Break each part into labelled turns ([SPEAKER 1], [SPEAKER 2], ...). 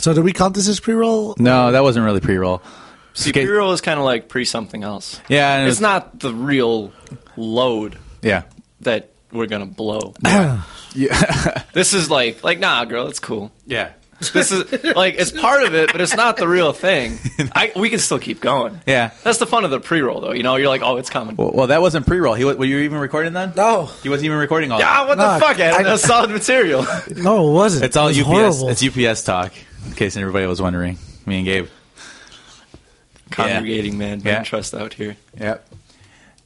[SPEAKER 1] So, do we count this as pre roll?
[SPEAKER 2] No, that wasn't really pre-roll.
[SPEAKER 3] See,
[SPEAKER 2] Skate-
[SPEAKER 3] pre-roll is kind of like pre something else.
[SPEAKER 2] Yeah, and
[SPEAKER 3] it's
[SPEAKER 2] it's-
[SPEAKER 3] not the real load
[SPEAKER 2] Yeah.
[SPEAKER 3] that we're gonna blow.
[SPEAKER 2] Yeah.
[SPEAKER 3] this is like, like nah, girl, it's cool.
[SPEAKER 2] yeah.
[SPEAKER 3] This is like it's part of it, but it's not the real thing. I, we can still keep going.
[SPEAKER 2] Yeah.
[SPEAKER 3] that's the fun of the pre-roll, though. You know, you're like, oh, it's coming.
[SPEAKER 2] Well, well, that wasn't pre-roll. He wa- were you even recording then?
[SPEAKER 1] No.
[SPEAKER 2] He wasn't even recording all
[SPEAKER 3] ah,
[SPEAKER 2] that.
[SPEAKER 3] what the
[SPEAKER 1] Nah,
[SPEAKER 3] fuck, Adam?
[SPEAKER 1] I-
[SPEAKER 3] That's solid material.
[SPEAKER 1] No, it wasn't.
[SPEAKER 2] It's all
[SPEAKER 1] it was
[SPEAKER 2] UPS.
[SPEAKER 1] Horrible.
[SPEAKER 2] It's UPS talk. In case anybody was wondering, me and Gabe.
[SPEAKER 3] Congregating man, man
[SPEAKER 2] Yeah.
[SPEAKER 3] trust out here.
[SPEAKER 2] Yep.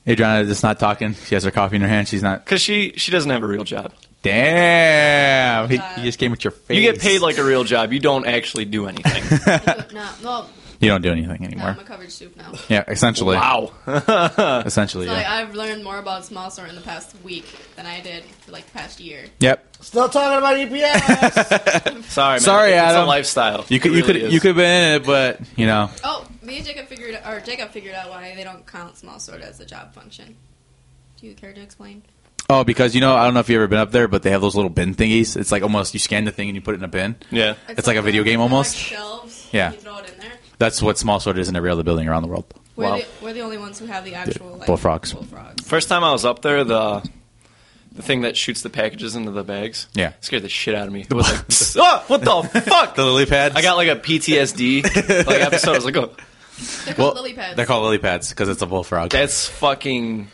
[SPEAKER 2] Adriana's just not talking. She has her coffee in her hand. She's not.
[SPEAKER 3] Because she she doesn't have a real job.
[SPEAKER 2] Damn. He, he just came at your face.
[SPEAKER 3] You get paid like a real job. You don't actually do anything.
[SPEAKER 4] no, well,
[SPEAKER 2] You don't do anything
[SPEAKER 4] no,
[SPEAKER 2] anymore.
[SPEAKER 4] I'm a coverage soup now.
[SPEAKER 2] yeah, essentially.
[SPEAKER 3] wow.
[SPEAKER 2] Essentially.
[SPEAKER 4] So
[SPEAKER 2] yeah.
[SPEAKER 4] like, I've learned more about Small Store in the past week than I did for like the past year.
[SPEAKER 2] Yep.
[SPEAKER 1] Still talking about UPS.
[SPEAKER 3] Sorry, man.
[SPEAKER 2] Sorry,
[SPEAKER 3] it's
[SPEAKER 2] Adam.
[SPEAKER 3] a lifestyle.
[SPEAKER 2] You could.
[SPEAKER 3] It
[SPEAKER 2] you could.
[SPEAKER 3] really is.
[SPEAKER 2] You could have been in it, but you know.
[SPEAKER 4] Oh, me and Jacob figured out, or Jacob figured out why they don't count Small Store as a job function. Do you care to explain?
[SPEAKER 2] Oh, because you know, I don't know if you've ever been up there, but they have those little bin thingies. It's like almost you scan the thing and you put it in a bin.
[SPEAKER 3] Yeah.
[SPEAKER 2] It's like a video game
[SPEAKER 4] they're
[SPEAKER 2] almost.
[SPEAKER 4] Like shelves.
[SPEAKER 2] Yeah.
[SPEAKER 4] You throw it in there.
[SPEAKER 2] That's what small sort is in every other building around the world.
[SPEAKER 4] We're,
[SPEAKER 3] Wow.
[SPEAKER 4] the, we're the only ones who have the actual like,
[SPEAKER 2] bullfrogs.
[SPEAKER 4] bullfrogs.
[SPEAKER 3] First time I was up there, the the thing that shoots the packages into the bags,
[SPEAKER 2] Yeah.
[SPEAKER 3] scared the shit out of me. It was like, "Ah, what the fuck?
[SPEAKER 2] The lily pads.
[SPEAKER 3] I got like a PTSD like episode. I was like, oh,
[SPEAKER 4] They're called
[SPEAKER 2] well,
[SPEAKER 4] lily pads.
[SPEAKER 2] They're called lily pads because it's a bullfrog.
[SPEAKER 3] that's fucking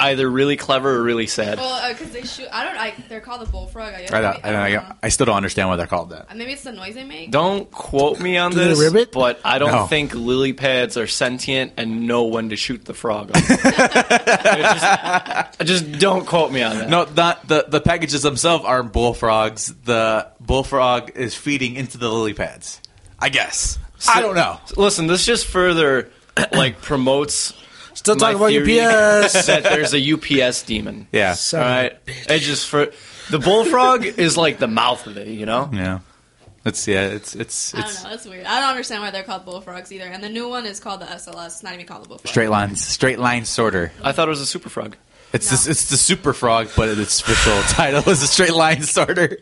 [SPEAKER 3] either really clever or really sad.
[SPEAKER 4] Well, because they shoot. I don't. I, they're called the bullfrog. I guess.
[SPEAKER 2] I,
[SPEAKER 4] Maybe-
[SPEAKER 2] don't, I, don't,
[SPEAKER 4] know.
[SPEAKER 2] I, I still don't understand why they're called that.
[SPEAKER 4] Uh, Maybe it's the noise they make.
[SPEAKER 3] Don't quote me on
[SPEAKER 1] Do they
[SPEAKER 3] this,
[SPEAKER 1] ribbit?
[SPEAKER 3] but I don't
[SPEAKER 2] No.
[SPEAKER 3] think lily pads are sentient and know when to shoot the frog. I just- I just don't quote me on that.
[SPEAKER 2] No, not the the packages themselves are bullfrogs. The bullfrog is feeding into the lily pads. I guess. I don't know.
[SPEAKER 3] Listen, this just further like promotes
[SPEAKER 1] Still
[SPEAKER 3] my
[SPEAKER 1] talking about
[SPEAKER 3] theory
[SPEAKER 1] UPS.
[SPEAKER 3] that there's a UPS demon.
[SPEAKER 2] Yeah.
[SPEAKER 1] So-
[SPEAKER 3] All right. It just for the bullfrog is like the mouth of it, you know?
[SPEAKER 2] yeah. It's yeah. It's it's
[SPEAKER 4] I don't
[SPEAKER 2] it's
[SPEAKER 4] know. That's weird. I don't understand why they're called bullfrogs either. And the new one is called the SLS. It's not even called the bullfrog.
[SPEAKER 2] straight lines. Straight line sorter.
[SPEAKER 3] I thought it was a super frog.
[SPEAKER 2] It's
[SPEAKER 4] No.
[SPEAKER 2] the, it's the super frog, but its official title is a straight line sorter.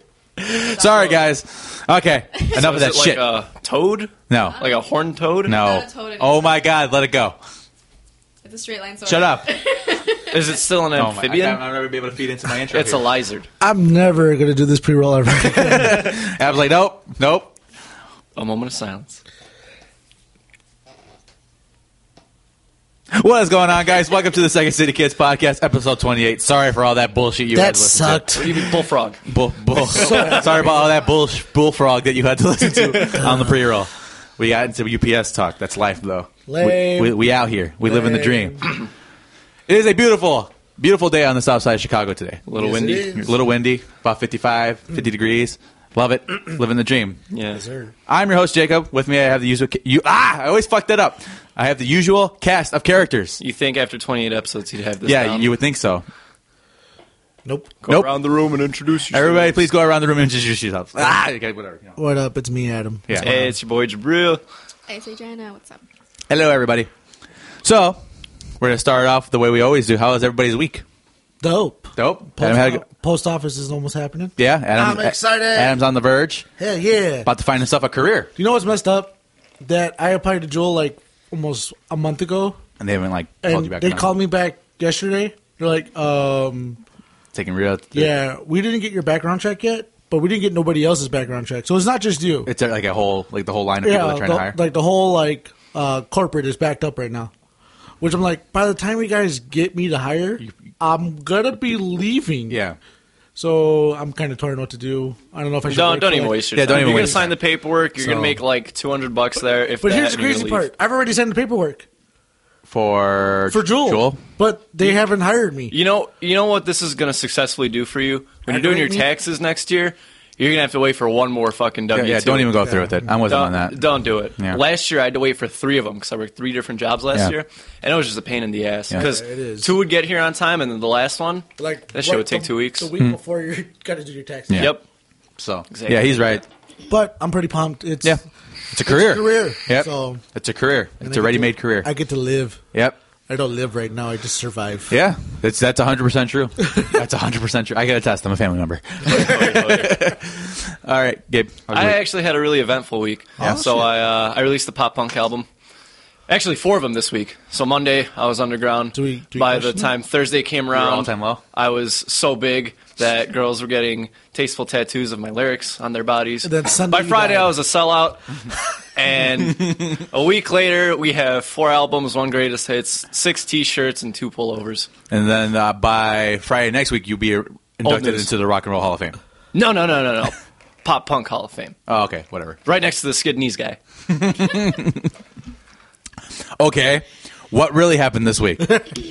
[SPEAKER 2] Sorry, guys. Okay, enough of
[SPEAKER 3] Is
[SPEAKER 2] that
[SPEAKER 3] it like
[SPEAKER 2] shit.
[SPEAKER 3] a toad?
[SPEAKER 2] no,
[SPEAKER 3] Like a horned toad?
[SPEAKER 2] no.
[SPEAKER 4] not a toad anymore.
[SPEAKER 2] Oh my god, let it go.
[SPEAKER 4] It's a straight line sword.
[SPEAKER 2] Shut up.
[SPEAKER 3] Is it still an
[SPEAKER 2] Oh my,
[SPEAKER 3] amphibian?
[SPEAKER 2] I, am never be able to feed into my intro.
[SPEAKER 3] it's a
[SPEAKER 2] here.
[SPEAKER 3] lizard.
[SPEAKER 1] I'm never gonna do this pre-roll ever. again.
[SPEAKER 2] I was like, nope, nope.
[SPEAKER 3] A moment of silence.
[SPEAKER 2] What is going on, guys? Welcome to the Second City Kids podcast, episode 28. Sorry for all that bullshit you
[SPEAKER 1] that
[SPEAKER 2] had to listen
[SPEAKER 1] sucked.
[SPEAKER 3] What do you mean bullfrog?
[SPEAKER 2] to. Bull, bull. Sorry about all that bullsh bullfrog that you had to listen to on the pre-roll. We got into UPS talk. That's life, though.
[SPEAKER 1] Lame.
[SPEAKER 2] We, we, we out here. We live in the
[SPEAKER 1] Lame.
[SPEAKER 2] dream. it is a beautiful, beautiful day on the south side of Chicago today.
[SPEAKER 3] A little
[SPEAKER 1] Yes,
[SPEAKER 3] windy.
[SPEAKER 1] it
[SPEAKER 2] A little windy, about 55, 50 degrees. Love it. Living the dream.
[SPEAKER 3] Yeah.
[SPEAKER 2] I'm your host, Jacob. With me, I have the usual. Ca- you, ah, I always fucked that up. I have the usual cast of characters.
[SPEAKER 3] You think after 28 episodes you'd have this?
[SPEAKER 2] Yeah,
[SPEAKER 3] down?
[SPEAKER 2] you would think so.
[SPEAKER 1] Nope.
[SPEAKER 3] go
[SPEAKER 2] nope.
[SPEAKER 3] around the room and introduce yourself.
[SPEAKER 2] Everybody, please go around the room and introduce yourselves. Ah, okay, whatever. you know.
[SPEAKER 1] What up? It's me, Adam.
[SPEAKER 2] Yeah.
[SPEAKER 3] Hey, it's your boy Jabril.
[SPEAKER 4] Hey, it's Adriana. What's up?
[SPEAKER 2] Hello, everybody. So we're gonna start off the way we always do. How was everybody's week?
[SPEAKER 1] Dope.
[SPEAKER 2] Dope.
[SPEAKER 1] Post,
[SPEAKER 2] Adam had a g-
[SPEAKER 1] post office is almost happening.
[SPEAKER 2] yeah, Adam.
[SPEAKER 1] I'm excited.
[SPEAKER 2] Adam's on the verge,
[SPEAKER 1] Hell yeah.
[SPEAKER 2] about to find himself a career,
[SPEAKER 1] you know what's messed up? That I applied to Joel like almost a month ago,
[SPEAKER 2] and they haven't like called
[SPEAKER 1] and
[SPEAKER 2] you back.
[SPEAKER 1] they
[SPEAKER 2] around.
[SPEAKER 1] called me back yesterday. They're like, um,
[SPEAKER 2] taking real.
[SPEAKER 1] yeah, we didn't get your background check yet, but we didn't get nobody else's background check. So it's not just you.
[SPEAKER 2] It's uh, like a whole, like the whole line of people they're trying
[SPEAKER 1] the-
[SPEAKER 2] to hire.
[SPEAKER 1] like the whole like uh, corporate is backed up right now. Which I'm like, by the time you guys get me to hire, I'm gonna be leaving.
[SPEAKER 2] yeah.
[SPEAKER 1] So I'm kind of torn what to do. I don't know if I should.
[SPEAKER 3] Don't
[SPEAKER 1] wait
[SPEAKER 3] don't
[SPEAKER 1] for,
[SPEAKER 3] even
[SPEAKER 1] like-
[SPEAKER 3] waste your
[SPEAKER 2] Yeah,
[SPEAKER 3] time.
[SPEAKER 2] don't even
[SPEAKER 3] You're gonna
[SPEAKER 2] waste your
[SPEAKER 3] sign the paperwork. You're
[SPEAKER 2] So-
[SPEAKER 3] gonna make like 200 bucks there. If
[SPEAKER 1] But
[SPEAKER 3] that,
[SPEAKER 1] here's the
[SPEAKER 3] and you're
[SPEAKER 1] crazy
[SPEAKER 3] gonna
[SPEAKER 1] part: I've already sent the paperwork
[SPEAKER 2] For
[SPEAKER 1] for Jewel,
[SPEAKER 2] Jewel.
[SPEAKER 1] but they haven't hired me.
[SPEAKER 3] You know, you know what this is going to successfully do for you when you're doing your
[SPEAKER 1] Graduate me?
[SPEAKER 3] taxes next year. You're gonna have to wait for one more fucking
[SPEAKER 2] Yeah,
[SPEAKER 3] W.
[SPEAKER 2] yeah, don't even go through with it. I wasn't on
[SPEAKER 3] Don't,
[SPEAKER 2] that.
[SPEAKER 3] don't do it.
[SPEAKER 2] Yeah.
[SPEAKER 3] Last year I had to wait for three of them because I worked three different jobs last
[SPEAKER 2] Yeah.
[SPEAKER 3] year, and it was just a pain in the ass
[SPEAKER 2] Yeah.
[SPEAKER 3] because
[SPEAKER 1] Yeah, it is.
[SPEAKER 3] two would get here on time, and then the last one,
[SPEAKER 1] Like
[SPEAKER 3] that shit
[SPEAKER 1] what
[SPEAKER 3] would take
[SPEAKER 1] the-
[SPEAKER 3] two weeks.
[SPEAKER 1] The week before you got to do your taxes.
[SPEAKER 2] Hmm. Yeah.
[SPEAKER 3] Yep.
[SPEAKER 2] So
[SPEAKER 3] Exactly.
[SPEAKER 2] yeah, he's right.
[SPEAKER 1] But I'm pretty pumped. It's
[SPEAKER 2] Yeah, it's a career.
[SPEAKER 1] career.
[SPEAKER 2] Yep.
[SPEAKER 1] So-
[SPEAKER 2] it's a career.
[SPEAKER 1] and I
[SPEAKER 2] It's
[SPEAKER 1] get
[SPEAKER 2] a ready-made
[SPEAKER 1] to-
[SPEAKER 2] career.
[SPEAKER 1] I get to live.
[SPEAKER 2] yep.
[SPEAKER 1] I don't live right now. I just survive.
[SPEAKER 2] Yeah, that's that's 100 percent true. That's 100 percent true. I got to test. I'm a family member. All right, Gabe. I'll do
[SPEAKER 3] I
[SPEAKER 2] it.
[SPEAKER 3] actually had a really eventful week.
[SPEAKER 1] Oh,
[SPEAKER 2] Yeah.
[SPEAKER 3] So I uh, I released the pop punk album. Actually, four of them this week. So Monday I was underground.
[SPEAKER 1] Do we- do we
[SPEAKER 3] By the
[SPEAKER 1] question it?
[SPEAKER 3] time Thursday came around,
[SPEAKER 2] all-time low?
[SPEAKER 3] I was so big that girls were getting tasteful tattoos of my lyrics on their bodies.
[SPEAKER 1] And then Sunday
[SPEAKER 3] By
[SPEAKER 1] you
[SPEAKER 3] Friday
[SPEAKER 1] died.
[SPEAKER 3] I was a sellout. and a week later we have four albums, one greatest hits, six T-shirts, and two pullovers.
[SPEAKER 2] and then uh, by Friday next week, you'll be inducted
[SPEAKER 3] news.
[SPEAKER 2] into the Rock and Roll Hall of Fame.
[SPEAKER 3] No, no, no, no, no. pop punk Hall of Fame,
[SPEAKER 2] Oh, okay, whatever.
[SPEAKER 3] right next to the skid knees guy.
[SPEAKER 2] Okay, what really happened this week?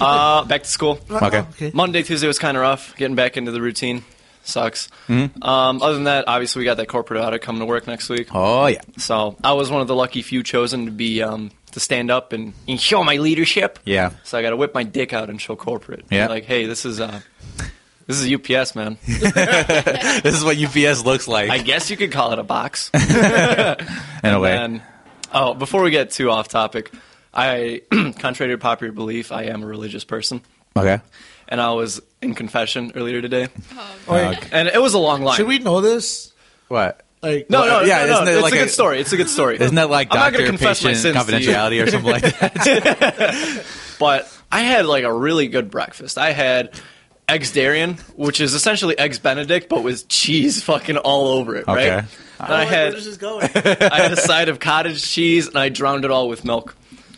[SPEAKER 3] Uh, back to school.
[SPEAKER 2] Okay.
[SPEAKER 1] okay.
[SPEAKER 3] Monday, Tuesday was kind of rough. Getting back into the routine sucks.
[SPEAKER 1] Mm-hmm.
[SPEAKER 3] Um, other than that, obviously we got that corporate audit coming to work next week.
[SPEAKER 2] Oh yeah.
[SPEAKER 3] So I was one of the lucky few chosen to be um, to stand up and, and show my leadership.
[SPEAKER 2] Yeah.
[SPEAKER 3] So I got to whip my dick out and show corporate.
[SPEAKER 2] Yeah.
[SPEAKER 3] Like, hey, this is uh, this is UPS, man.
[SPEAKER 2] This is what UPS looks like
[SPEAKER 3] I guess you could call it a box.
[SPEAKER 2] in a way.
[SPEAKER 3] And oh, before we get too off topic, I, contrary to popular belief, I am a religious person,
[SPEAKER 2] okay.
[SPEAKER 3] and I was in confession earlier today,
[SPEAKER 4] Oh,
[SPEAKER 1] Like,
[SPEAKER 3] and it was a long line.
[SPEAKER 1] should we know this?
[SPEAKER 2] What?
[SPEAKER 1] Like,
[SPEAKER 3] No,
[SPEAKER 2] Well,
[SPEAKER 3] no,
[SPEAKER 2] yeah,
[SPEAKER 3] yeah, no,
[SPEAKER 2] isn't
[SPEAKER 3] no.
[SPEAKER 2] it
[SPEAKER 3] It's
[SPEAKER 2] like
[SPEAKER 3] a
[SPEAKER 2] a-
[SPEAKER 3] good story. It's a good story.
[SPEAKER 2] Isn't that like
[SPEAKER 3] I'm not gonna
[SPEAKER 2] doctor
[SPEAKER 3] confess my
[SPEAKER 2] patient
[SPEAKER 3] sins to you.
[SPEAKER 2] confidentiality or something like that?
[SPEAKER 3] But I had like a really good breakfast. I had eggs Darien, which is essentially eggs Benedict, but with cheese fucking all over it,
[SPEAKER 2] Okay.
[SPEAKER 3] right? And I
[SPEAKER 1] Oh, where
[SPEAKER 3] had
[SPEAKER 1] this is going.
[SPEAKER 3] I had a side of cottage cheese, and I drowned it all with milk.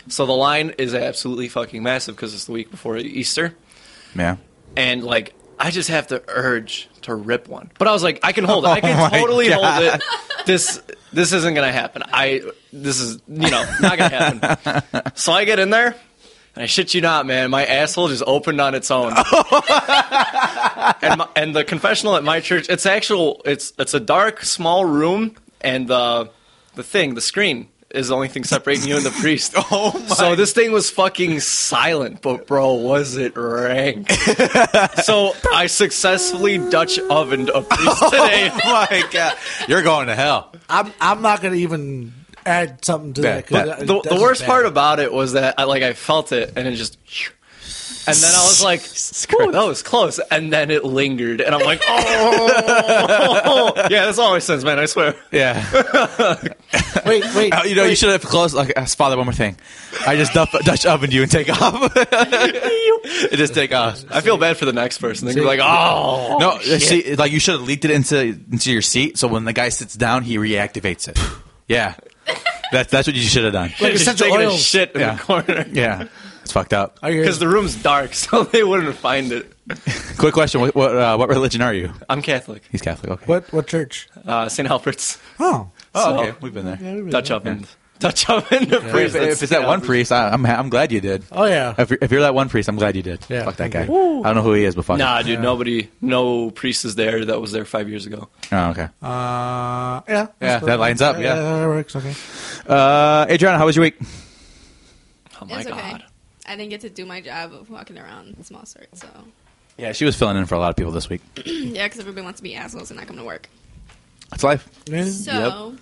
[SPEAKER 3] So the line is absolutely fucking massive because it's the week before Easter,
[SPEAKER 2] yeah.
[SPEAKER 3] and like I just have the urge to rip one. But I was like, I can hold it. I
[SPEAKER 2] Oh
[SPEAKER 3] can
[SPEAKER 2] my
[SPEAKER 3] totally
[SPEAKER 2] God.
[SPEAKER 3] hold it. This this isn't gonna happen. I this is you know not gonna happen. So I get in there. And I shit you not, man. My asshole just opened on its own. and, my, and the confessional at my church, it's actual. It's it's a dark, small room, and the the thing, the screen, is the only thing separating you and the priest.
[SPEAKER 2] Oh my.
[SPEAKER 3] So this thing was fucking silent, but bro, was it rank? so I successfully Dutch ovened a priest today.
[SPEAKER 2] Oh my god. You're going to hell.
[SPEAKER 1] I'm I'm not gonna even add something to that. 'cause
[SPEAKER 2] That-
[SPEAKER 1] that-
[SPEAKER 3] The, the
[SPEAKER 1] that's
[SPEAKER 3] worst
[SPEAKER 1] bad.
[SPEAKER 3] part about it was that I like I felt it and it just, and then I was like, "Ooh, that was close," and then it lingered, and I'm like, "Oh, yeah, that's all my sins, man. I swear."
[SPEAKER 2] Yeah.
[SPEAKER 1] Wait, wait.
[SPEAKER 2] Oh, you know,
[SPEAKER 1] wait.
[SPEAKER 2] you should have closed. Like, uh, Father, one more thing. I just duff, Dutch oven you and take off. it just take off.
[SPEAKER 3] I feel bad for the next person. They're gonna be like, "Oh,
[SPEAKER 2] No, uh, see, like you should have leaked it into into your seat. So when the guy sits down, he reactivates it. Yeah, that's that's what you should have done.
[SPEAKER 1] Like
[SPEAKER 3] just
[SPEAKER 1] essential
[SPEAKER 3] taking a
[SPEAKER 1] oils.
[SPEAKER 3] shit in
[SPEAKER 2] Yeah.
[SPEAKER 3] the corner."
[SPEAKER 2] Yeah, it's fucked up.
[SPEAKER 1] Are you-
[SPEAKER 3] Because the room's dark, so they wouldn't find it.
[SPEAKER 2] Quick question: What what, uh, what religion are you?
[SPEAKER 3] I'm Catholic.
[SPEAKER 2] He's Catholic. Okay.
[SPEAKER 1] what what church?
[SPEAKER 3] Uh, St. Albert's.
[SPEAKER 1] Oh,
[SPEAKER 2] Oh,
[SPEAKER 3] So-
[SPEAKER 2] okay. We've been there.
[SPEAKER 3] Dutch oven. Dutch oven. to
[SPEAKER 2] Wait,
[SPEAKER 3] freeze
[SPEAKER 2] if, if
[SPEAKER 3] this
[SPEAKER 2] it's that
[SPEAKER 3] down.
[SPEAKER 2] one priest, I, I'm ha- I'm glad you did.
[SPEAKER 1] Oh yeah.
[SPEAKER 2] If you're, if you're that one priest, I'm glad you did.
[SPEAKER 1] Yeah.
[SPEAKER 2] fuck that guy.
[SPEAKER 1] Thank
[SPEAKER 2] I don't know who he is, but fuck.
[SPEAKER 3] Nah,
[SPEAKER 2] him.
[SPEAKER 3] dude, nobody, no priest is there that was there five years ago.
[SPEAKER 2] Oh, okay.
[SPEAKER 1] Uh, yeah.
[SPEAKER 2] Yeah, that lines up, yeah.
[SPEAKER 1] that works. Okay.
[SPEAKER 2] Uh, Adriana, how was your week?
[SPEAKER 3] Oh
[SPEAKER 4] it
[SPEAKER 3] my
[SPEAKER 4] was okay.
[SPEAKER 3] god.
[SPEAKER 4] I didn't get to do my job of walking around in small shirts, so
[SPEAKER 2] Yeah, she was filling in for a lot of people this week.
[SPEAKER 4] yeah, because everybody wants to be assholes and not come to work.
[SPEAKER 2] It's life.
[SPEAKER 4] So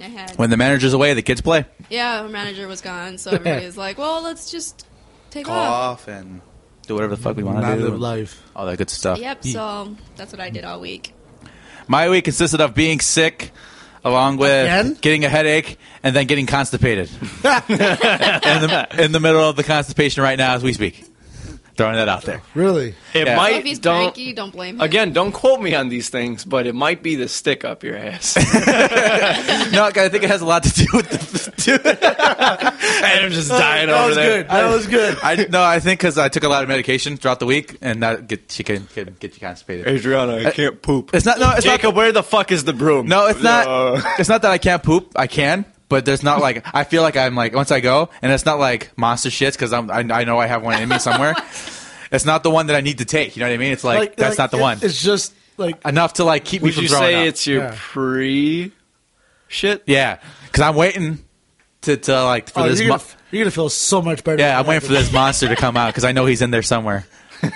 [SPEAKER 4] I had
[SPEAKER 2] When the manager's away, the kids play.
[SPEAKER 4] yeah, our manager was gone, so everybody was like, well, let's just take off.
[SPEAKER 2] Cough and do whatever the fuck we want to
[SPEAKER 1] Not
[SPEAKER 2] do.
[SPEAKER 1] live
[SPEAKER 2] and
[SPEAKER 1] life.
[SPEAKER 2] All that good stuff.
[SPEAKER 4] Yep. So that's what I did all week.
[SPEAKER 2] My week consisted of being sick, along with
[SPEAKER 1] Again?
[SPEAKER 2] getting a headache, and then getting constipated. in, the, in the middle of the constipation right now as we speak. Throwing that out there.
[SPEAKER 1] Really?
[SPEAKER 2] Yeah.
[SPEAKER 3] It
[SPEAKER 4] So if
[SPEAKER 3] might,
[SPEAKER 4] he's
[SPEAKER 3] don't,
[SPEAKER 4] cranky, don't blame him.
[SPEAKER 3] again, don't quote me on these things, but it might be the stick up your ass.
[SPEAKER 2] No, I think it has a lot to do with the.
[SPEAKER 3] and I'm just dying over there.
[SPEAKER 2] That was good. I, no, I think because I took a lot of medication throughout the week, and that get, she can, can get you constipated.
[SPEAKER 3] Adriana, I can't poop.
[SPEAKER 2] Uh, It's not. No, it's not.
[SPEAKER 3] Jacob, where the fuck is the broom?
[SPEAKER 2] No, it's not.
[SPEAKER 3] Uh,
[SPEAKER 2] It's not that I can't poop. I can, but there's not like I feel like I'm like once I go, and it's not like monster shits because I'm I, I know I have one in me somewhere. it's not the one that I need to take. You know what I mean? It's like, that's not the
[SPEAKER 1] it-
[SPEAKER 2] one.
[SPEAKER 1] It's just like
[SPEAKER 2] Enough to like keep me
[SPEAKER 3] Would
[SPEAKER 2] from
[SPEAKER 3] you
[SPEAKER 2] throwing
[SPEAKER 3] say
[SPEAKER 2] up.
[SPEAKER 3] it's your
[SPEAKER 1] Yeah.
[SPEAKER 3] pre shit?
[SPEAKER 2] yeah? Because I'm waiting to to like for
[SPEAKER 1] oh,
[SPEAKER 2] this.
[SPEAKER 1] you're,
[SPEAKER 2] Mo-
[SPEAKER 1] gonna, you're gonna feel so much better.
[SPEAKER 2] yeah, I'm waiting for this monster to come out because I know he's in there somewhere.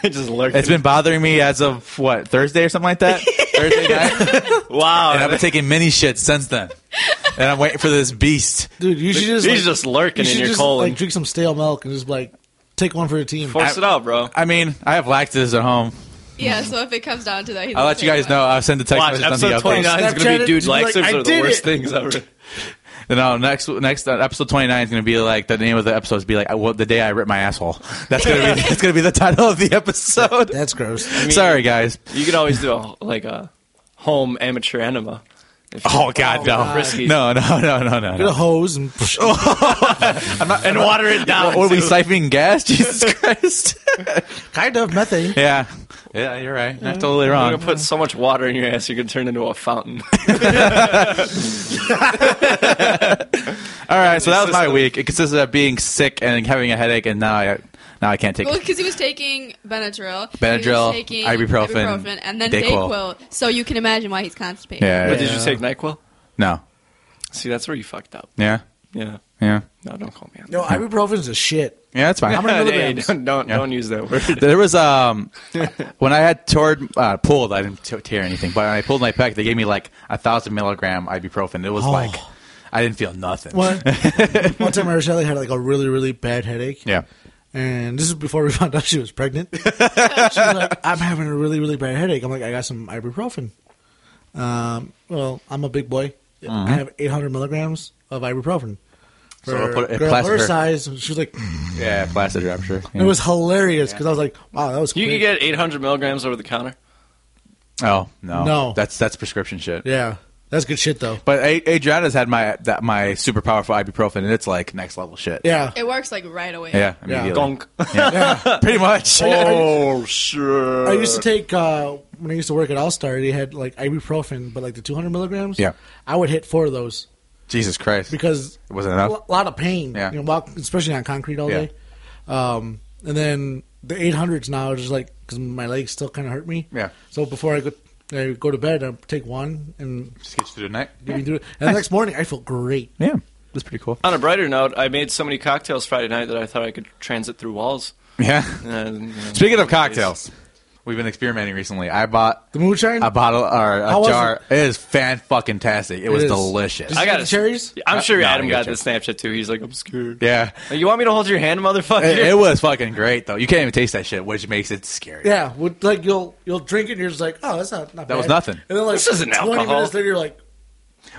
[SPEAKER 3] just lurking.
[SPEAKER 2] It's been bothering me as of what Thursday or something like that. Thursday night,
[SPEAKER 3] wow.
[SPEAKER 2] and I've been taking mini shits since then. And I'm waiting for this beast.
[SPEAKER 1] dude. You should just
[SPEAKER 3] He's
[SPEAKER 1] like,
[SPEAKER 3] just lurking
[SPEAKER 1] you
[SPEAKER 3] in
[SPEAKER 1] should
[SPEAKER 3] your
[SPEAKER 1] just,
[SPEAKER 3] colon.
[SPEAKER 1] Like drink some stale milk and just like take one for the team.
[SPEAKER 3] Force
[SPEAKER 2] I-
[SPEAKER 3] it out, bro.
[SPEAKER 2] I mean, I have lactose at home.
[SPEAKER 4] Yeah, so if it comes down to that, he's
[SPEAKER 2] I'll let you guys know. I'll send the text
[SPEAKER 3] Watch
[SPEAKER 2] message on the
[SPEAKER 3] episode
[SPEAKER 2] update.
[SPEAKER 3] twenty nine is gonna
[SPEAKER 1] Snapchat
[SPEAKER 3] be
[SPEAKER 1] it,
[SPEAKER 3] dude.
[SPEAKER 1] be like,
[SPEAKER 3] Laxatives
[SPEAKER 1] "I
[SPEAKER 3] are the
[SPEAKER 1] did
[SPEAKER 3] worst
[SPEAKER 1] it."
[SPEAKER 3] things ever.
[SPEAKER 2] No, next next uh, episode twenty nine is gonna be like the name of the episode is be like I, well, the day I ripped my asshole. That's gonna be that's gonna be the title of the episode.
[SPEAKER 1] That's gross.
[SPEAKER 2] Sorry guys.
[SPEAKER 3] You could always do a, like a home amateur enema. If you-
[SPEAKER 2] Oh God, no.
[SPEAKER 3] Risky.
[SPEAKER 2] no, no, no, no, no,
[SPEAKER 1] Get a
[SPEAKER 2] no.
[SPEAKER 1] hose and oh,
[SPEAKER 3] and water it down.
[SPEAKER 2] What are we
[SPEAKER 3] too.
[SPEAKER 2] siphoning gas? Jesus Christ.
[SPEAKER 1] kind of methane.
[SPEAKER 2] yeah, yeah, you're right. Not totally
[SPEAKER 3] You're
[SPEAKER 2] wrong.
[SPEAKER 3] gonna put so much water in your ass, you could turn into a fountain.
[SPEAKER 2] All right, so that was my week. It consisted of being sick and having a headache, and now I now I can't take.
[SPEAKER 4] Well,
[SPEAKER 2] it.
[SPEAKER 4] because he was taking Benadryl, he
[SPEAKER 2] Benadryl,
[SPEAKER 4] was taking
[SPEAKER 2] ibuprofen,
[SPEAKER 4] and then
[SPEAKER 2] Dayquil.
[SPEAKER 4] Dayquil. So you can imagine why he's constipated.
[SPEAKER 2] Yeah,
[SPEAKER 3] But
[SPEAKER 2] yeah.
[SPEAKER 3] did you take Nyquil?
[SPEAKER 2] no,
[SPEAKER 3] See, that's where you fucked up.
[SPEAKER 2] yeah,
[SPEAKER 3] Yeah.
[SPEAKER 2] yeah,
[SPEAKER 3] No, don't call me on.
[SPEAKER 1] No, ibuprofen's a shit.
[SPEAKER 2] yeah. That's fine.
[SPEAKER 1] How many
[SPEAKER 3] Hey,
[SPEAKER 1] milligrams?
[SPEAKER 3] don't don't,
[SPEAKER 2] Yeah.
[SPEAKER 3] don't use that word.
[SPEAKER 2] There was um when I had toured uh, pulled. I didn't t- tear anything, but when I pulled my pec, they gave me like a thousand milligram ibuprofen. It was
[SPEAKER 1] Oh.
[SPEAKER 2] like I didn't feel nothing.
[SPEAKER 1] One, one time, Rochelle had like a really, really bad headache.
[SPEAKER 2] Yeah.
[SPEAKER 1] And this is before we found out she was pregnant. she was like, I'm having a really, really bad headache. I'm like, I got some ibuprofen. Um, well, I'm a big boy. I have 800 milligrams of ibuprofen. For
[SPEAKER 2] So I'll put it-
[SPEAKER 1] a girl
[SPEAKER 2] plaster
[SPEAKER 1] her
[SPEAKER 2] her. Mm-hmm.
[SPEAKER 1] size, she was like,
[SPEAKER 2] Yeah, plastic I'm sure.
[SPEAKER 1] it was hilarious because I was like, wow, that was
[SPEAKER 3] You
[SPEAKER 1] quick.
[SPEAKER 3] could get 800 milligrams over the counter.
[SPEAKER 2] Oh no,
[SPEAKER 1] No.
[SPEAKER 2] That's that's prescription shit.
[SPEAKER 1] Yeah, that's good shit though.
[SPEAKER 2] But A- Adriana's had my that my super powerful ibuprofen, and it's like next level shit.
[SPEAKER 1] Yeah,
[SPEAKER 4] It works like right away.
[SPEAKER 2] yeah, immediately.
[SPEAKER 3] Donk.
[SPEAKER 2] yeah. pretty much.
[SPEAKER 3] Oh sure.
[SPEAKER 1] I used to take uh, when I used to work at All Star. They had like ibuprofen, but like the 200 milligrams.
[SPEAKER 2] Yeah.
[SPEAKER 1] I would hit four of those
[SPEAKER 2] Jesus Christ,
[SPEAKER 1] because
[SPEAKER 2] it wasn't enough.
[SPEAKER 1] a lot of pain.
[SPEAKER 2] Yeah.
[SPEAKER 1] You know, walk, especially on concrete all
[SPEAKER 2] Yeah.
[SPEAKER 1] day. Um, and then the 800s now is just like because my legs still kind of hurt me.
[SPEAKER 2] Yeah.
[SPEAKER 1] So before I go, I go to bed, I take one and
[SPEAKER 2] Just get you through the night.
[SPEAKER 1] get me through it. Uh, And the next morning, I feel great.
[SPEAKER 2] Yeah, that's pretty cool.
[SPEAKER 3] On a brighter note, I made so many cocktails Friday night that I thought I could transit through walls.
[SPEAKER 2] Yeah.
[SPEAKER 3] And, you know,
[SPEAKER 2] Speaking of cocktails, we've been experimenting recently. I bought
[SPEAKER 1] The moonshine.
[SPEAKER 2] a bottle or a
[SPEAKER 1] How was
[SPEAKER 2] jar. It is fan fucking tastic. It, was
[SPEAKER 1] is.
[SPEAKER 2] delicious.
[SPEAKER 1] Did you
[SPEAKER 3] I
[SPEAKER 1] get
[SPEAKER 3] got
[SPEAKER 1] the
[SPEAKER 3] a-
[SPEAKER 1] cherries.
[SPEAKER 3] I'm sure
[SPEAKER 2] No,
[SPEAKER 3] Adam
[SPEAKER 2] I got
[SPEAKER 3] got the Snapchat too. He's like, I'm scared.
[SPEAKER 2] yeah.
[SPEAKER 3] Like, you want me to hold your hand, motherfucker?
[SPEAKER 2] It, it was fucking great though. You can't even taste that shit, which makes it scary.
[SPEAKER 1] Yeah, would, like you'll you'll drink it and you're just like, oh, that's not, not
[SPEAKER 2] That was
[SPEAKER 1] bad.
[SPEAKER 2] nothing.
[SPEAKER 1] And then like
[SPEAKER 3] This isn't
[SPEAKER 1] 20
[SPEAKER 3] alcohol.
[SPEAKER 1] minutes later, you're like,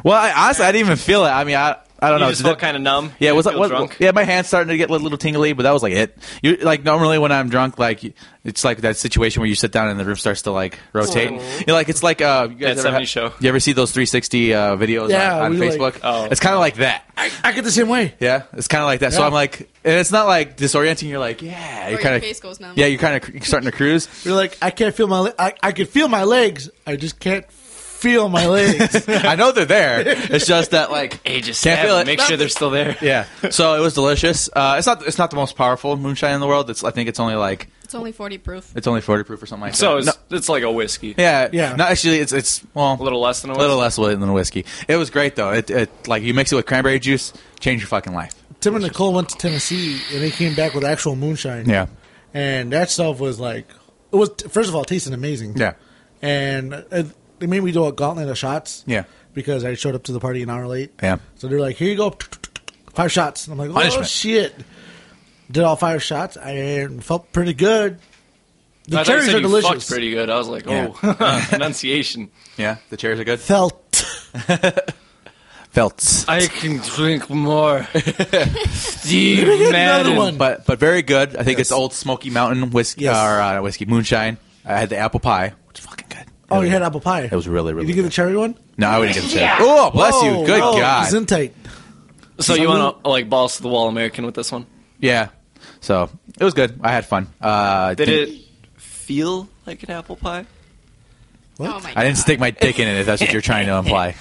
[SPEAKER 2] Well, I, honestly, I didn't even feel it. I mean, I I don't
[SPEAKER 3] you
[SPEAKER 2] know.
[SPEAKER 3] just
[SPEAKER 2] Did
[SPEAKER 3] felt
[SPEAKER 2] it-
[SPEAKER 3] kind of numb.
[SPEAKER 2] yeah,
[SPEAKER 3] You
[SPEAKER 2] was
[SPEAKER 3] didn't
[SPEAKER 2] that
[SPEAKER 3] feel
[SPEAKER 2] was
[SPEAKER 3] drunk.
[SPEAKER 2] yeah? My hands starting to get a little tingly, but that was like it. You like normally when I'm drunk, like it's like that situation where you sit down and the room starts to like rotate. You're like it's like uh, you guys
[SPEAKER 3] That
[SPEAKER 2] ever
[SPEAKER 3] 70
[SPEAKER 2] ha-
[SPEAKER 3] show.
[SPEAKER 2] You ever see those 360 uh, videos
[SPEAKER 1] Yeah,
[SPEAKER 2] on, on
[SPEAKER 1] we like-
[SPEAKER 2] Facebook?
[SPEAKER 3] Oh.
[SPEAKER 2] It's kind of like that.
[SPEAKER 1] I get the same way.
[SPEAKER 2] Yeah, it's kind of like that. So
[SPEAKER 1] Yeah.
[SPEAKER 2] I'm like, and it's not like disorienting. You're like, yeah,
[SPEAKER 4] Or
[SPEAKER 2] you're
[SPEAKER 4] your
[SPEAKER 2] kind
[SPEAKER 4] face
[SPEAKER 2] of,
[SPEAKER 4] goes numb.
[SPEAKER 2] yeah, you're kind of starting to cruise.
[SPEAKER 1] You're like, I can't feel my, le- I I could feel my legs. I just can't feel my legs.
[SPEAKER 2] I know they're there. It's just that like,
[SPEAKER 3] Hey, just
[SPEAKER 2] Can't
[SPEAKER 3] stab
[SPEAKER 2] feel
[SPEAKER 3] them.
[SPEAKER 2] it.
[SPEAKER 3] Make sure they're still there.
[SPEAKER 2] yeah. So it was delicious. Uh, it's not, it's not the most powerful moonshine in the world. It's, I think it's only like,
[SPEAKER 4] It's only 40 proof.
[SPEAKER 2] it's only 40 proof or something like
[SPEAKER 3] So
[SPEAKER 2] that.
[SPEAKER 3] it's,
[SPEAKER 2] No-
[SPEAKER 3] it's like a whiskey.
[SPEAKER 2] yeah,
[SPEAKER 1] Yeah.
[SPEAKER 2] No, actually, it's it's well,
[SPEAKER 3] A little less than a
[SPEAKER 2] a little
[SPEAKER 3] whiskey.
[SPEAKER 2] less weight than whiskey. It was great though. It, it like you mix it with cranberry juice, change your fucking life.
[SPEAKER 1] Tim and Nicole went to Tennessee and they came back with actual moonshine.
[SPEAKER 2] Yeah,
[SPEAKER 1] and that stuff was like, it was first of all, it tasted amazing.
[SPEAKER 2] yeah,
[SPEAKER 1] and uh they made me do a gauntlet of shots.
[SPEAKER 2] Yeah.
[SPEAKER 1] because I showed up to the party an hour late.
[SPEAKER 2] Yeah.
[SPEAKER 1] so they're like, here you go, five shots. And I'm like, oh
[SPEAKER 2] Punishment.
[SPEAKER 1] shit. Did all five shots and felt pretty good. The
[SPEAKER 3] I thought you
[SPEAKER 1] cherries
[SPEAKER 3] said
[SPEAKER 1] are
[SPEAKER 3] you
[SPEAKER 1] delicious.
[SPEAKER 3] fucked pretty good. I was like, oh, pronunciation.
[SPEAKER 2] yeah. The chairs are good.
[SPEAKER 1] Felt
[SPEAKER 2] Felts.
[SPEAKER 3] I can drink more. Steve
[SPEAKER 1] Madden. one.
[SPEAKER 2] but but very good. I think
[SPEAKER 1] Yes.
[SPEAKER 2] it's old Smoky Mountain whiskey
[SPEAKER 1] Yes.
[SPEAKER 2] or uh, whiskey moonshine. I had the apple pie, which is fucking good.
[SPEAKER 1] Oh, you
[SPEAKER 2] Really
[SPEAKER 1] had
[SPEAKER 2] good.
[SPEAKER 1] apple pie.
[SPEAKER 2] It was really really.
[SPEAKER 1] Did you get the
[SPEAKER 2] good.
[SPEAKER 1] cherry one?
[SPEAKER 2] no, I wouldn't get the cherry. Oh, bless you. Good
[SPEAKER 1] oh,
[SPEAKER 2] God.
[SPEAKER 1] Zintite.
[SPEAKER 3] So you want to like balls to the wall American with this one?
[SPEAKER 2] yeah. So it was good. I had fun. Uh,
[SPEAKER 3] Did
[SPEAKER 2] didn't-
[SPEAKER 3] it feel like an apple pie?
[SPEAKER 4] Oh my
[SPEAKER 2] I
[SPEAKER 4] god.
[SPEAKER 2] didn't stick my dick in it. If that's what you're trying to imply.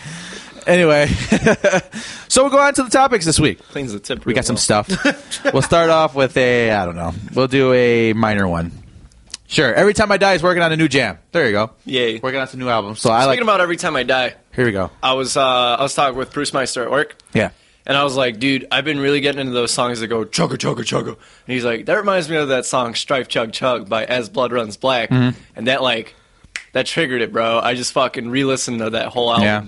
[SPEAKER 2] Anyway, so we'll go on to the topics this week.
[SPEAKER 3] Cleans the tip.
[SPEAKER 2] We got some stuff. we'll start off with a I don't know. We'll do a minor one. Sure. Every time I die is working on a new jam. There you go.
[SPEAKER 3] Yay.
[SPEAKER 2] Working on some new album. So I like.
[SPEAKER 3] Speaking about every time I die,
[SPEAKER 2] here we go.
[SPEAKER 3] I was uh, I was talking with Bruce Meister at work,
[SPEAKER 2] Yeah.
[SPEAKER 3] and I was like, dude, I've been really getting into those songs that go chugga chugga chugga, and he's like, that reminds me of that song "Strife Chug Chug" by As Blood Runs Black,
[SPEAKER 2] Mm-hmm.
[SPEAKER 3] and that like that triggered it, bro. I just fucking re-listened to that whole album.
[SPEAKER 2] Yeah.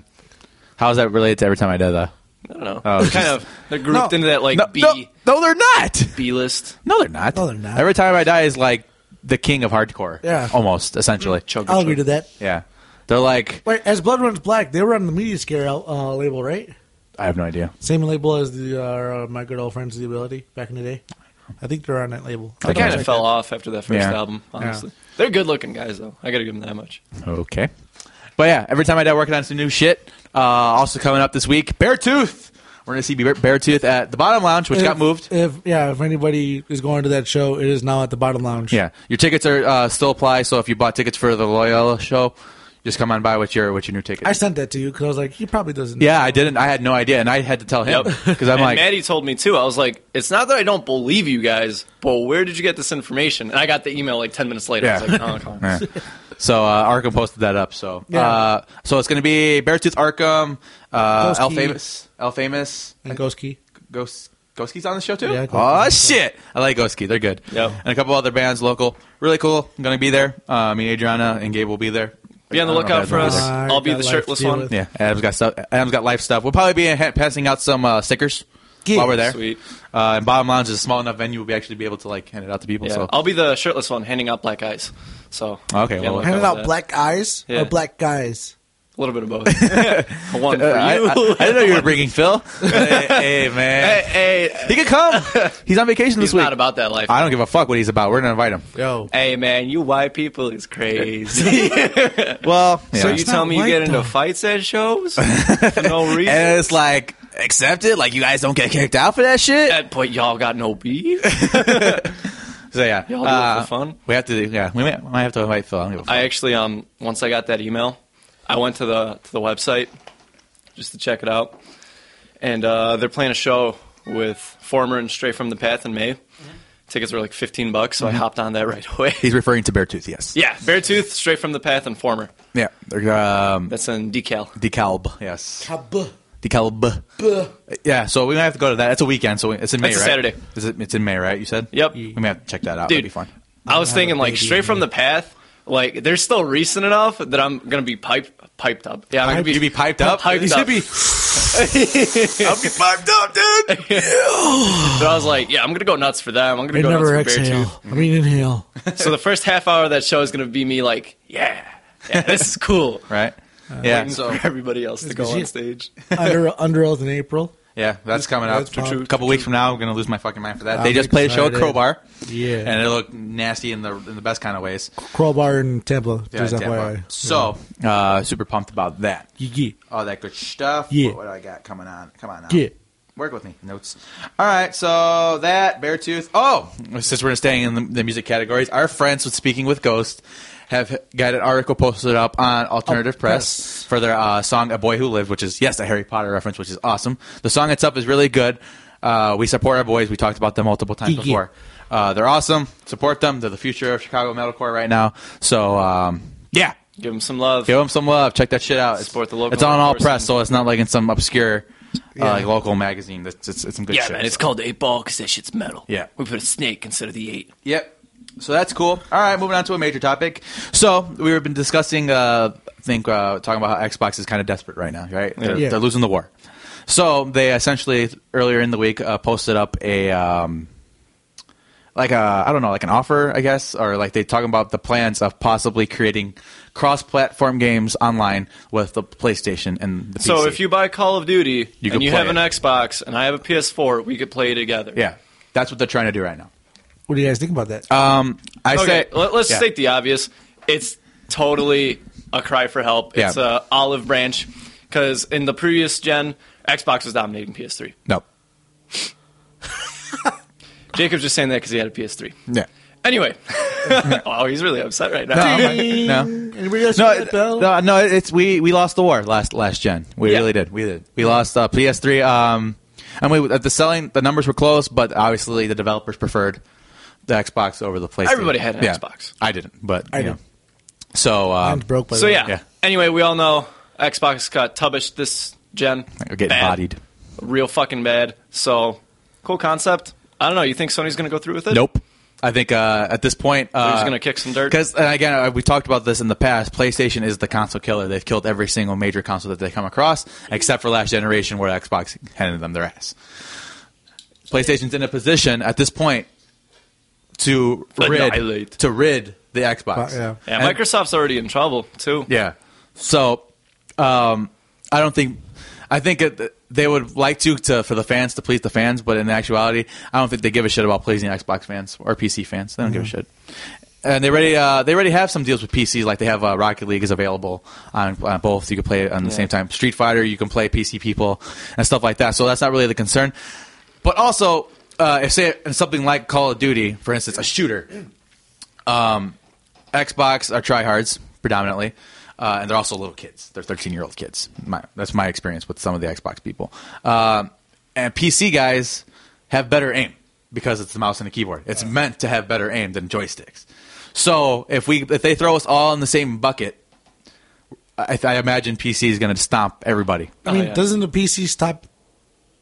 [SPEAKER 2] How is that related to every time I die though?
[SPEAKER 3] I don't know.
[SPEAKER 2] Oh,
[SPEAKER 3] They're
[SPEAKER 2] it's
[SPEAKER 3] kind
[SPEAKER 2] just-
[SPEAKER 3] of they're grouped into that like
[SPEAKER 2] no,
[SPEAKER 3] B
[SPEAKER 2] No, no, they're not.
[SPEAKER 3] B list.
[SPEAKER 2] No, they're not.
[SPEAKER 1] No, they're not.
[SPEAKER 2] Every time I die is like the king of hardcore.
[SPEAKER 1] Yeah.
[SPEAKER 2] almost essentially.
[SPEAKER 3] Mm,
[SPEAKER 1] I'll agree to that.
[SPEAKER 2] Yeah, they're like
[SPEAKER 1] Wait, as Blood Runs Black, they were on the Media Scare uh, label, right?
[SPEAKER 2] I have no idea.
[SPEAKER 1] Same label as the uh, my good old friends, The Ability, back in the day. I think they're on that label.
[SPEAKER 3] I kind
[SPEAKER 2] Okay.
[SPEAKER 3] of fell off after that first
[SPEAKER 2] Yeah.
[SPEAKER 3] album. Honestly, they're good looking guys though. I gotta give them that much.
[SPEAKER 2] Okay. But yeah, every time I die working on some new shit. Uh, also coming up this week, Beartooth. We're gonna see Bear- Beartooth at the Bottom Lounge, which got
[SPEAKER 1] If-
[SPEAKER 2] moved.
[SPEAKER 1] If yeah, if anybody is going to that show, it is now at the Bottom Lounge.
[SPEAKER 2] Yeah, your tickets are uh, still apply. So if you bought tickets for the Loyola show, just come on by with your with your new ticket.
[SPEAKER 1] I sent that to you because I was like, he probably doesn't.
[SPEAKER 2] yeah, I didn't. I had no idea, and I had to tell him because I'm
[SPEAKER 3] and
[SPEAKER 2] like,
[SPEAKER 3] Maddie told me too. I was like, it's not that I don't believe you guys, but where did you get this information? And I got the email like ten minutes later. I was
[SPEAKER 2] Yeah.
[SPEAKER 3] like, oh, come on.
[SPEAKER 2] Yeah. So uh, Arkham posted that up. So
[SPEAKER 1] Yeah.
[SPEAKER 2] uh, so it's going to be Beartooth Arkham, uh,
[SPEAKER 1] Ghost
[SPEAKER 2] El
[SPEAKER 1] Key.
[SPEAKER 2] Famous, El Famous,
[SPEAKER 1] And Ghost Key.
[SPEAKER 2] Ghost. Ghoski's on the show too.
[SPEAKER 1] Yeah,
[SPEAKER 2] oh
[SPEAKER 1] Ghoski's on
[SPEAKER 2] shit! I like Ghoski. They're good.
[SPEAKER 3] Yep.
[SPEAKER 2] And a couple other bands local. Really cool. I'm gonna be there. Uh, me, Adriana, and Gabe will be there.
[SPEAKER 3] Be on the
[SPEAKER 2] I don't know if
[SPEAKER 3] lookout
[SPEAKER 2] Adam's
[SPEAKER 3] for
[SPEAKER 2] gonna
[SPEAKER 3] us.
[SPEAKER 2] be
[SPEAKER 1] I
[SPEAKER 3] I'll be
[SPEAKER 1] got
[SPEAKER 3] the
[SPEAKER 1] life
[SPEAKER 3] shirtless
[SPEAKER 1] to deal
[SPEAKER 3] one.
[SPEAKER 1] with.
[SPEAKER 2] there. Yeah, Adam's got stuff. Adam's got life stuff. We'll probably be ha- passing out some uh, stickers
[SPEAKER 1] Yeah.
[SPEAKER 2] while we're there.
[SPEAKER 3] Sweet.
[SPEAKER 2] Uh, and Bottom Lounge is a small enough venue. We'll be actually be able to like hand it out to people.
[SPEAKER 3] Yeah,
[SPEAKER 2] So
[SPEAKER 3] I'll be the shirtless one handing out black eyes. So
[SPEAKER 2] Okay,
[SPEAKER 3] be on
[SPEAKER 2] well,
[SPEAKER 3] the
[SPEAKER 1] Handing
[SPEAKER 3] lookout
[SPEAKER 1] out
[SPEAKER 3] for that.
[SPEAKER 1] black eyes
[SPEAKER 3] Yeah.
[SPEAKER 1] or black guys.
[SPEAKER 3] a little bit of both. one for
[SPEAKER 2] Uh,
[SPEAKER 3] you.
[SPEAKER 2] I, I, I didn't know you were bringing Phil. hey, hey, man.
[SPEAKER 3] hey, hey,
[SPEAKER 2] He could come. He's on vacation this
[SPEAKER 3] he's
[SPEAKER 2] week.
[SPEAKER 3] not about that life.
[SPEAKER 2] I don't give a fuck what he's about. We're gonna invite him.
[SPEAKER 1] Yo.
[SPEAKER 3] Hey man, you white people is crazy.
[SPEAKER 2] Well,
[SPEAKER 3] So
[SPEAKER 2] yeah.
[SPEAKER 3] you
[SPEAKER 1] It's
[SPEAKER 3] tell
[SPEAKER 1] not
[SPEAKER 3] me you
[SPEAKER 1] white,
[SPEAKER 3] get into
[SPEAKER 1] though.
[SPEAKER 3] fights at shows for no reason?
[SPEAKER 2] and it's like accepted. Like you guys don't get kicked out for that shit.
[SPEAKER 3] At- but y'all got no beef.
[SPEAKER 2] so yeah, Uh,
[SPEAKER 3] Y'all do it for fun?
[SPEAKER 2] We have to. Yeah, we might, we might have to invite Phil. I don't give a fuck.
[SPEAKER 3] I actually um once I got that email, I went to the to the website just to check it out, and uh, they're playing a show with former and Straight from the Path in May. Tickets were like fifteen bucks, so I hopped on that right away.
[SPEAKER 2] he's referring to Beartooth. Yes.
[SPEAKER 3] yeah, Beartooth, Straight from the Path, and former.
[SPEAKER 2] Yeah. Um,
[SPEAKER 3] That's in decal.
[SPEAKER 2] Decalb. Yes.
[SPEAKER 1] Kabuh.
[SPEAKER 2] Decalb.
[SPEAKER 1] Buh.
[SPEAKER 2] Yeah. So we might have to go to that. It's a weekend, so we- it's in May.
[SPEAKER 3] That's a
[SPEAKER 2] right?
[SPEAKER 3] Saturday.
[SPEAKER 2] Is it, it's in May, right? You said.
[SPEAKER 3] Yep.
[SPEAKER 2] We may have to check that out.
[SPEAKER 3] Dude.
[SPEAKER 2] That'd be fun.
[SPEAKER 3] I was
[SPEAKER 1] have a
[SPEAKER 3] thinking like
[SPEAKER 1] baby
[SPEAKER 3] Straight
[SPEAKER 1] in
[SPEAKER 3] from
[SPEAKER 1] here.
[SPEAKER 3] the Path. Like they're still recent enough that I'm gonna be piped piped up. Yeah, I'm gonna
[SPEAKER 2] You'd
[SPEAKER 3] be,
[SPEAKER 2] be piped up.
[SPEAKER 3] Piped
[SPEAKER 2] You'd
[SPEAKER 3] up.
[SPEAKER 2] be- I'll be piped up, dude.
[SPEAKER 3] But I was like, yeah, I'm gonna go nuts for them. I'm gonna
[SPEAKER 1] They
[SPEAKER 3] go
[SPEAKER 1] never
[SPEAKER 3] nuts for Beartooth.
[SPEAKER 1] exhale. I mean, inhale.
[SPEAKER 3] So the first half hour of that show is going to be me like, yeah, yeah this is cool.
[SPEAKER 2] Right.
[SPEAKER 1] Uh,
[SPEAKER 2] yeah.
[SPEAKER 3] And
[SPEAKER 2] So
[SPEAKER 3] for everybody else to go
[SPEAKER 1] good
[SPEAKER 3] on
[SPEAKER 1] shit.
[SPEAKER 3] stage.
[SPEAKER 1] under, under Oath in April.
[SPEAKER 2] Yeah, that's coming
[SPEAKER 1] That's
[SPEAKER 2] up.
[SPEAKER 1] True, true,
[SPEAKER 2] a couple weeks from now, I'm gonna lose my fucking mind for that. they
[SPEAKER 1] I'm
[SPEAKER 2] just played a show at
[SPEAKER 1] excited.
[SPEAKER 2] Crowbar.
[SPEAKER 1] Yeah.
[SPEAKER 2] and it looked nasty in the in the best kind of ways.
[SPEAKER 1] Crowbar and Tampa.
[SPEAKER 2] Yeah,
[SPEAKER 1] just
[SPEAKER 2] Tampa.
[SPEAKER 1] FYI.
[SPEAKER 2] So, uh, super pumped about that.
[SPEAKER 1] Yeah.
[SPEAKER 2] All that good stuff.
[SPEAKER 1] Yeah.
[SPEAKER 2] What, what do I got coming on? Come on now.
[SPEAKER 1] Yeah.
[SPEAKER 2] Work with me. Notes. All right. So that Beartooth. Oh, since we're staying in the, the music categories, our friends with Speaking with Ghost have got an article posted up on Alternative
[SPEAKER 1] Oh,
[SPEAKER 2] Press,
[SPEAKER 1] press.
[SPEAKER 2] for their uh, song "A Boy Who Lived," which is yes, a Harry Potter reference, which is awesome. The song itself is really good. Uh, we support our boys. We talked about them multiple times
[SPEAKER 1] Yeah.
[SPEAKER 2] before. Uh, they're awesome. Support them. They're the future of Chicago metalcore right now. So um, yeah,
[SPEAKER 3] Give them some love.
[SPEAKER 2] Give them some love. Check that shit out.
[SPEAKER 3] Support the local
[SPEAKER 2] It's on all
[SPEAKER 3] person.
[SPEAKER 2] press, so it's not like in some obscure uh, like local magazine. It's, it's, it's some good
[SPEAKER 3] Yeah,
[SPEAKER 2] shit.
[SPEAKER 3] man, it's
[SPEAKER 2] so.
[SPEAKER 3] called Eight Ball because that shit's metal.
[SPEAKER 2] Yeah.
[SPEAKER 3] We put a snake instead of the eight.
[SPEAKER 2] Yep. So that's cool. All right, moving on to a major topic. So we've been discussing, uh, I think, uh, talking about how Xbox is kind of desperate right now, right? They're,
[SPEAKER 1] Yeah.
[SPEAKER 2] they're losing the war. So they essentially earlier in the week uh, posted up a. Um, like a, I don't know, like an offer, I guess, or like they talking about the plans of possibly creating cross-platform games online with the PlayStation and the PC.
[SPEAKER 3] So if you buy Call of Duty
[SPEAKER 2] You could
[SPEAKER 3] and you
[SPEAKER 2] play
[SPEAKER 3] have an
[SPEAKER 2] it.
[SPEAKER 3] Xbox and I have a PS4, we could play together.
[SPEAKER 2] Yeah, that's what they're trying to do right now.
[SPEAKER 1] What do you guys think about that?
[SPEAKER 2] Um, I
[SPEAKER 3] Okay,
[SPEAKER 2] say,
[SPEAKER 3] let, us
[SPEAKER 2] yeah.
[SPEAKER 3] state the obvious. It's totally a cry for help. It's
[SPEAKER 2] Yeah.
[SPEAKER 3] a olive branch because in the previous gen, Xbox was dominating PS3.
[SPEAKER 2] no.
[SPEAKER 3] Jacob's just saying that because he had a PS3.
[SPEAKER 2] Yeah.
[SPEAKER 3] Anyway, oh, he's really upset right now.
[SPEAKER 2] No.
[SPEAKER 1] Ding.
[SPEAKER 2] no.
[SPEAKER 1] Anybody else
[SPEAKER 2] No,
[SPEAKER 1] hear that
[SPEAKER 2] it-
[SPEAKER 1] bell?
[SPEAKER 2] no, no, it's we we lost the war last last gen. We
[SPEAKER 3] Yeah.
[SPEAKER 2] really did. We did. We lost uh, PS3. Um, and we at the selling the numbers were close, but obviously the developers preferred the Xbox over the PlayStation.
[SPEAKER 3] Everybody had an
[SPEAKER 2] Yeah.
[SPEAKER 3] Xbox.
[SPEAKER 2] I didn't, but
[SPEAKER 1] I
[SPEAKER 2] you know.
[SPEAKER 1] did.
[SPEAKER 2] So um,
[SPEAKER 1] Mine's broke, by
[SPEAKER 3] So
[SPEAKER 1] the
[SPEAKER 3] yeah.
[SPEAKER 1] way.
[SPEAKER 2] Yeah.
[SPEAKER 3] Anyway, we all know Xbox got tubbish this gen.
[SPEAKER 2] We're getting
[SPEAKER 3] Bad.
[SPEAKER 2] bodied.
[SPEAKER 3] Real fucking bad. So cool concept. I don't know. You think Sony's going to go through with it?
[SPEAKER 2] Nope. I think uh, at this point, uh,
[SPEAKER 3] He's gonna kick some dirt.
[SPEAKER 2] Because and again, uh, we talked about this in the past. PlayStation is the console killer. They've killed every single major console that they come across, except for last generation, where Xbox handed them their ass. PlayStation's in a position at this point to rid
[SPEAKER 3] Annihilate.
[SPEAKER 2] to rid the Xbox.
[SPEAKER 1] Uh, yeah.
[SPEAKER 3] Yeah,
[SPEAKER 2] And-
[SPEAKER 3] Microsoft's already in trouble too.
[SPEAKER 2] yeah. So, um, I don't think. I think it, they would like to, to for the fans to please the fans, but in actuality, I don't think they give a shit about pleasing Xbox fans or PC fans. They don't give a shit. And they already uh, they already have some deals with PCs, like they have uh, Rocket League is available on, on both. You can play it on the same time. Street Fighter, you can play PC people and stuff like that. So that's not really the concern. But also, uh, if say in something like Call of Duty, for instance, a shooter, um, Xbox are tryhards predominantly, uh, and they're also little kids. They're thirteen-year-old kids. My, that's my experience with some of the Xbox people. Um, and PC guys have better aim because it's the mouse and the keyboard. It's meant to have better aim than joysticks. So if we if they throw us all in the same bucket, I, I imagine PC is going to stomp everybody.
[SPEAKER 1] I mean,
[SPEAKER 3] yeah.
[SPEAKER 1] doesn't the PC stop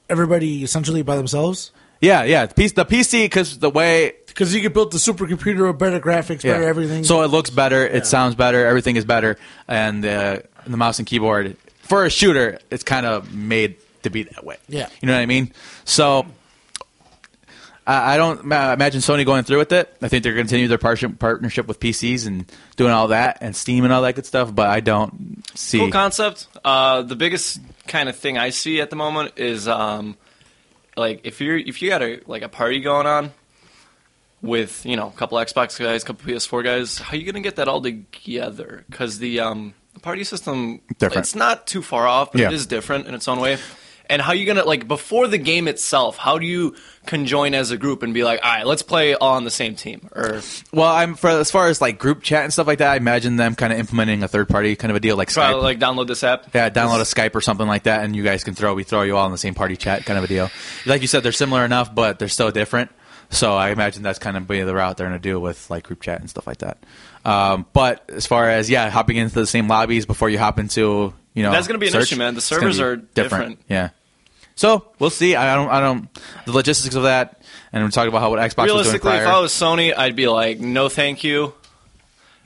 [SPEAKER 1] everybody essentially by themselves?
[SPEAKER 2] Yeah, yeah. The PC, the PC, because the way
[SPEAKER 1] Because you could build the supercomputer with better graphics, better everything.
[SPEAKER 2] So it looks better, it sounds better, everything is better, and uh, the mouse and keyboard for a shooter, it's kind of made to be that way.
[SPEAKER 1] Yeah.
[SPEAKER 2] you know what I mean. So I, I don't ma- imagine Sony going through with it. I think they're going to continue their par- partnership with PCs and doing all that and Steam and all that good stuff. But I don't see.
[SPEAKER 3] Cool concept. Uh, the biggest kind of thing I see at the moment is um, like if you're if you got a like a party going on with you know a couple Xbox guys, a couple PS4 guys, how you gonna get that all together? Because the um, the party system
[SPEAKER 2] Different.
[SPEAKER 3] it's not too far off, but
[SPEAKER 2] Yeah.
[SPEAKER 3] it is different in its own way. And how you gonna like before the game itself? How do you conjoin as a group and be like, all right, let's play all on the same team? Or
[SPEAKER 2] well, I'm for as far as like group chat and stuff like that. I imagine them kind of implementing a third party kind of a deal like
[SPEAKER 3] try to,
[SPEAKER 2] Skype.
[SPEAKER 3] like download this app.
[SPEAKER 2] Yeah, download a Skype or something like that, and you guys can throw we throw you all in the same party chat kind of a deal. Like you said, they're similar enough, but they're still different. So I imagine that's kind of be the route they're going to do with like group chat and stuff like that. Um, but as far as yeah, hopping into the same lobbies before you hop into you know
[SPEAKER 3] That's gonna be an
[SPEAKER 2] search,
[SPEAKER 3] issue, man. The
[SPEAKER 2] it's gonna
[SPEAKER 3] servers
[SPEAKER 2] be
[SPEAKER 3] are different.
[SPEAKER 2] Yeah. So we'll see. I don't. I don't. The logistics of that, and we're talking about how what Xbox was doing
[SPEAKER 3] Realistically,
[SPEAKER 2] prior.
[SPEAKER 3] if I was Sony, I'd be like, no, thank you.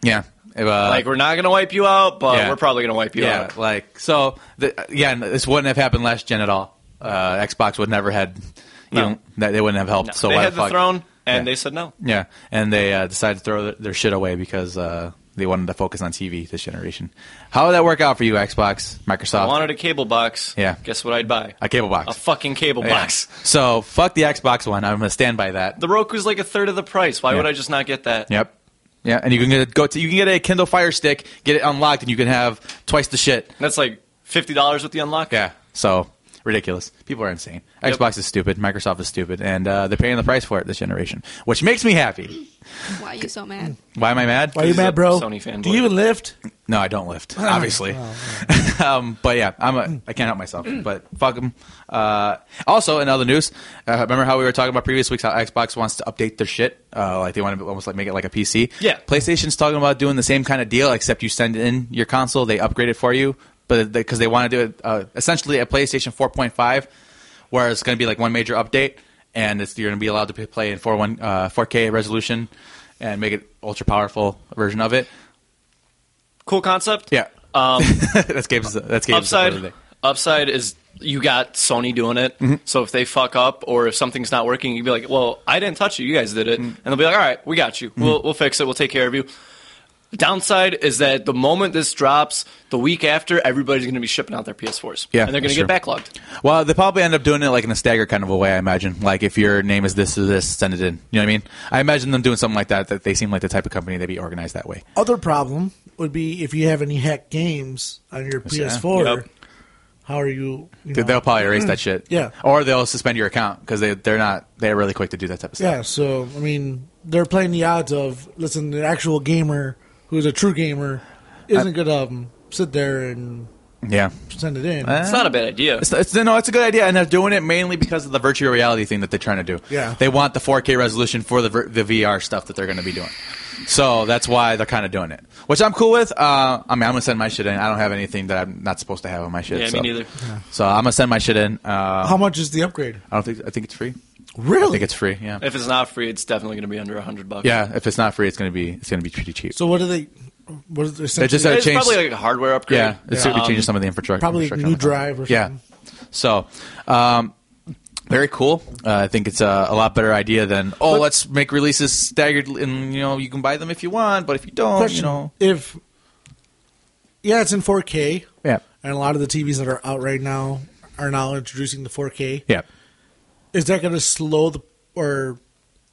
[SPEAKER 2] yeah. Uh,
[SPEAKER 3] like we're not gonna wipe you out, but
[SPEAKER 2] Yeah.
[SPEAKER 3] we're probably gonna wipe you
[SPEAKER 2] yeah,
[SPEAKER 3] out.
[SPEAKER 2] like so. The, yeah, and this wouldn't have happened last gen at all. Uh, Xbox would never had, you
[SPEAKER 3] No.
[SPEAKER 2] know, that they wouldn't have helped.
[SPEAKER 3] No.
[SPEAKER 2] So
[SPEAKER 3] they
[SPEAKER 2] why
[SPEAKER 3] had
[SPEAKER 2] the
[SPEAKER 3] the
[SPEAKER 2] fuck?
[SPEAKER 3] throne, and
[SPEAKER 2] Yeah.
[SPEAKER 3] they said no.
[SPEAKER 2] Yeah, and they uh, decided to throw their, their shit away because uh, they wanted to focus on TV this generation. How would that work out for you, Xbox,
[SPEAKER 3] I
[SPEAKER 2] Microsoft?
[SPEAKER 3] wanted a cable box.
[SPEAKER 2] Yeah.
[SPEAKER 3] Guess what I'd buy?
[SPEAKER 2] a cable box.
[SPEAKER 3] A fucking cable
[SPEAKER 2] Yeah.
[SPEAKER 3] box.
[SPEAKER 2] So fuck the Xbox one. I'm gonna stand by that.
[SPEAKER 3] The Roku's like a third of the price. Why
[SPEAKER 2] Yeah.
[SPEAKER 3] would I just not get that?
[SPEAKER 2] Yep. Yeah, and you can get, go to you can get a Kindle Fire Stick, get it unlocked, and you can have twice the shit.
[SPEAKER 3] That's like fifty dollars with the unlock.
[SPEAKER 2] Yeah. So ridiculous. People are insane. Xbox is stupid. Microsoft is stupid, and uh, they're paying the price for it this generation, which makes me happy.
[SPEAKER 4] Why you so mad?
[SPEAKER 2] Why am I mad?
[SPEAKER 1] Why are you
[SPEAKER 3] He's a
[SPEAKER 1] mad, bro?
[SPEAKER 3] Sony fanboy.
[SPEAKER 1] Do you even lift?
[SPEAKER 2] No, I don't lift. Obviously. um, but yeah, I'm a, I can't help myself. But fuck them. Uh, also, in other news, uh, remember how we were talking about previous weeks how Xbox wants to update their shit, uh, like they want to almost like make it like a PC.
[SPEAKER 3] Yeah.
[SPEAKER 2] PlayStation's talking about doing the same kind of deal, except you send in your console, they upgrade it for you, but because they want to do it uh, essentially a PlayStation 4.5, where it's going to be like one major update, and it's you're going to be allowed to p- play in 4 one uh, 4K resolution, and make it ultra powerful version of it.
[SPEAKER 3] Cool concept.
[SPEAKER 2] Yeah.
[SPEAKER 3] Um,
[SPEAKER 2] that's games. That's games. for the
[SPEAKER 3] upside.
[SPEAKER 2] day.
[SPEAKER 3] Upside is you got Sony doing it.
[SPEAKER 2] Mm-hmm.
[SPEAKER 3] So if they fuck up or if something's not working, you'd be like, "Well, I didn't touch it. You guys did it."
[SPEAKER 2] Mm-hmm.
[SPEAKER 3] And they'll be like, "All right, we got you. We'll we'll fix it. We'll take care of you." Downside is that the moment this drops, the week after, everybody's going to be shipping out their PS4s.
[SPEAKER 2] Yeah,
[SPEAKER 3] and they're going to
[SPEAKER 2] that's
[SPEAKER 3] get backlogged.
[SPEAKER 2] Well, they probably end up doing it like in a stagger kind of a way. I imagine, like if your name is this or this, send it in. You know what I mean? I imagine them doing something like that. That they seem like the type of company that'd be organized that way.
[SPEAKER 1] Other problem would be if you have any hack games on your
[SPEAKER 2] Yeah.
[SPEAKER 1] PS4.
[SPEAKER 3] Yep.
[SPEAKER 1] How are you? you
[SPEAKER 2] They-
[SPEAKER 1] know-
[SPEAKER 2] They'll probably erase that shit.
[SPEAKER 1] Yeah.
[SPEAKER 2] Or they'll suspend your account because they they're not they're really quick to do that type of stuff.
[SPEAKER 1] yeah. So I mean, they're playing the odds of listen, the actual gamer who's a true gamer isn't going to um, sit there and
[SPEAKER 2] Yeah.
[SPEAKER 1] send it in.
[SPEAKER 2] Eh.
[SPEAKER 3] It's not a bad idea.
[SPEAKER 2] It's, it's, no, it's a good idea, and they're doing it mainly because of the virtual reality thing that they're trying to do.
[SPEAKER 1] Yeah.
[SPEAKER 2] they want the 4K resolution for the vir- the VR stuff that they're going to be doing. So that's why they're kind of doing it, which I'm cool with. Uh, I mean, I'm gonna send my shit in. I don't have anything that I'm not supposed to have on my shit.
[SPEAKER 3] Yeah, me
[SPEAKER 2] so.
[SPEAKER 3] neither.
[SPEAKER 2] So I'm gonna send my shit in. Uh,
[SPEAKER 1] How much is the upgrade?
[SPEAKER 2] I don't think I think it's free. I
[SPEAKER 1] Really?
[SPEAKER 2] think it's free. Yeah.
[SPEAKER 3] If it's not free, it's definitely going to be under a hundred bucks.
[SPEAKER 2] Yeah. If it's not free, it's gonna be it's gonna be pretty cheap.
[SPEAKER 1] so what are they? What is
[SPEAKER 2] They just
[SPEAKER 3] it's
[SPEAKER 2] have changed.
[SPEAKER 3] probably like a hardware upgrade.
[SPEAKER 2] yeah, it's gonna be
[SPEAKER 3] Um,
[SPEAKER 2] changing some of the infrastructure.
[SPEAKER 1] probably
[SPEAKER 2] infrastructure
[SPEAKER 1] new
[SPEAKER 2] on the phone.
[SPEAKER 1] drive or
[SPEAKER 2] Yeah.
[SPEAKER 1] something.
[SPEAKER 2] So, um, very cool. Uh, I think it's a, a lot better idea than oh,
[SPEAKER 1] But-
[SPEAKER 2] let's make releases staggered, and you know you can buy them if you want, but if you don't,
[SPEAKER 1] Question:
[SPEAKER 2] you know,
[SPEAKER 1] If yeah, it's in 4K,
[SPEAKER 2] yeah,
[SPEAKER 1] and a lot of the TVs that are out right now are now introducing the 4K.
[SPEAKER 2] yeah.
[SPEAKER 1] Is that going to slow the or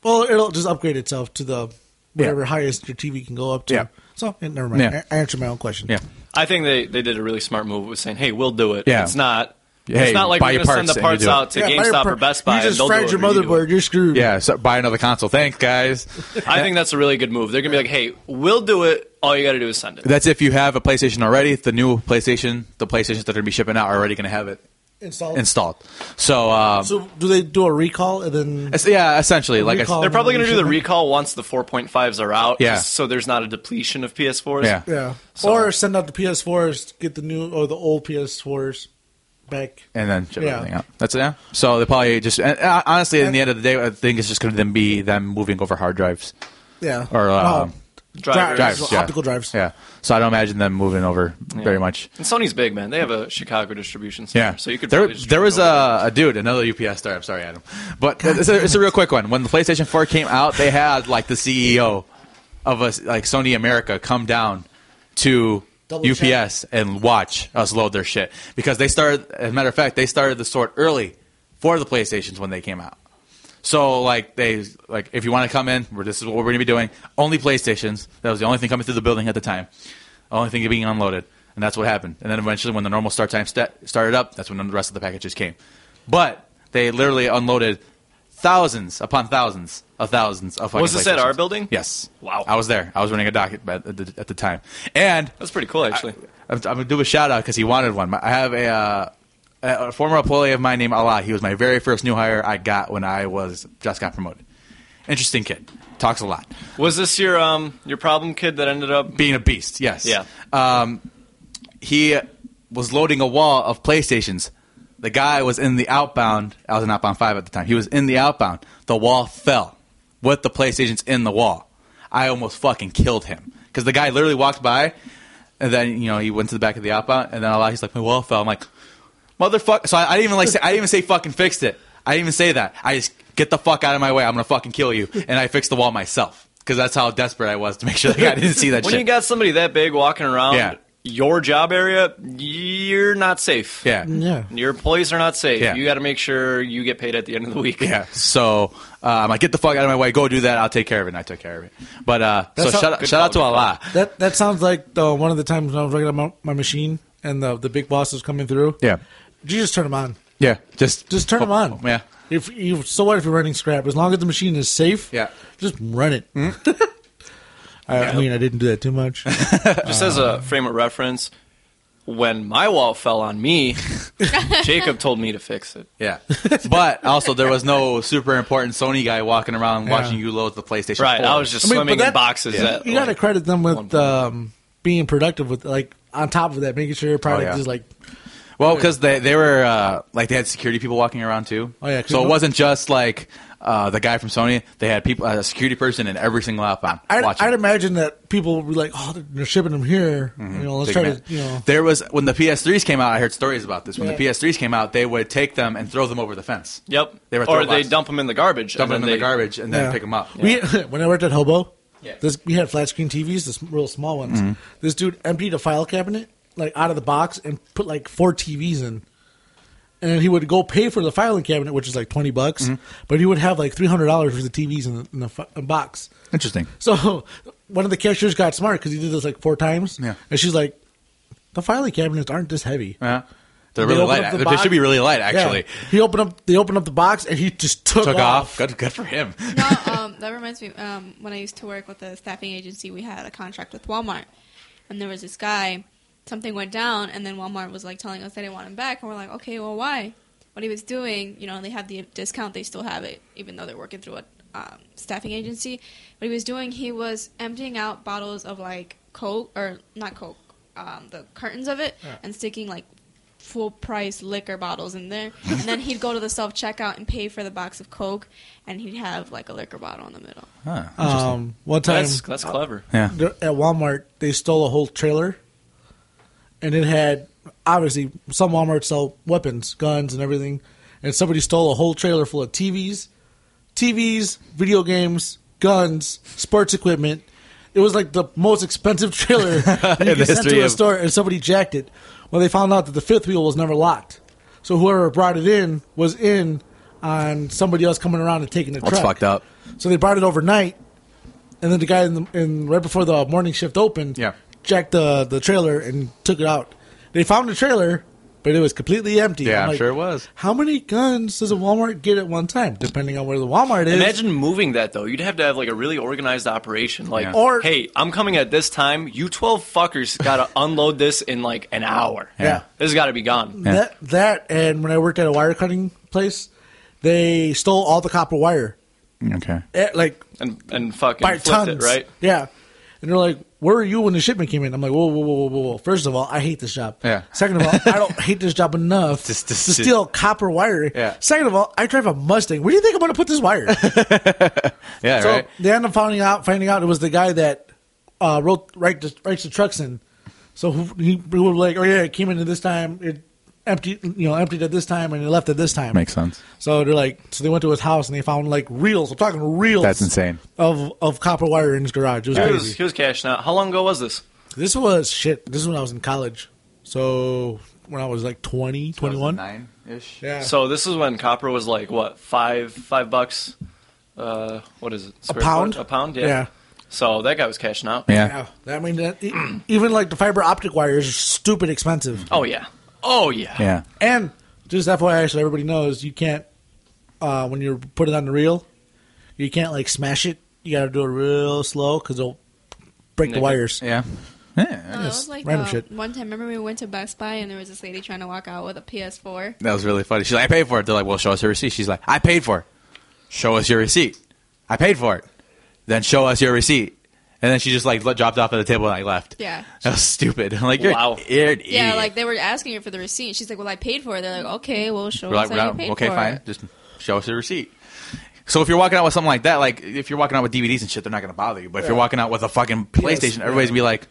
[SPEAKER 1] well, it'll just upgrade itself to the whatever highest your TV can go up to.
[SPEAKER 2] Yeah.
[SPEAKER 1] So eh, never mind.
[SPEAKER 2] Yeah.
[SPEAKER 1] I, I answered my own question.
[SPEAKER 2] Yeah.
[SPEAKER 3] I think they, they did a really smart move with saying, "Hey, we'll do it."
[SPEAKER 2] Yeah.
[SPEAKER 3] It's not.
[SPEAKER 2] Hey,
[SPEAKER 3] it's not like
[SPEAKER 2] buy
[SPEAKER 3] we're
[SPEAKER 2] your
[SPEAKER 3] going to send
[SPEAKER 2] parts and you
[SPEAKER 3] the parts
[SPEAKER 2] do it.
[SPEAKER 3] out to
[SPEAKER 1] Yeah, buy
[SPEAKER 3] GameStop
[SPEAKER 1] your
[SPEAKER 3] or
[SPEAKER 1] pro-
[SPEAKER 3] Best Buy.
[SPEAKER 1] You
[SPEAKER 3] and
[SPEAKER 1] just
[SPEAKER 3] they'll do
[SPEAKER 1] fried
[SPEAKER 3] it
[SPEAKER 1] your
[SPEAKER 3] or you do it.
[SPEAKER 1] motherboard. You're screwed.
[SPEAKER 2] Yeah, so buy another console. Thanks, guys.
[SPEAKER 3] I think that's a really good move. They're going to be like, "Hey, we'll do it. All you got to do is send it."
[SPEAKER 2] That's if you have a PlayStation already. The new PlayStation, the PlayStations that are going to be shipping out are already going to have it
[SPEAKER 1] Install.
[SPEAKER 2] installed. So, um,
[SPEAKER 1] so do they do a recall and then?
[SPEAKER 2] es- yeah, essentially, like I,
[SPEAKER 1] Recall.
[SPEAKER 2] s-
[SPEAKER 3] They're probably going to do the
[SPEAKER 1] Shipment.
[SPEAKER 3] recall once the 4.5s are out.
[SPEAKER 2] Yeah.
[SPEAKER 3] just So there's not a depletion of PS4s.
[SPEAKER 2] Yeah.
[SPEAKER 1] Yeah.
[SPEAKER 3] So-
[SPEAKER 1] Or send out the PS4s, get the new or the old PS4s back.
[SPEAKER 2] and then ship
[SPEAKER 1] Yeah.
[SPEAKER 2] everything out. That's it. Yeah. So they probably just and, uh, honestly, in the end of the day, I think it's just going to then be them moving over hard drives.
[SPEAKER 1] Yeah.
[SPEAKER 2] Or, uh,
[SPEAKER 3] Drivers.
[SPEAKER 2] Drives,
[SPEAKER 1] Drives,
[SPEAKER 2] yeah.
[SPEAKER 1] optical drives.
[SPEAKER 2] Yeah. So I don't imagine them moving over very much.
[SPEAKER 3] And Sony's big, man. They have a Chicago distribution center.
[SPEAKER 2] Yeah.
[SPEAKER 3] So you could
[SPEAKER 2] there,
[SPEAKER 3] probably just
[SPEAKER 2] there
[SPEAKER 3] drive
[SPEAKER 2] was
[SPEAKER 3] over there.
[SPEAKER 2] a, a dude, another UPS star. I'm sorry, Adam, but it's a, it's a real quick one. When the PlayStation 4 came out, they had like the CEO of us, like Sony America, come down to
[SPEAKER 1] Double
[SPEAKER 2] UPS and watch us load their shit because they started. As a matter of fact, they started the sort early for the PlayStations when they came out. So like they like if you want to come in, we're, this is what we're going to be doing. Only PlayStations. That was the only thing coming through the building at the time. Only thing being unloaded, and that's what happened. And then eventually, when the normal start time sta started up, that's when the rest of the packages came. But they literally unloaded thousands upon thousands of thousands of. fucking
[SPEAKER 3] Was this at our
[SPEAKER 2] PlayStations.
[SPEAKER 3] building?
[SPEAKER 2] Yes.
[SPEAKER 3] Wow.
[SPEAKER 2] I was there. I was running a docket at the, at the time, and
[SPEAKER 3] That's pretty cool, actually.
[SPEAKER 2] I'm, I'm gonna do a shout out because he wanted one. I have a, uh, a former employee of mine named Allah. He was my very first new hire I got when I was just got promoted. Interesting kid, talks a lot,
[SPEAKER 3] was this your um your problem kid that ended up?
[SPEAKER 2] being a beast. Yes,
[SPEAKER 3] Yeah.
[SPEAKER 2] Um, he was loading a wall of PlayStations. The guy was in the outbound. I was in outbound five at the time. He was in the outbound. The wall fell with the PlayStations in the wall. I almost fucking killed him because the guy literally walked by, and then you know he went to the back of the outbound, and then Allah he's like my wall fell. I'm like motherfucker. So I, I didn't even like say I didn't even say fucking fixed it. I didn't even say that. I just get the fuck out of my way. I'm gonna fucking kill you. And I fixed the wall myself because that's how desperate I was to make sure that I didn't see that
[SPEAKER 3] When
[SPEAKER 2] shit.
[SPEAKER 3] you got somebody that big walking around
[SPEAKER 2] Yeah.
[SPEAKER 3] your job area, you're not safe.
[SPEAKER 2] yeah.
[SPEAKER 1] Yeah.
[SPEAKER 3] Your employees are not safe.
[SPEAKER 2] Yeah.
[SPEAKER 3] You got to make sure you get paid at the end of the week.
[SPEAKER 2] Yeah. So um, I get the fuck out of my way. Go do that. I'll take care of it. And I took care of it. But uh, so
[SPEAKER 1] That's how-
[SPEAKER 2] shout out,
[SPEAKER 3] good
[SPEAKER 2] shout out to
[SPEAKER 3] call, good
[SPEAKER 2] Allah.
[SPEAKER 1] That that sounds like the one of the times when I was looking at my, my machine and the the big boss was coming through.
[SPEAKER 2] Yeah.
[SPEAKER 1] You just turn them on.
[SPEAKER 2] Yeah. Just
[SPEAKER 1] Just turn them on.
[SPEAKER 2] Yeah.
[SPEAKER 1] If you so what if you're running scrap? As long as the machine is safe,
[SPEAKER 2] Yeah.
[SPEAKER 1] just run it. I, I mean, I didn't do that too much.
[SPEAKER 3] Just as
[SPEAKER 2] Uh-huh.
[SPEAKER 3] a frame of reference, when my wall fell on me, Jacob told me to fix it.
[SPEAKER 2] Yeah. But also there was no super important Sony guy walking around watching you load the PlayStation.
[SPEAKER 3] Right.
[SPEAKER 2] 4.
[SPEAKER 3] I was just
[SPEAKER 1] I mean,
[SPEAKER 3] swimming
[SPEAKER 1] but
[SPEAKER 3] in
[SPEAKER 1] that-
[SPEAKER 3] boxes.
[SPEAKER 2] Yeah.
[SPEAKER 3] At,
[SPEAKER 1] you got to
[SPEAKER 3] like-
[SPEAKER 1] credit them
[SPEAKER 3] one
[SPEAKER 1] with
[SPEAKER 3] point.
[SPEAKER 1] um, being productive with like on top of that, making sure
[SPEAKER 3] Oh,
[SPEAKER 1] your product
[SPEAKER 2] yeah.
[SPEAKER 1] is like
[SPEAKER 2] Well, because they they were uh, like they had security people walking around too.
[SPEAKER 1] Oh, yeah, 'cause
[SPEAKER 2] So it
[SPEAKER 1] no-
[SPEAKER 2] wasn't just like uh, the guy from Sony. They had people a security person in every single outbound
[SPEAKER 1] I'd,
[SPEAKER 2] watching.
[SPEAKER 1] I'd imagine that people would be like, "Oh, they're- they're shipping them here."
[SPEAKER 3] Mm-hmm.
[SPEAKER 1] You know, let's
[SPEAKER 2] Take
[SPEAKER 1] try
[SPEAKER 2] them
[SPEAKER 1] to,
[SPEAKER 2] out.
[SPEAKER 1] you know,
[SPEAKER 2] There was when the PS3s came out. I heard stories about this. When
[SPEAKER 1] Yeah.
[SPEAKER 2] the PS3s came out, they would take them and throw them over the fence.
[SPEAKER 3] Yep.
[SPEAKER 2] They were throw
[SPEAKER 3] or they
[SPEAKER 2] boxes.
[SPEAKER 3] dump them in the garbage.
[SPEAKER 2] dump
[SPEAKER 3] and
[SPEAKER 2] them in
[SPEAKER 3] then
[SPEAKER 2] the
[SPEAKER 3] they-
[SPEAKER 2] garbage and then
[SPEAKER 1] Yeah.
[SPEAKER 2] pick them up.
[SPEAKER 1] We when I worked at Hobo,
[SPEAKER 2] Yeah.
[SPEAKER 1] this we had flat screen TVs, this real small ones.
[SPEAKER 3] Mm-hmm.
[SPEAKER 1] This dude emptied a file cabinet like out of the box and put like four TVs in. And then he would go pay for the filing cabinet, which is like twenty bucks,
[SPEAKER 3] Mm-hmm.
[SPEAKER 1] but he would have like three hundred dollars for the TVs in the, in the fi- box.
[SPEAKER 2] Interesting.
[SPEAKER 1] So one of the cashiers got smart because he did this like four times.
[SPEAKER 2] Yeah.
[SPEAKER 1] and she's like, "The filing cabinets aren't this heavy."
[SPEAKER 2] Yeah. They're
[SPEAKER 1] They
[SPEAKER 2] really
[SPEAKER 1] opened
[SPEAKER 2] light.
[SPEAKER 1] up the
[SPEAKER 2] They
[SPEAKER 1] box-
[SPEAKER 2] should be really light,
[SPEAKER 1] Yeah.
[SPEAKER 2] actually.
[SPEAKER 1] He opened up. They opened up the box, and he just took,
[SPEAKER 2] Took
[SPEAKER 1] off.
[SPEAKER 2] off. Good, good for him.
[SPEAKER 4] No, um, that reminds me. Um, when I used to work with a staffing agency, we had a contract with Walmart, and there was this guy. Something went down, and then Walmart was like telling us they didn't want him back, and we're like, okay, well, why? What he was doing, you know, they have the discount, they still have it, even though they're working through a um, staffing agency. What he was doing, he was emptying out bottles of like Coke or not Coke, um, the cartons of it, and sticking like full price liquor bottles in there. And then he'd go to the self checkout and pay for the box of Coke, and he'd have like a liquor bottle in the middle.
[SPEAKER 2] Huh.
[SPEAKER 1] Um, one time
[SPEAKER 3] That's that's clever.
[SPEAKER 2] Yeah.
[SPEAKER 1] there- at Walmart, they stole a whole trailer, and it had obviously some Walmart sell weapons, guns, and everything, and somebody stole a whole trailer full of TVs, TVs, video games, guns, sports equipment. It was like the most expensive trailer you
[SPEAKER 2] the
[SPEAKER 1] could send
[SPEAKER 2] history
[SPEAKER 1] to a
[SPEAKER 2] of-
[SPEAKER 1] store, and somebody jacked it. Well, they found out that the fifth wheel was never locked, so whoever brought it in was in on somebody else coming around and taking the
[SPEAKER 2] That's
[SPEAKER 1] truck.
[SPEAKER 2] fucked up.
[SPEAKER 1] So they brought it overnight, and then the guy in, the, in right before the morning shift opened,
[SPEAKER 2] Yeah.
[SPEAKER 1] jacked the the trailer and took it out. They found the trailer, but it was completely empty.
[SPEAKER 2] Yeah, I'm sure it was.
[SPEAKER 1] How many guns does a Walmart get at one time, depending on where the Walmart is?
[SPEAKER 3] Imagine moving that though. You'd have to have like a really organized operation. Like,
[SPEAKER 2] Yeah.
[SPEAKER 1] Or-
[SPEAKER 3] hey, I'm coming at this time. You twelve fuckers got to unload this in like an hour.
[SPEAKER 1] Yeah.
[SPEAKER 3] this has got to be gone.
[SPEAKER 2] Yeah.
[SPEAKER 1] that that and when I worked at a wire cutting place, they stole all the copper wire,
[SPEAKER 2] Okay.
[SPEAKER 1] Eh, like
[SPEAKER 3] And and fucking
[SPEAKER 1] by
[SPEAKER 3] flipped
[SPEAKER 1] tons,
[SPEAKER 3] it right.
[SPEAKER 1] Yeah. And they're like, "Where were you when the shipment came in?" I'm like, "Whoa, whoa, whoa, whoa, whoa! whoa. First of all, I hate this job.
[SPEAKER 2] Yeah.
[SPEAKER 1] Second of all, I don't hate this job enough
[SPEAKER 2] Just
[SPEAKER 1] to
[SPEAKER 2] to sit-
[SPEAKER 1] steal copper wire.
[SPEAKER 2] Yeah.
[SPEAKER 1] Second of all, I drive a Mustang. Where do you think I'm going to put this wire?"
[SPEAKER 2] Yeah.
[SPEAKER 1] so
[SPEAKER 2] right.
[SPEAKER 1] they end up finding out. Finding out it was the guy that uh, wrote write the, writes the trucks in. So who- he, he was like, "Oh yeah, it came in at this time. It emptied, you know, emptied at this time, and it left at this time."
[SPEAKER 2] Makes sense.
[SPEAKER 1] So they're like, so they went to his house and they found like reels. I'm talking reels.
[SPEAKER 2] That's insane.
[SPEAKER 1] Of of copper wire in his garage. It was
[SPEAKER 3] He
[SPEAKER 1] crazy.
[SPEAKER 3] was, he was cashing out. How long ago was this?
[SPEAKER 1] This was shit. This is when I was in college. So when I was like 20, 21.
[SPEAKER 2] Nine ish.
[SPEAKER 1] Yeah.
[SPEAKER 3] So this is when copper was like what five five bucks. Uh, what is it?
[SPEAKER 1] a
[SPEAKER 3] Square foot?
[SPEAKER 1] pound.
[SPEAKER 3] A pound. Yeah.
[SPEAKER 1] Yeah.
[SPEAKER 3] So that guy was cashing out.
[SPEAKER 2] Yeah.
[SPEAKER 1] I mean, that, e- even like the fiber optic wire is stupid expensive.
[SPEAKER 3] Oh yeah. Oh yeah.
[SPEAKER 2] Yeah.
[SPEAKER 1] And just FYI, so everybody knows, you can't, uh, when you put it on the reel, you can't like smash it. You got to do it real slow because it'll break the
[SPEAKER 3] Nick it.
[SPEAKER 1] wires.
[SPEAKER 2] Yeah.
[SPEAKER 4] No,
[SPEAKER 2] Yeah.
[SPEAKER 4] it
[SPEAKER 1] Yes,
[SPEAKER 4] was like
[SPEAKER 1] random
[SPEAKER 4] uh,
[SPEAKER 1] shit.
[SPEAKER 4] one time. Remember we went to Best Buy and there was this lady trying to walk out with a PS4.
[SPEAKER 2] That was really funny. She's like, I paid for it. They're like, well, show us your receipt. She's like, I paid for it. Show us your receipt. I paid for it. Then show us your receipt. And then she just like le- dropped off at the table and I left.
[SPEAKER 4] Yeah.
[SPEAKER 2] That was stupid. I'm like, you're,
[SPEAKER 3] Wow.
[SPEAKER 2] you're an
[SPEAKER 4] Yeah,
[SPEAKER 2] idiot.
[SPEAKER 4] like they were asking her for the receipt. and She's like, "Well, I paid for it." They're like, "Okay, well, show
[SPEAKER 2] We're like,
[SPEAKER 4] us how
[SPEAKER 2] we're
[SPEAKER 4] you
[SPEAKER 2] not,
[SPEAKER 4] paid
[SPEAKER 2] okay,
[SPEAKER 4] for
[SPEAKER 2] fine.
[SPEAKER 4] it."
[SPEAKER 2] Just show us your receipt. So if you're walking out with something like that, like if you're walking out with DVDs and shit, they're not going to bother you. But if you're walking out with a fucking PlayStation,
[SPEAKER 1] yeah.
[SPEAKER 2] everybody's going to be like,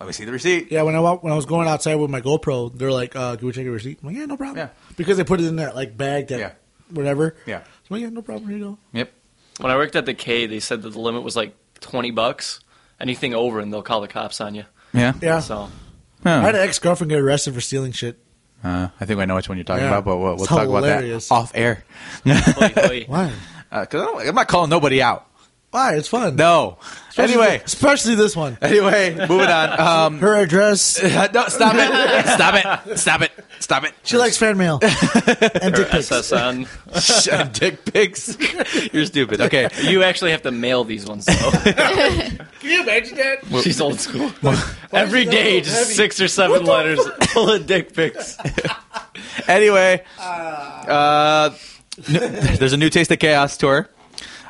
[SPEAKER 2] let me see the receipt.
[SPEAKER 1] Yeah, when I wa- when I was going outside with my GoPro, they're like, uh, "Can we take a receipt?" I'm like, "Yeah, no problem."
[SPEAKER 2] Yeah.
[SPEAKER 1] Because they put it in that like bag that
[SPEAKER 2] Yeah.
[SPEAKER 1] whatever.
[SPEAKER 2] Yeah.
[SPEAKER 1] So I'm like, yeah, no problem. Here you go.
[SPEAKER 2] Yep.
[SPEAKER 3] When I worked at the K, they said that the limit was like twenty bucks. Anything over, and they'll call the cops on you.
[SPEAKER 2] Yeah.
[SPEAKER 1] Yeah.
[SPEAKER 3] So
[SPEAKER 2] Huh.
[SPEAKER 1] I had an ex girlfriend get arrested for stealing shit.
[SPEAKER 2] Uh, I think I know which one you're talking
[SPEAKER 1] Yeah.
[SPEAKER 2] about, but we'll, we'll
[SPEAKER 1] It's
[SPEAKER 2] talk
[SPEAKER 1] hilarious.
[SPEAKER 2] about that off air.
[SPEAKER 3] hoi, hoi.
[SPEAKER 1] Why?
[SPEAKER 2] Because I don't I'm not calling nobody out.
[SPEAKER 1] Why? It's fun.
[SPEAKER 2] No.
[SPEAKER 1] Especially-
[SPEAKER 2] anyway,
[SPEAKER 1] especially this one.
[SPEAKER 2] anyway, moving on. Um,
[SPEAKER 1] Her address.
[SPEAKER 2] no, stop it! Stop it! Stop it! Stop it!
[SPEAKER 1] She likes fan mail and dick pics.
[SPEAKER 3] SSN.
[SPEAKER 2] Shut- dick pics. You're stupid. Okay,
[SPEAKER 3] You actually have to mail these ones though.
[SPEAKER 1] Can you imagine that?
[SPEAKER 3] She's old school. Every day,
[SPEAKER 1] so
[SPEAKER 3] just
[SPEAKER 1] heavy?
[SPEAKER 3] six or seven letters full of dick pics.
[SPEAKER 2] anyway, uh, n- there's a new Taste of Chaos tour.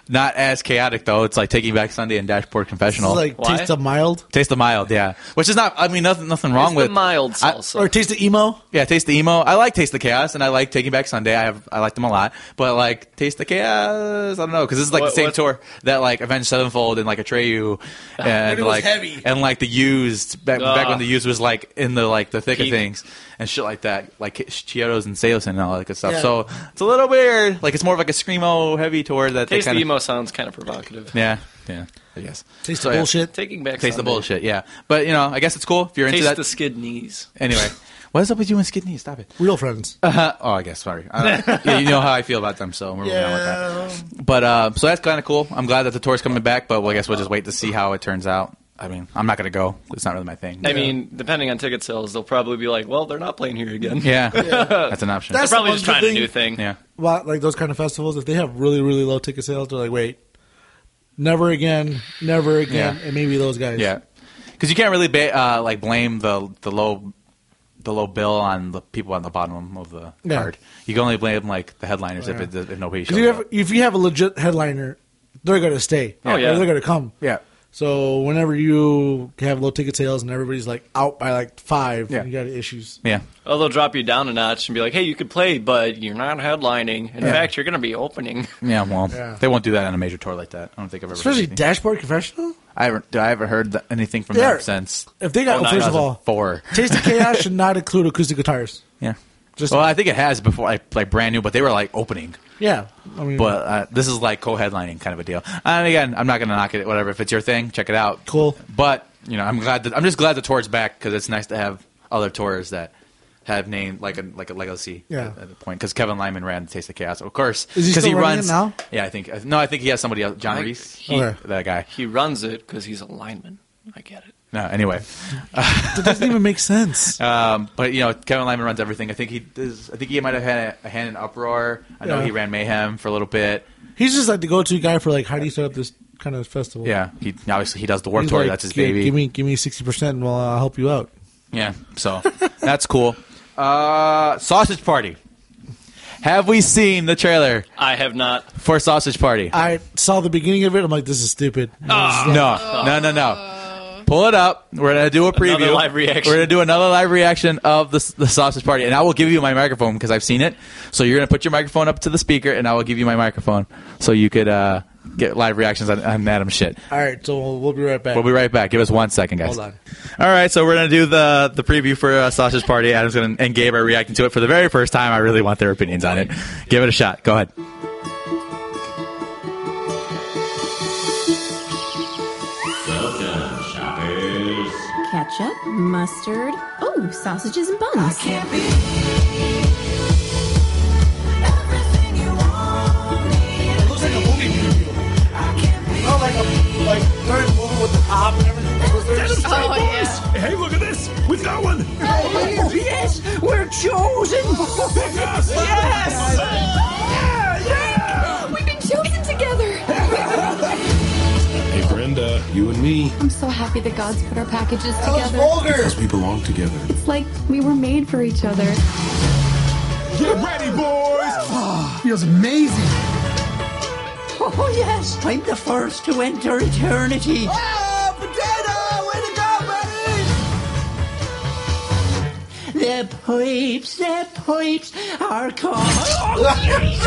[SPEAKER 2] Not as chaotic though. It's like Taking Back Sunday and Dashboard
[SPEAKER 1] This
[SPEAKER 2] Confessional.
[SPEAKER 1] is like
[SPEAKER 3] Why?
[SPEAKER 1] taste of mild
[SPEAKER 2] Taste the mild, yeah. Which is not. I mean, nothing. Nothing wrong
[SPEAKER 3] It's
[SPEAKER 2] with
[SPEAKER 3] the mild
[SPEAKER 2] I-
[SPEAKER 3] salsa.
[SPEAKER 1] or taste of e- emo.
[SPEAKER 2] Yeah, Taste the Emo. I like Taste the Chaos, and I like Taking Back Sunday. I have I like them a lot, but like Taste the Chaos, I don't know because this is like
[SPEAKER 3] What-
[SPEAKER 2] the same
[SPEAKER 3] what-
[SPEAKER 2] tour that like Avenged Sevenfold and like Atreyu and
[SPEAKER 1] it was
[SPEAKER 2] like
[SPEAKER 1] heavy.
[SPEAKER 2] and like the Used back, back when
[SPEAKER 3] Ah.
[SPEAKER 2] the Used was like in the like the thick
[SPEAKER 3] Peak.
[SPEAKER 2] of things and shit like that, like Chiodos and Seos and all that good stuff.
[SPEAKER 1] Yeah.
[SPEAKER 2] So it's a little weird. Like it's more of like a screamo heavy tour that
[SPEAKER 3] Taste
[SPEAKER 2] they
[SPEAKER 3] the
[SPEAKER 2] kind
[SPEAKER 3] emo sounds kind of provocative.
[SPEAKER 2] Yeah, yeah, I guess.
[SPEAKER 1] Taste
[SPEAKER 2] So,
[SPEAKER 1] of
[SPEAKER 2] yeah.
[SPEAKER 1] bullshit.
[SPEAKER 3] Taking back
[SPEAKER 2] Taste the
[SPEAKER 3] Sunday.
[SPEAKER 2] bullshit. Yeah, but you know, I guess it's cool if you're into
[SPEAKER 3] Taste
[SPEAKER 2] that.
[SPEAKER 3] the skid knees.
[SPEAKER 2] Anyway, what is up with you and Skid Knee? Stop it.
[SPEAKER 1] Real friends.
[SPEAKER 2] Uh, oh, I guess. Sorry. I don't- yeah, you know how I feel about them, so we're moving on with that. But uh, so that's kind of cool. I'm glad that the tour's coming back, but well, I guess we'll just wait to see how it turns out. I mean, I'm not gonna go. It's not really my thing.
[SPEAKER 3] I mean, depending on ticket sales, they'll probably be like, "Well, they're not playing here again."
[SPEAKER 2] yeah, that's an option.
[SPEAKER 3] they're
[SPEAKER 1] That's-
[SPEAKER 3] probably just
[SPEAKER 1] the
[SPEAKER 3] trying
[SPEAKER 1] thing.
[SPEAKER 3] a new thing.
[SPEAKER 2] yeah,
[SPEAKER 1] Well, like those kind of festivals, if they have really really low ticket sales, they're like, wait, never again, never again,
[SPEAKER 2] Yeah.
[SPEAKER 1] and maybe those guys.
[SPEAKER 2] yeah, because you can't really ba- uh, like blame the the low the low bill on the people on the bottom of the
[SPEAKER 1] Yeah.
[SPEAKER 2] card. You can only blame like the headliners
[SPEAKER 1] Yeah.
[SPEAKER 2] if, it, if nobody shows
[SPEAKER 1] Because you
[SPEAKER 2] up.
[SPEAKER 1] have, if you have a legit headliner, they're going to stay.
[SPEAKER 3] Oh, yeah.
[SPEAKER 1] Or they're going to come.
[SPEAKER 2] Yeah.
[SPEAKER 1] So whenever you have low ticket sales and everybody's like out by like five,
[SPEAKER 2] Yeah.
[SPEAKER 1] you got issues.
[SPEAKER 2] Yeah.
[SPEAKER 3] Oh, they'll drop you down a notch and be like, "Hey, you could play, but you're not headlining. In fact, you're going to be opening."
[SPEAKER 2] Yeah, well,
[SPEAKER 1] Yeah.
[SPEAKER 2] they won't do that on a major tour like that. I don't think I've ever.
[SPEAKER 1] Especially
[SPEAKER 2] heard anything.
[SPEAKER 1] Dashboard Confessional.
[SPEAKER 2] I haven't. dude, I haven't heard th- anything from
[SPEAKER 1] They're-
[SPEAKER 2] them since.
[SPEAKER 1] If they got
[SPEAKER 3] Oh,
[SPEAKER 1] first of all,
[SPEAKER 2] four.
[SPEAKER 1] Taste of Chaos should not include acoustic guitars.
[SPEAKER 2] Yeah.
[SPEAKER 1] Just-
[SPEAKER 2] well, I think it has before, like, like brand new, but they were like opening.
[SPEAKER 1] Yeah, I mean,
[SPEAKER 2] But uh, this is like co-headlining kind of a deal. And again, I'm not going to knock it. Whatever, if it's your thing, check it out.
[SPEAKER 1] Cool.
[SPEAKER 2] But you know, I'm glad. That, I'm just glad the tour's back because it's nice to have other tours that have named like a like a legacy.
[SPEAKER 1] Yeah.
[SPEAKER 2] At, at the point, because Kevin Lyman ran Taste of Chaos, of course.
[SPEAKER 1] Is he
[SPEAKER 2] 'cause
[SPEAKER 1] still running it
[SPEAKER 2] runs
[SPEAKER 1] now?
[SPEAKER 2] Yeah, I think. uh, No, I think he has somebody else. John
[SPEAKER 3] Like,
[SPEAKER 2] Reese.
[SPEAKER 3] he-
[SPEAKER 1] Okay.
[SPEAKER 2] That guy.
[SPEAKER 3] He runs it because he's a lineman. I get it.
[SPEAKER 2] No, anyway.
[SPEAKER 1] that doesn't even make sense.
[SPEAKER 2] Um, but you know, Kevin Lyman runs everything. I think he does, I think he might have had a, a hand in Uproar. I know
[SPEAKER 1] Yeah.
[SPEAKER 2] he ran Mayhem for a little bit.
[SPEAKER 1] He's just like the go-to guy for like how do you set up this kind of festival?
[SPEAKER 2] Yeah, he obviously he does the Warped
[SPEAKER 1] He's
[SPEAKER 2] Tour.
[SPEAKER 1] like,
[SPEAKER 2] that's his
[SPEAKER 1] "Give-
[SPEAKER 2] baby.
[SPEAKER 1] Give me give me sixty percent, and well, I'll help you out.
[SPEAKER 2] Yeah, so that's cool. Uh, Sausage Party. Have we seen the trailer
[SPEAKER 3] I have not.
[SPEAKER 2] for Sausage Party?
[SPEAKER 1] I saw the beginning of it. I'm like, this is stupid.
[SPEAKER 3] Ah,
[SPEAKER 2] no, Uh, no, no, no. Pull it up. We're gonna do a preview.
[SPEAKER 3] Another live reaction.
[SPEAKER 2] We're gonna do another live reaction of the, the sausage party, and I will give you my microphone because I've seen it. So you're gonna put your microphone up to the speaker, and I will give you my microphone so you could uh, get live reactions on, on Adam's shit.
[SPEAKER 1] All right, so we'll, we'll be right back.
[SPEAKER 2] We'll be right back. Give us one second, guys.
[SPEAKER 1] Hold on.
[SPEAKER 2] All right, so we're gonna do the the preview for uh, Sausage Party. Adam's gonna and Gabe are reacting to it for the very first time. I really want their opinions on it. Give it a shot. Go ahead.
[SPEAKER 5] Welcome, shoppers.
[SPEAKER 6] ketchup, mustard, oh, sausages and buns.
[SPEAKER 7] Can't be everything you want me to
[SPEAKER 1] looks like a movie preview.
[SPEAKER 7] I can't be
[SPEAKER 1] Oh, like a, like during the movie with the top and everything. Was there just-
[SPEAKER 4] Oh yeah.
[SPEAKER 5] Hey, look at this! We've got one!
[SPEAKER 7] Yes, we're chosen. yes. Yeah, yeah.
[SPEAKER 6] We've been chosen together.
[SPEAKER 8] Hey, Brenda, you and me,
[SPEAKER 6] I'm so happy the gods put our packages
[SPEAKER 1] That was
[SPEAKER 6] together.
[SPEAKER 1] vulgar.
[SPEAKER 8] we belong together.
[SPEAKER 6] It's like we were made for each other.
[SPEAKER 8] Get ready, boys!
[SPEAKER 7] Oh yes, I'm the first to enter eternity. Oh, potato! Way to go, buddy! The pipes, the pipes are caught. Oh,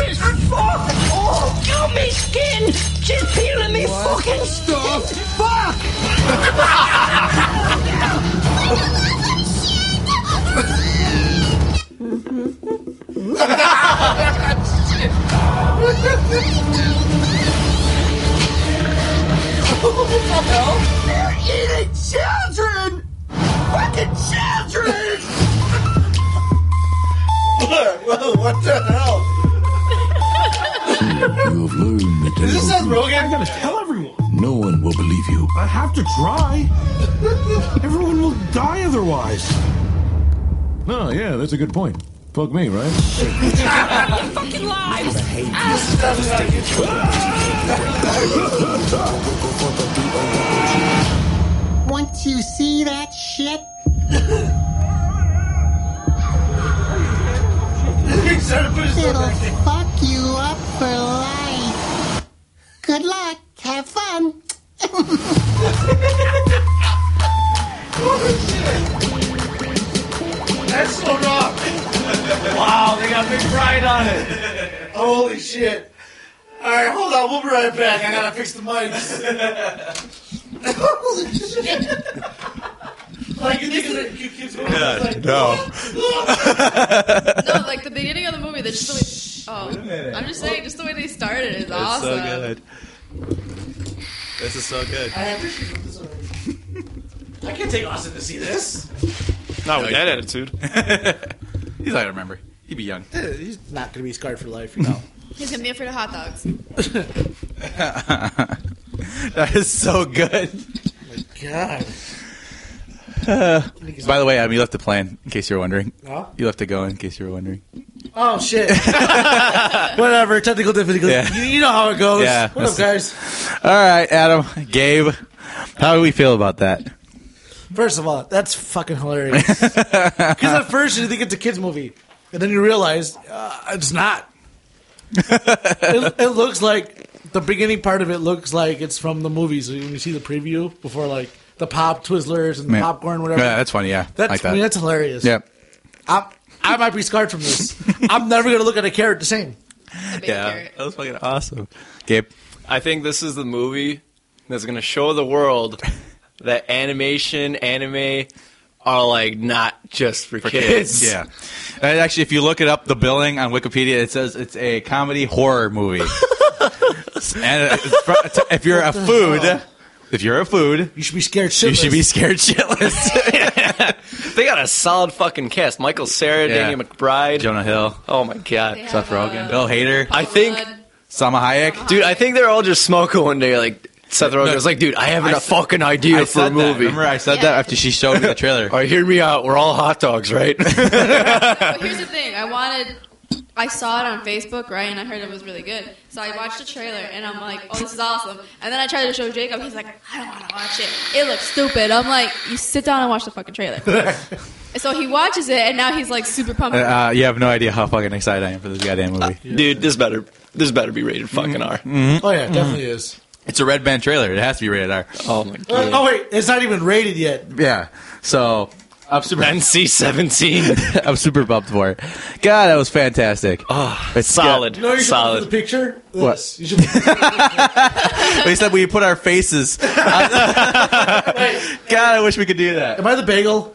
[SPEAKER 7] Jesus! Fuck! Oh, gummy skin! She's peeling me fucking stuff! Fuck! They're eating children! Fucking children!
[SPEAKER 1] what the hell?
[SPEAKER 8] You have learned that there will be-
[SPEAKER 1] Rogan?
[SPEAKER 9] gotta tell everyone.
[SPEAKER 8] no one will believe you.
[SPEAKER 9] I have to try. everyone will die otherwise.
[SPEAKER 8] Oh, yeah, that's a good point. Fuck me, right?
[SPEAKER 7] Once you see that shit, it'll fuck you up for life. Good luck. Have fun.
[SPEAKER 1] That's so rough. wow, they got big pride on it. Holy shit. All right, hold on. We'll be right back. I gotta fix the mics. Holy shit. Like you think it you keep going. it's like,
[SPEAKER 2] No.
[SPEAKER 4] No, like the beginning of the movie, they just the way. Oh, I'm just saying, just the way they started is awesome.
[SPEAKER 2] This is so good.
[SPEAKER 1] I have issues with this already. I can't take Austin to see this.
[SPEAKER 3] Not with that attitude.
[SPEAKER 2] He's not gonna remember. He'd be young.
[SPEAKER 1] He's not gonna be scarred for life. No.
[SPEAKER 4] He's gonna be afraid of hot dogs.
[SPEAKER 2] That is so good.
[SPEAKER 1] God.
[SPEAKER 2] By the way, Adam, you left the plane in case you were wondering.
[SPEAKER 1] Huh?
[SPEAKER 2] You left it going in case you were wondering.
[SPEAKER 1] Oh shit. Whatever. Technical difficulties.
[SPEAKER 2] Yeah.
[SPEAKER 1] You, you know how it goes.
[SPEAKER 2] Yeah,
[SPEAKER 1] What up, guys?
[SPEAKER 2] All right, Adam, Gabe, how do we feel about that?
[SPEAKER 1] First of all, that's fucking hilarious. Because at first you think it's a kids movie, and then you realize uh, it's not. it, it looks like the beginning part of it looks like it's from the movies when you see the preview before like the pop Twizzlers and the
[SPEAKER 2] Yeah.
[SPEAKER 1] popcorn, whatever.
[SPEAKER 2] Yeah, that's funny. Yeah,
[SPEAKER 1] That's
[SPEAKER 2] like
[SPEAKER 1] I
[SPEAKER 2] that.
[SPEAKER 1] mean, that's hilarious.
[SPEAKER 2] yeah,
[SPEAKER 1] I'm, I might be scarred from this. I'm never gonna look at a carrot the same.
[SPEAKER 2] yeah. That was fucking awesome. Gabe,
[SPEAKER 3] I think this is the movie that's going to show the world that animation, anime are like not just for, kids.
[SPEAKER 2] Yeah. And Uh, actually, if you look it up, the billing on Wikipedia, it says it's a comedy horror movie. and uh, it's fr- if you're a food, if you're a food,
[SPEAKER 1] You should be scared shitless.
[SPEAKER 2] you should be scared shitless.
[SPEAKER 3] They got a solid fucking cast. Michael Sarah,
[SPEAKER 2] Yeah.
[SPEAKER 3] Danny McBride.
[SPEAKER 2] Jonah Hill,
[SPEAKER 3] Oh my
[SPEAKER 4] They
[SPEAKER 3] god.
[SPEAKER 4] have,
[SPEAKER 2] Seth Rogen,
[SPEAKER 4] uh,
[SPEAKER 2] Bill Hader,
[SPEAKER 3] I think
[SPEAKER 4] blood.
[SPEAKER 2] Salma Hayek.
[SPEAKER 3] dude, I think they're all just smoking one day like Seth Rogen was like, dude, I have a
[SPEAKER 2] I said-
[SPEAKER 3] fucking idea
[SPEAKER 2] I
[SPEAKER 3] for a
[SPEAKER 2] said that.
[SPEAKER 3] movie.
[SPEAKER 2] Remember, I said that
[SPEAKER 4] Yeah.
[SPEAKER 2] after she showed me the trailer.
[SPEAKER 3] All right, hear me out. We're all hot dogs, right?
[SPEAKER 4] But here's the thing. I wanted. I saw it on Facebook, right, and I heard it was really good. So I watched the trailer, and I'm like, "Oh, this is awesome!" And then I tried to show Jacob. He's like, "I don't want to watch it. It looks stupid." I'm like, "You sit down and watch the fucking trailer." so he watches it, and now he's like super pumped.
[SPEAKER 2] Uh, you have no idea how fucking excited I am for this goddamn movie.
[SPEAKER 3] Dude, this better this better be rated
[SPEAKER 2] Mm.
[SPEAKER 3] fucking R.
[SPEAKER 1] Oh yeah, it definitely
[SPEAKER 2] Mm-hmm.
[SPEAKER 1] is.
[SPEAKER 2] It's a red band trailer. It has to be rated R.
[SPEAKER 3] Oh my god.
[SPEAKER 1] Uh, oh wait, it's not even rated yet.
[SPEAKER 2] Yeah. So I'm super.
[SPEAKER 3] NC seventeen.
[SPEAKER 2] I'm super pumped for it. God, that was fantastic. it's
[SPEAKER 3] Solid.
[SPEAKER 1] You know what you should put for
[SPEAKER 3] solid.
[SPEAKER 1] the picture? This. You should put-
[SPEAKER 2] Got, they said we put our faces. God, I wish we could do that.
[SPEAKER 1] Am I the bagel?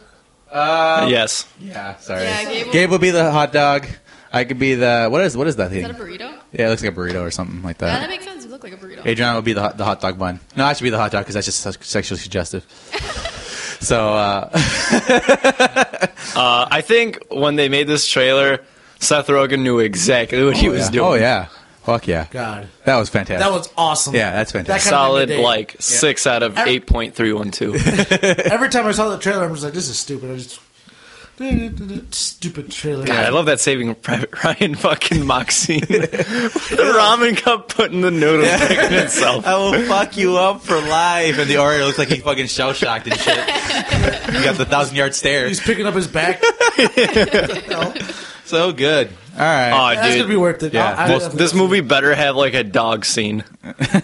[SPEAKER 3] yes.
[SPEAKER 2] Yeah, sorry.
[SPEAKER 4] Yeah, Gabe will-
[SPEAKER 2] Gabe would be the hot dog. I could be the what is what is that thing?
[SPEAKER 4] is that a burrito?
[SPEAKER 2] yeah, it looks like a burrito or something like
[SPEAKER 4] Yeah,
[SPEAKER 2] that.
[SPEAKER 4] that makes sense. You look like a burrito.
[SPEAKER 2] Adriana would be the hot, the hot dog bun. No, I should be the hot dog because that's just se- sexually suggestive. so uh,
[SPEAKER 3] Uh, I think when they made this trailer, Seth Rogen knew exactly what he was
[SPEAKER 2] yeah.
[SPEAKER 3] doing.
[SPEAKER 2] oh yeah, fuck yeah,
[SPEAKER 1] God,
[SPEAKER 2] that was fantastic.
[SPEAKER 1] that was awesome.
[SPEAKER 2] yeah, that's fantastic.
[SPEAKER 1] kinda
[SPEAKER 3] Solid
[SPEAKER 1] made my day.
[SPEAKER 3] like six out of eight point three one two.
[SPEAKER 1] Every time I saw the trailer, I'm just like, this is stupid. I just stupid trailer.
[SPEAKER 3] I love that Saving Private Ryan fucking moxie. the ramen cup putting the noodle back in itself.
[SPEAKER 2] I will fuck you up for life. And the Oreo looks like he fucking shell shocked and shit. you got the thousand yard stare.
[SPEAKER 1] He's picking up his back.
[SPEAKER 2] so good. All right.
[SPEAKER 3] Oh,
[SPEAKER 1] That's
[SPEAKER 3] dude.
[SPEAKER 1] gonna be worth it.
[SPEAKER 2] Yeah.
[SPEAKER 1] I- I-
[SPEAKER 2] Well,
[SPEAKER 3] this movie better have like a dog scene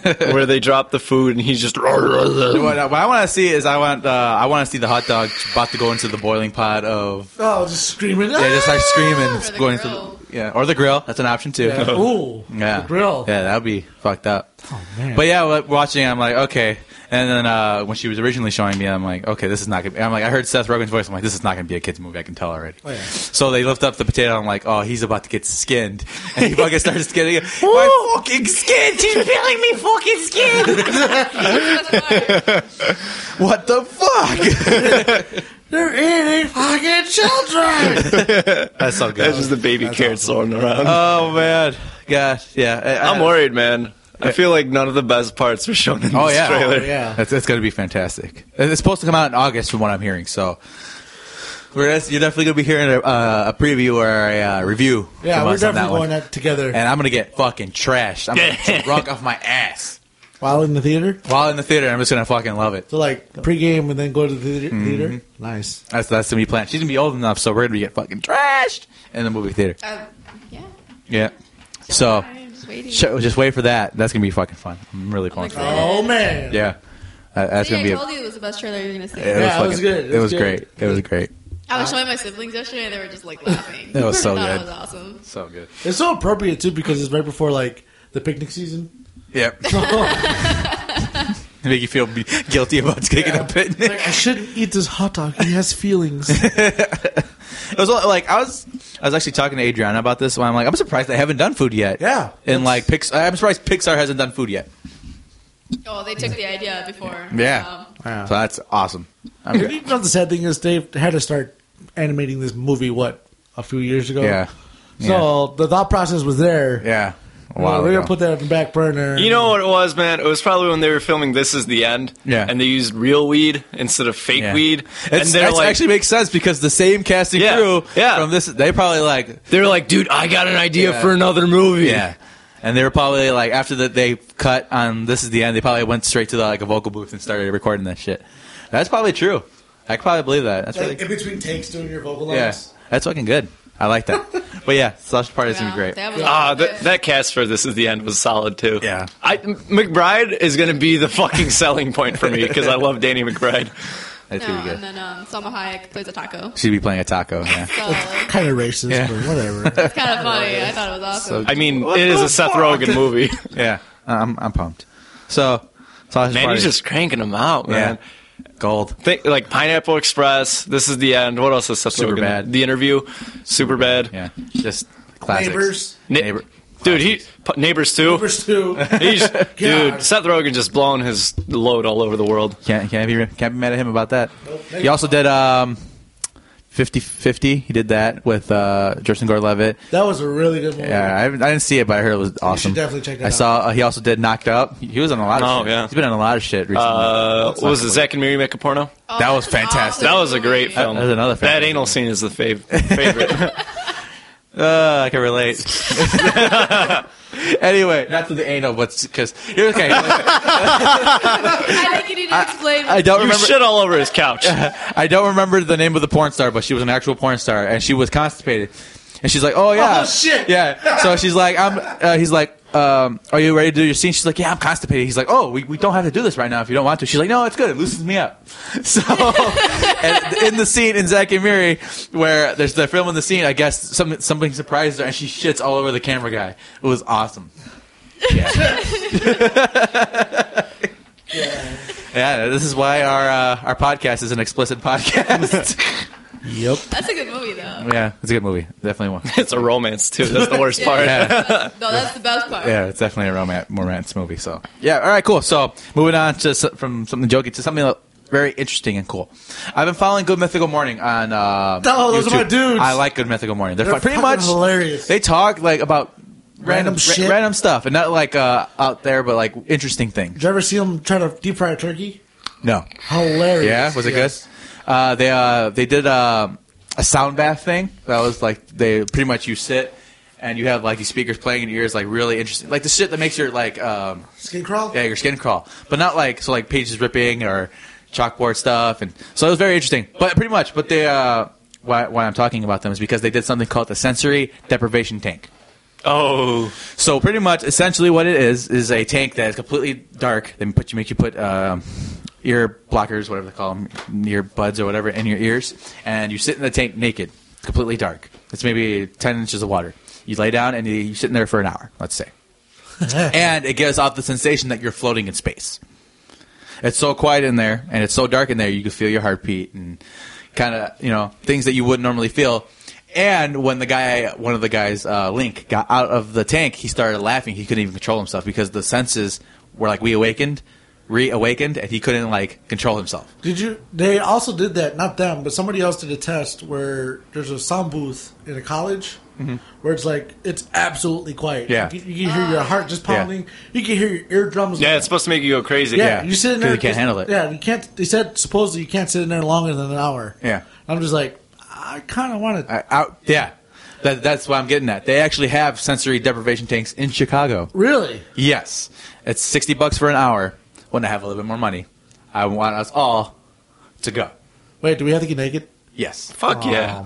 [SPEAKER 3] where they drop the food and he's just. Dude,
[SPEAKER 2] what, I- uh, what I want to see is I want uh, I want to see the hot dog about to go into the boiling pot of
[SPEAKER 1] oh, just screaming.
[SPEAKER 2] yeah, just like screaming
[SPEAKER 4] the
[SPEAKER 2] going
[SPEAKER 4] grill.
[SPEAKER 2] to the, yeah or the grill. That's an option too.
[SPEAKER 1] Yeah. Ah! Ooh,
[SPEAKER 2] Oh. Yeah.
[SPEAKER 1] the grill. Oh,
[SPEAKER 2] Yeah, that would be fucked up.
[SPEAKER 1] man.
[SPEAKER 2] But yeah, wa- watching, it, I'm like, okay. And then uh, when she was originally showing me, I'm like, okay, this is not gonna. Be, I'm like, I heard Seth Rogen's voice. I'm like, this is not gonna be a kids movie. I can tell already.
[SPEAKER 1] Oh, yeah.
[SPEAKER 2] So they lift up the potato. I'm like, oh, he's about to get skinned, and he fucking starts getting it. My fucking skin. She's peeling me fucking skin. what the fuck?
[SPEAKER 1] They're eating fucking children.
[SPEAKER 2] That's so good.
[SPEAKER 3] that's just the baby carrots thrown around.
[SPEAKER 2] oh man, gosh, yeah. I- I-
[SPEAKER 3] I'm worried, man. I feel like none of the best parts were shown in this
[SPEAKER 2] Oh yeah,
[SPEAKER 3] trailer.
[SPEAKER 1] Oh, yeah.
[SPEAKER 2] That's, that's gonna be fantastic. Uh, It's supposed to come out in August, from what I'm hearing. So, we're, that's- you're definitely gonna be hearing a, uh, a preview or a uh, review.
[SPEAKER 1] yeah,
[SPEAKER 2] from
[SPEAKER 1] we're
[SPEAKER 2] us
[SPEAKER 1] definitely
[SPEAKER 2] on that one.
[SPEAKER 1] going that together.
[SPEAKER 2] And I'm gonna get fucking trashed. I'm gonna get drunk off my ass
[SPEAKER 1] While in the theater,
[SPEAKER 2] while in the theater. I'm just gonna fucking love it.
[SPEAKER 1] so like pregame and then go to the theater.
[SPEAKER 2] Mm-hmm.
[SPEAKER 1] theater. Nice.
[SPEAKER 2] That's that's gonna be planned. She's gonna be old enough, so we're gonna get fucking trashed in the movie theater.
[SPEAKER 4] Uh, yeah.
[SPEAKER 2] Yeah. So
[SPEAKER 4] I'm just waiting.
[SPEAKER 2] sh- just wait for that. That's gonna be fucking fun. I'm really pumped for that.
[SPEAKER 1] Oh man.
[SPEAKER 2] Yeah. Uh, that's
[SPEAKER 4] See,
[SPEAKER 2] gonna
[SPEAKER 4] I
[SPEAKER 2] be. A,
[SPEAKER 4] told you it was the best trailer you're gonna see.
[SPEAKER 2] it was,
[SPEAKER 1] Yeah, it was
[SPEAKER 2] fucking-
[SPEAKER 1] good. It
[SPEAKER 2] It
[SPEAKER 1] was
[SPEAKER 2] was
[SPEAKER 1] good.
[SPEAKER 2] great. It was great.
[SPEAKER 4] I was showing my siblings yesterday, and they were just like laughing.
[SPEAKER 2] That was so
[SPEAKER 4] That
[SPEAKER 2] good.
[SPEAKER 4] was awesome.
[SPEAKER 2] So good.
[SPEAKER 1] It's so appropriate too because it's right before like the picnic season.
[SPEAKER 2] Yep.
[SPEAKER 1] like,
[SPEAKER 2] Make you feel be- guilty about taking a picnic.
[SPEAKER 1] I shouldn't eat this hot dog. He has feelings.
[SPEAKER 2] It was all- like I was, I was actually talking to Adriana about this. When I'm like, I'm surprised they haven't done food yet.
[SPEAKER 1] Yeah.
[SPEAKER 2] and like Pix, I'm surprised Pixar hasn't done food yet.
[SPEAKER 4] Oh, they took the idea before.
[SPEAKER 2] Yeah.
[SPEAKER 4] Um,
[SPEAKER 1] Yeah.
[SPEAKER 2] So that's awesome. I'm
[SPEAKER 1] You know the sad thing is they had to start animating this movie what a few years ago.
[SPEAKER 2] Yeah.
[SPEAKER 1] So the thought process was there.
[SPEAKER 2] yeah.
[SPEAKER 1] You know,
[SPEAKER 2] Wow.
[SPEAKER 1] we're gonna put that in the back burner.
[SPEAKER 3] You know what it was, man? It was probably when they were filming "This Is the End,"
[SPEAKER 2] Yeah.
[SPEAKER 3] and they used real weed instead of fake weed, and they're
[SPEAKER 2] that
[SPEAKER 3] like,
[SPEAKER 2] actually makes sense because the same casting
[SPEAKER 3] Yeah,
[SPEAKER 2] crew
[SPEAKER 3] yeah.
[SPEAKER 2] from this, they probably like
[SPEAKER 3] they're like, dude, I got an idea
[SPEAKER 2] Yeah.
[SPEAKER 3] for another movie.
[SPEAKER 2] Yeah. And they were probably like after that they cut on this is the end. They probably went straight to the, like a vocal booth and started recording that shit. That's probably true. I could probably believe that. That's really
[SPEAKER 1] in between takes doing your vocal
[SPEAKER 2] yeah.
[SPEAKER 1] lines.
[SPEAKER 2] That's fucking good. I like that. But yeah, sausage party is gonna
[SPEAKER 4] Yeah,
[SPEAKER 2] be great.
[SPEAKER 4] that was
[SPEAKER 3] Ah,
[SPEAKER 4] good.
[SPEAKER 3] that that cast for this is the end was solid too.
[SPEAKER 2] Yeah.
[SPEAKER 3] I McBride is going to be the fucking selling point for me because I love Danny McBride.
[SPEAKER 2] That's
[SPEAKER 4] no,
[SPEAKER 2] gonna be good.
[SPEAKER 4] and then um, Salma Hayek plays a taco.
[SPEAKER 2] She'd be playing a taco. Yeah.
[SPEAKER 4] So
[SPEAKER 1] kind of racist,
[SPEAKER 2] Yeah.
[SPEAKER 1] but whatever.
[SPEAKER 4] it's kind of funny. I thought it was awesome.
[SPEAKER 3] I mean, it is a Seth Rogen movie.
[SPEAKER 2] yeah. I'm I'm pumped. So sausage
[SPEAKER 3] Man,
[SPEAKER 2] party.
[SPEAKER 3] he's just cranking them out,
[SPEAKER 2] yeah.
[SPEAKER 3] man.
[SPEAKER 2] Gold.
[SPEAKER 3] Think, like Pineapple Express. This is the end. What else is Seth Rogen?
[SPEAKER 2] Superbad.
[SPEAKER 3] The interview. Superbad.
[SPEAKER 2] Yeah. Just classics.
[SPEAKER 1] Neighbors.
[SPEAKER 3] Na-
[SPEAKER 2] Neighbor.
[SPEAKER 3] Dude, he p- neighbors too.
[SPEAKER 1] Numbers two.
[SPEAKER 3] He's, dude, Seth Rogen just blowing his load all over the world.
[SPEAKER 2] Can't can't be can't be mad at him about that. He also did um 50-50. He did that with uh Justin Gordon-Levitt.
[SPEAKER 1] That was a really good movie.
[SPEAKER 2] Yeah, I, haven't- I didn't see it, but I heard it was awesome.
[SPEAKER 1] definitely check that
[SPEAKER 2] I
[SPEAKER 1] out.
[SPEAKER 2] saw uh, he also did Knocked Up. He was on a lot of
[SPEAKER 3] Oh,
[SPEAKER 2] shit.
[SPEAKER 3] yeah.
[SPEAKER 2] He's been on a lot of shit recently.
[SPEAKER 3] Uh, what was it? Zach and Mary make a porno?
[SPEAKER 4] Oh,
[SPEAKER 2] that was
[SPEAKER 4] that's an
[SPEAKER 2] fantastic.
[SPEAKER 3] That
[SPEAKER 4] awesome
[SPEAKER 3] was a great
[SPEAKER 4] movie.
[SPEAKER 3] film.
[SPEAKER 2] That was another
[SPEAKER 3] That
[SPEAKER 2] favorite.
[SPEAKER 3] anal scene is the fav- favorite.
[SPEAKER 2] Uh, I can relate. anyway, not to the anal, but because here's okay.
[SPEAKER 4] I think you need to explain.
[SPEAKER 2] I don't
[SPEAKER 3] you
[SPEAKER 2] remember.
[SPEAKER 3] shit all over his couch.
[SPEAKER 2] I don't remember the name of the porn star, but she was an actual porn star, and she was constipated. And she's like, "Oh yeah,
[SPEAKER 1] Oh, shit.
[SPEAKER 2] yeah." So she's like, "I'm." Uh, he's like, um, "Are you ready to do your scene?" She's like, "Yeah, I'm constipated." He's like, "Oh, we, we don't have to do this right now if you don't want to." She's like, "No, it's good. It loosens me up." So and in the scene in Zack and Miri, where there's they're filming the scene, I guess some, something surprises her, and she shits all over the camera guy. It was awesome. Yeah, this is why our uh, our podcast is an explicit podcast.
[SPEAKER 1] Yep.
[SPEAKER 4] That's a good movie, though.
[SPEAKER 2] yeah, it's a good movie. Definitely one.
[SPEAKER 3] it's a romance too. That's the worst part.
[SPEAKER 2] Yeah.
[SPEAKER 4] No, that's the best part.
[SPEAKER 2] Yeah, it's definitely a romance, romance movie. So yeah, all right, cool. So moving on to s- from something jokey to something very interesting and cool. I've been following Good Mythical Morning on. Uh,
[SPEAKER 1] Oh, those are my
[SPEAKER 2] YouTube.
[SPEAKER 1] dudes.
[SPEAKER 2] I like Good Mythical Morning. They're,
[SPEAKER 1] They're
[SPEAKER 2] fu- pretty
[SPEAKER 1] fucking
[SPEAKER 2] much
[SPEAKER 1] hilarious.
[SPEAKER 2] They talk like about random
[SPEAKER 1] Random
[SPEAKER 2] ra-
[SPEAKER 1] shit.
[SPEAKER 2] random stuff, and not like uh, out there, but like interesting things.
[SPEAKER 1] Did you ever see them try to deep fry a turkey?
[SPEAKER 2] No.
[SPEAKER 1] Hilarious.
[SPEAKER 2] Yeah, was it
[SPEAKER 1] Yes.
[SPEAKER 2] good? Uh, they uh, they did uh, a sound bath thing. That was like they pretty much you sit and you have like these speakers playing in your ears, like really interesting, like the shit that makes your like um,
[SPEAKER 1] Skin crawl?
[SPEAKER 2] yeah your skin crawl, but not like so like pages ripping or chalkboard stuff, and so it was very interesting. But pretty much, but they uh, why why I'm talking about them is because they did something called the sensory deprivation tank.
[SPEAKER 3] Oh,
[SPEAKER 2] So pretty much, essentially, what it is is a tank that is completely dark. They put you make you put um, ear blockers, whatever they call them, ear buds or whatever, in your ears, and you sit in the tank naked, completely dark. It's maybe ten inches of water. You lay down and you, you sit in there for an hour, let's say, and it gives off the sensation that you're floating in space. It's so quiet in there, and it's so dark in there, you can feel your heartbeat and kind of you know things that you wouldn't normally feel. And when the guy, one of the guys, uh, Link, got out of the tank, he started laughing. He couldn't even control himself because the senses were like we awakened, reawakened, and he couldn't like control himself.
[SPEAKER 1] Did you? They also did that. Not them, but somebody else did a test where there's a sound booth in a college where it's like it's absolutely quiet.
[SPEAKER 2] Mm-hmm. Yeah.
[SPEAKER 1] you, you can hear your heart just pounding. You can hear your eardrums.
[SPEAKER 3] yeah. It's supposed to make you go crazy.
[SPEAKER 1] yeah.
[SPEAKER 2] yeah,
[SPEAKER 1] You sit in
[SPEAKER 2] 'cause
[SPEAKER 1] there.
[SPEAKER 2] you can't handle it.
[SPEAKER 1] Yeah, you can't. They said supposedly you can't sit in there longer than an hour.
[SPEAKER 2] Yeah.
[SPEAKER 1] I'm just like, I kind of want to.
[SPEAKER 2] I, out, yeah, that, that's what I'm getting at. They actually have sensory deprivation tanks in Chicago.
[SPEAKER 1] Really?
[SPEAKER 2] Yes, it's sixty bucks for an hour. When I have a little bit more money, I want us all to go.
[SPEAKER 1] Wait, do we have to get naked?
[SPEAKER 2] Yes.
[SPEAKER 3] Fuck yeah.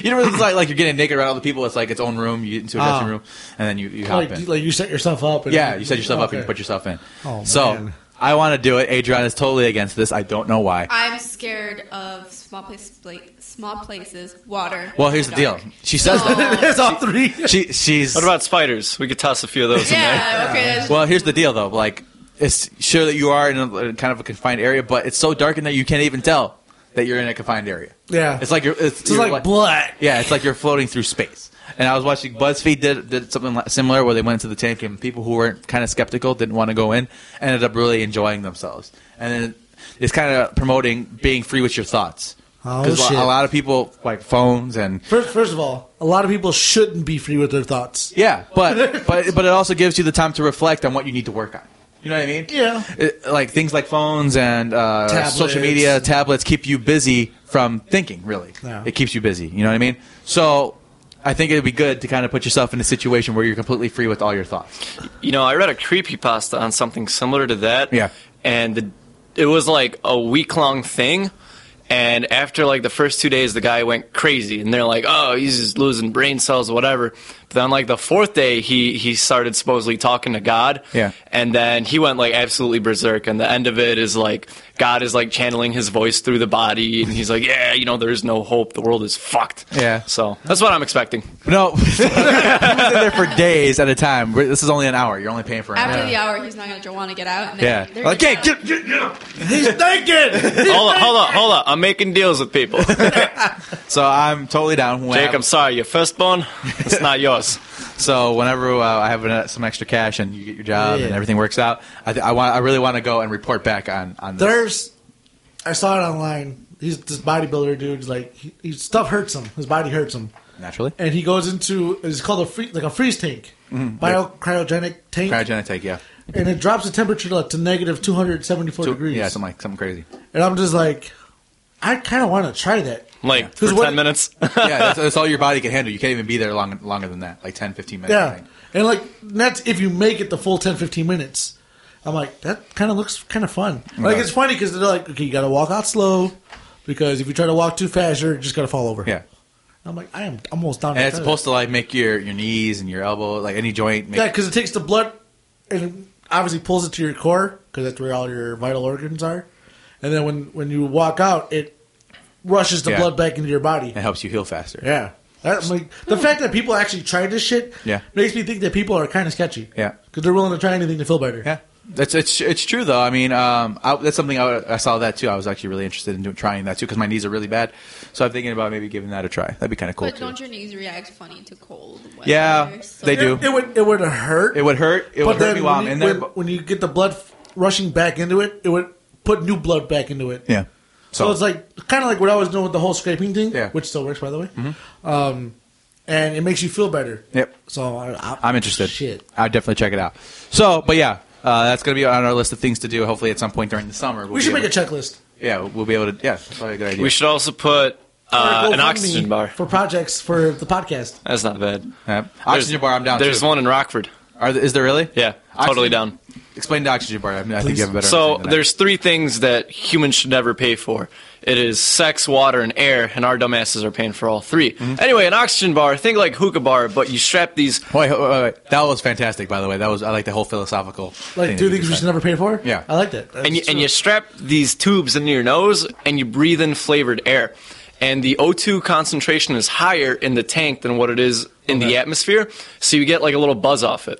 [SPEAKER 2] You know, it's like, like you're getting naked around other people. It's like its own room. You get into a dressing
[SPEAKER 1] Oh.
[SPEAKER 2] room, and then you, you hop
[SPEAKER 1] Like,
[SPEAKER 2] in.
[SPEAKER 1] you- like you set yourself up. And
[SPEAKER 2] yeah, you set yourself up and you
[SPEAKER 1] Okay.
[SPEAKER 2] put yourself in.
[SPEAKER 1] Oh,
[SPEAKER 2] so
[SPEAKER 1] man.
[SPEAKER 2] I want to do it. Adrian is totally against this. I don't know why.
[SPEAKER 4] I'm scared of small places, small places, water.
[SPEAKER 2] Well, here's the deal.
[SPEAKER 4] dark.
[SPEAKER 2] She says that.
[SPEAKER 1] There's all three.
[SPEAKER 2] She she's.
[SPEAKER 3] What about spiders? We could toss a few of those in there.
[SPEAKER 4] Yeah. Okay. that's-
[SPEAKER 2] Well, here's the deal though. Like it's sure that you are in a, kind of a confined area, but it's so dark in there you can't even tell that you're in a confined area.
[SPEAKER 1] Yeah.
[SPEAKER 2] It's like you're. It's,
[SPEAKER 1] It's
[SPEAKER 2] you're
[SPEAKER 1] like blood.
[SPEAKER 2] Yeah, it's like you're floating through space. And I was watching BuzzFeed did, did something li- similar where they went into the tank and people who weren't kind of skeptical didn't want to go in ended up really enjoying themselves. And then it's kind of promoting being free with your thoughts
[SPEAKER 1] Oh,
[SPEAKER 2] because
[SPEAKER 1] shit.
[SPEAKER 2] a lot of people like phones and
[SPEAKER 1] First, first of all, a lot of people shouldn't be free with their thoughts.
[SPEAKER 2] yeah, but but but it also gives you the time to reflect on what you need to work on. You know what I mean?
[SPEAKER 1] Yeah.
[SPEAKER 2] It- like things like phones and uh,
[SPEAKER 1] Tablets.
[SPEAKER 2] social media, tablets keep you busy from thinking. Really,
[SPEAKER 1] Yeah.
[SPEAKER 2] it keeps you busy. You know what I mean? So. I think it'd be good to kind of put yourself in a situation where you're completely free with all your thoughts.
[SPEAKER 3] You know, I read a creepypasta on something similar to that.
[SPEAKER 2] Yeah.
[SPEAKER 3] And the, it was like a week long thing. And after like the first two days, the guy went crazy, and they're like, "Oh, he's just losing brain cells, whatever." But then like the fourth day, he he started supposedly talking to God.
[SPEAKER 2] Yeah.
[SPEAKER 3] And then he went like absolutely berserk, and the end of it is like God is like channeling his voice through the body, and he's like, "Yeah, you know, there's no hope. The world is fucked."
[SPEAKER 2] Yeah.
[SPEAKER 3] So that's what I'm expecting.
[SPEAKER 2] No, he was in there for days at a time. We're- This is only an hour. You're only paying for an
[SPEAKER 4] After
[SPEAKER 2] hour.
[SPEAKER 4] the hour, he's not going to want to get out. And then
[SPEAKER 2] Yeah.
[SPEAKER 4] they're
[SPEAKER 2] Like,
[SPEAKER 4] gonna
[SPEAKER 2] hey, get, get, get up.
[SPEAKER 1] He's naked.
[SPEAKER 3] hold on, hold on, hold on. I'm making deals with people.
[SPEAKER 2] So I'm totally down. When I
[SPEAKER 3] Jake,
[SPEAKER 2] have-
[SPEAKER 3] I'm sorry. Your firstborn, it's not yours.
[SPEAKER 2] So whenever uh, I have uh, some extra cash and you get your job
[SPEAKER 1] Yeah.
[SPEAKER 2] and everything works out, I, th- I want. I really want to go and report back on on this.
[SPEAKER 1] There's, I saw it online. He's this bodybuilder dude's like, he, he, stuff hurts him. His body hurts him,
[SPEAKER 2] naturally.
[SPEAKER 1] and he goes into it's called a free, like a freeze tank, bio cryogenic tank,
[SPEAKER 2] Mm-hmm. Cryogenic tank, yeah,
[SPEAKER 1] and it drops the temperature to, like, to negative two hundred seventy four
[SPEAKER 2] Two-
[SPEAKER 1] degrees.
[SPEAKER 2] yeah, something like something crazy.
[SPEAKER 1] and I'm just like, I kind of want to try that.
[SPEAKER 3] Like for
[SPEAKER 1] 'Cause
[SPEAKER 3] ten
[SPEAKER 1] what-
[SPEAKER 3] minutes.
[SPEAKER 2] yeah, that's, that's all your body can handle. You can't even be there long, longer than that, like 10, 15 minutes. I
[SPEAKER 1] Yeah.
[SPEAKER 2] think.
[SPEAKER 1] And like that's if you make it the full 10, 15 minutes. I'm like, that kind of looks kind of fun. Like
[SPEAKER 2] Yeah.
[SPEAKER 1] it's funny because they're like, okay, you got to walk out slow because if you try to walk too fast, you're just gonna fall over.
[SPEAKER 2] yeah.
[SPEAKER 1] I'm like, I am almost down.
[SPEAKER 2] And it's supposed to like make your, your knees and your elbow, like any joint. Make,
[SPEAKER 1] yeah, because it takes the blood and it obviously pulls it to your core because that's where all your vital organs are. And then when when you walk out, it rushes the
[SPEAKER 2] Yeah.
[SPEAKER 1] blood back into your body.
[SPEAKER 2] It helps you heal faster.
[SPEAKER 1] Yeah. That, like, the fact that people actually try this shit
[SPEAKER 2] Yeah.
[SPEAKER 1] makes me think that people are kind of sketchy.
[SPEAKER 2] Yeah.
[SPEAKER 1] Because they're willing to try anything to feel better.
[SPEAKER 2] Yeah, that's it's it's true though. I mean, um, I, that's something I, I saw that too. I was actually really interested in doing, trying that too because my knees are really bad. So I'm thinking about maybe giving that a try. That'd be kind of cool
[SPEAKER 4] But
[SPEAKER 2] too.
[SPEAKER 4] don't your knees react funny to cold? Weather,
[SPEAKER 2] Yeah,
[SPEAKER 4] So-
[SPEAKER 2] they do.
[SPEAKER 1] It would it would hurt.
[SPEAKER 2] It would hurt. It would hurt me
[SPEAKER 1] when
[SPEAKER 2] while I'm
[SPEAKER 1] you-
[SPEAKER 2] in there.
[SPEAKER 1] When,
[SPEAKER 2] but-
[SPEAKER 1] when you get the blood f- rushing back into it, it would put new blood back into it.
[SPEAKER 2] yeah.
[SPEAKER 1] So, it's like kind of like what I was doing with the whole scraping thing,
[SPEAKER 2] Yeah. Mm-hmm.
[SPEAKER 1] which still works by the way. Um, and it makes you feel better.
[SPEAKER 2] Yep.
[SPEAKER 1] So I, I,
[SPEAKER 2] I'm interested.
[SPEAKER 1] Shit.
[SPEAKER 2] I'd definitely check it out. So, but yeah, uh, that's gonna be on our list of things to do. Hopefully, at some point during the summer, we'll
[SPEAKER 1] We should
[SPEAKER 2] be
[SPEAKER 1] make a
[SPEAKER 2] able,
[SPEAKER 1] checklist.
[SPEAKER 2] Yeah, we'll be able to. Yeah, that's probably a good idea.
[SPEAKER 3] We should also put uh,
[SPEAKER 1] Or
[SPEAKER 3] an
[SPEAKER 1] GoFundMe
[SPEAKER 3] oxygen bar.
[SPEAKER 1] for projects for the podcast.
[SPEAKER 3] That's not bad.
[SPEAKER 2] Yeah. Uh, Oxygen
[SPEAKER 3] There's-
[SPEAKER 2] bar, I'm down.
[SPEAKER 3] There's
[SPEAKER 2] too.
[SPEAKER 3] one in Rockford.
[SPEAKER 2] Are there, is there really?
[SPEAKER 3] Yeah, totally down.
[SPEAKER 2] Explain the oxygen bar. I, mean, I think
[SPEAKER 1] Please.
[SPEAKER 2] you have a better.
[SPEAKER 3] So
[SPEAKER 2] understanding than I do.
[SPEAKER 3] there's three things that humans should never pay for. It is sex, water, and air, and our dumbasses are paying for all 3
[SPEAKER 2] Mm-hmm.
[SPEAKER 3] Anyway, an oxygen bar, think like hookah bar, but you strap these.
[SPEAKER 2] Wait, wait, wait, wait. That was fantastic, by the way. That was I like the whole philosophical.
[SPEAKER 1] Like two
[SPEAKER 2] thing that
[SPEAKER 1] things
[SPEAKER 2] you
[SPEAKER 1] we
[SPEAKER 2] just
[SPEAKER 1] should
[SPEAKER 2] said.
[SPEAKER 1] never pay for.
[SPEAKER 2] Yeah.
[SPEAKER 1] I like that.
[SPEAKER 3] and you,
[SPEAKER 1] That's
[SPEAKER 3] and
[SPEAKER 1] true.
[SPEAKER 3] you strap these tubes into your nose and you breathe in flavored air and the o2 concentration is higher in the tank than what it is in the atmosphere so you get like a little buzz off it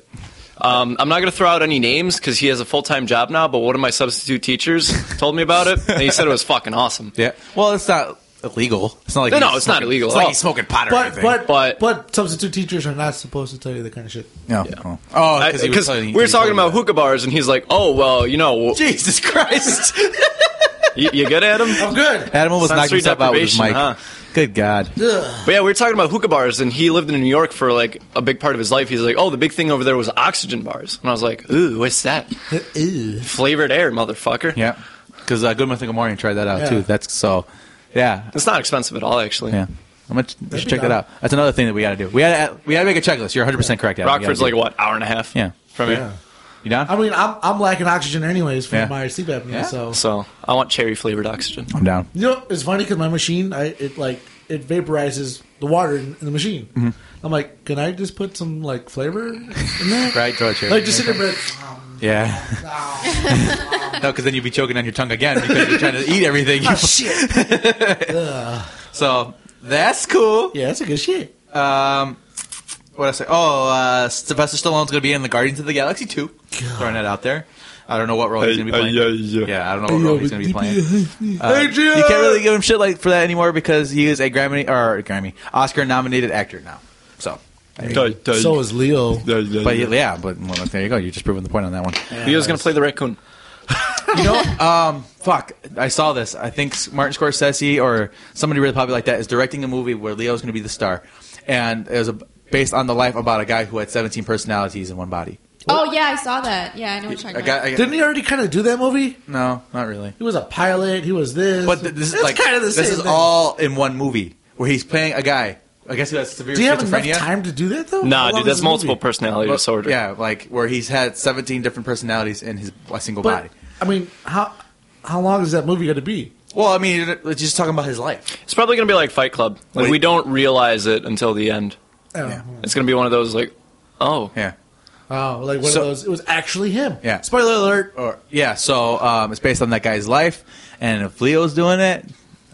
[SPEAKER 3] um, i'm not going to throw out any names because he has a full-time job now but one of my substitute teachers told me about it and he said it was fucking awesome
[SPEAKER 2] Yeah. Well, it's not illegal. It's not like
[SPEAKER 3] No,
[SPEAKER 2] he's
[SPEAKER 3] no, it's not illegal
[SPEAKER 2] It's
[SPEAKER 3] at
[SPEAKER 2] like
[SPEAKER 3] all.
[SPEAKER 2] he's smoking pot or
[SPEAKER 1] but,
[SPEAKER 2] anything.
[SPEAKER 1] but
[SPEAKER 3] But-
[SPEAKER 1] but substitute teachers are not supposed to tell you that kind of shit.
[SPEAKER 2] no. Oh, Oh,
[SPEAKER 3] I-
[SPEAKER 2] because he was
[SPEAKER 3] because
[SPEAKER 2] telling-
[SPEAKER 3] we were
[SPEAKER 2] he told
[SPEAKER 3] talking
[SPEAKER 2] me
[SPEAKER 3] about
[SPEAKER 2] that.
[SPEAKER 3] hookah bars and he's like oh well you know
[SPEAKER 2] Jesus Christ!
[SPEAKER 3] you, you good adam
[SPEAKER 1] I'm good.
[SPEAKER 2] Adam almost knocked
[SPEAKER 3] Sensory
[SPEAKER 2] himself out with his mic.
[SPEAKER 3] deprivation,
[SPEAKER 2] Good God!
[SPEAKER 3] But yeah, we were talking about hookah bars, and he lived in New York for like a big part of his life. He's like, "Oh, the big thing over there was oxygen bars," and I was like, "Ooh, what's that? Flavored air, motherfucker."
[SPEAKER 2] Yeah, because uh, Good Mythical Morning tried that out
[SPEAKER 1] Yeah.
[SPEAKER 2] too. That's so. Yeah,
[SPEAKER 3] it's not expensive at all, actually.
[SPEAKER 2] yeah. I'm gonna we should
[SPEAKER 1] be
[SPEAKER 2] check that
[SPEAKER 1] dumb.
[SPEAKER 2] out. That's another thing that we got to do. We got to we got to make a checklist. You're 100 percent correct. Adam. We
[SPEAKER 3] Rockford's
[SPEAKER 2] gotta
[SPEAKER 3] like
[SPEAKER 2] do
[SPEAKER 3] what hour and a half?
[SPEAKER 2] it. Yeah.
[SPEAKER 3] from here.
[SPEAKER 1] Yeah.
[SPEAKER 2] You down?
[SPEAKER 1] I mean, I'm, I'm lacking oxygen anyways from
[SPEAKER 2] Yeah.
[SPEAKER 1] my sleep apnea.
[SPEAKER 2] Yeah.
[SPEAKER 1] So
[SPEAKER 3] So I want cherry flavored oxygen.
[SPEAKER 2] I'm down.
[SPEAKER 1] you know, it's funny because my machine, I it like it vaporizes the water in, in the machine.
[SPEAKER 2] Mm-hmm.
[SPEAKER 1] I'm like, can I just put some like flavor in there?
[SPEAKER 2] Right, throw a chair.
[SPEAKER 1] Like just sit there, but
[SPEAKER 2] Yeah. no, because then you'd be choking on your tongue again because you're trying to eat everything.
[SPEAKER 1] Oh, shit.
[SPEAKER 2] So that's cool.
[SPEAKER 1] Yeah, that's a good shit.
[SPEAKER 2] Um, what I say? Oh, uh, Sylvester Stallone's going to be in the Guardians of the Galaxy 2. Throwing that out there. I don't know what role he's going to be playing. uh, yeah, I don't know what role Oh, he's going to be playing. Uh,
[SPEAKER 1] hey,
[SPEAKER 2] you
[SPEAKER 1] Gio!
[SPEAKER 2] can't really give him shit like for that anymore because he is a Grammy or Grammy Oscar nominated actor now. So,
[SPEAKER 1] So is Leo.
[SPEAKER 2] but yeah, but well, there you go. You're just proving the point on that one.
[SPEAKER 3] Leo's gonna play the raccoon.
[SPEAKER 2] You know, um, fuck. I saw this. I think Martin Scorsese or somebody really popular like that is directing a movie where Leo's going to be the star, and it was a, based on the life about a guy who had 17 personalities in one body.
[SPEAKER 4] oh yeah, I saw that. Yeah, I know what you're
[SPEAKER 2] A
[SPEAKER 4] talking
[SPEAKER 2] guy,
[SPEAKER 4] about.
[SPEAKER 2] I,
[SPEAKER 1] Didn't he already kind of do that movie?
[SPEAKER 2] no, not really.
[SPEAKER 1] He was a pilot. He was this.
[SPEAKER 2] But th- this is
[SPEAKER 1] It's
[SPEAKER 2] like
[SPEAKER 1] kinda the
[SPEAKER 2] this
[SPEAKER 1] same
[SPEAKER 2] is
[SPEAKER 1] thing.
[SPEAKER 2] all in one movie where he's playing a guy. I guess who has severe
[SPEAKER 1] Do you have
[SPEAKER 2] schizophrenia.
[SPEAKER 1] enough time to do that though? How
[SPEAKER 3] Nah,
[SPEAKER 1] long
[SPEAKER 3] dude, that's
[SPEAKER 1] is the movie?
[SPEAKER 3] multiple personality
[SPEAKER 2] Well,
[SPEAKER 3] disorder.
[SPEAKER 2] Yeah, like where he's had 17 different personalities in his a single
[SPEAKER 1] But
[SPEAKER 2] body.
[SPEAKER 1] I mean, how how long is that movie going to be?
[SPEAKER 2] Well, I mean, you're just talking about his life.
[SPEAKER 3] It's probably gonna be like Fight Club. Like
[SPEAKER 2] Wait.
[SPEAKER 3] we don't realize it until the end.
[SPEAKER 1] Oh,
[SPEAKER 3] It's gonna be one of those like, oh,
[SPEAKER 2] Yeah.
[SPEAKER 1] oh like one
[SPEAKER 2] So-
[SPEAKER 1] of those. It was actually him.
[SPEAKER 2] Yeah.
[SPEAKER 1] Spoiler alert.
[SPEAKER 2] Or yeah. So um, it's based on that guy's life, and if Leo's doing it,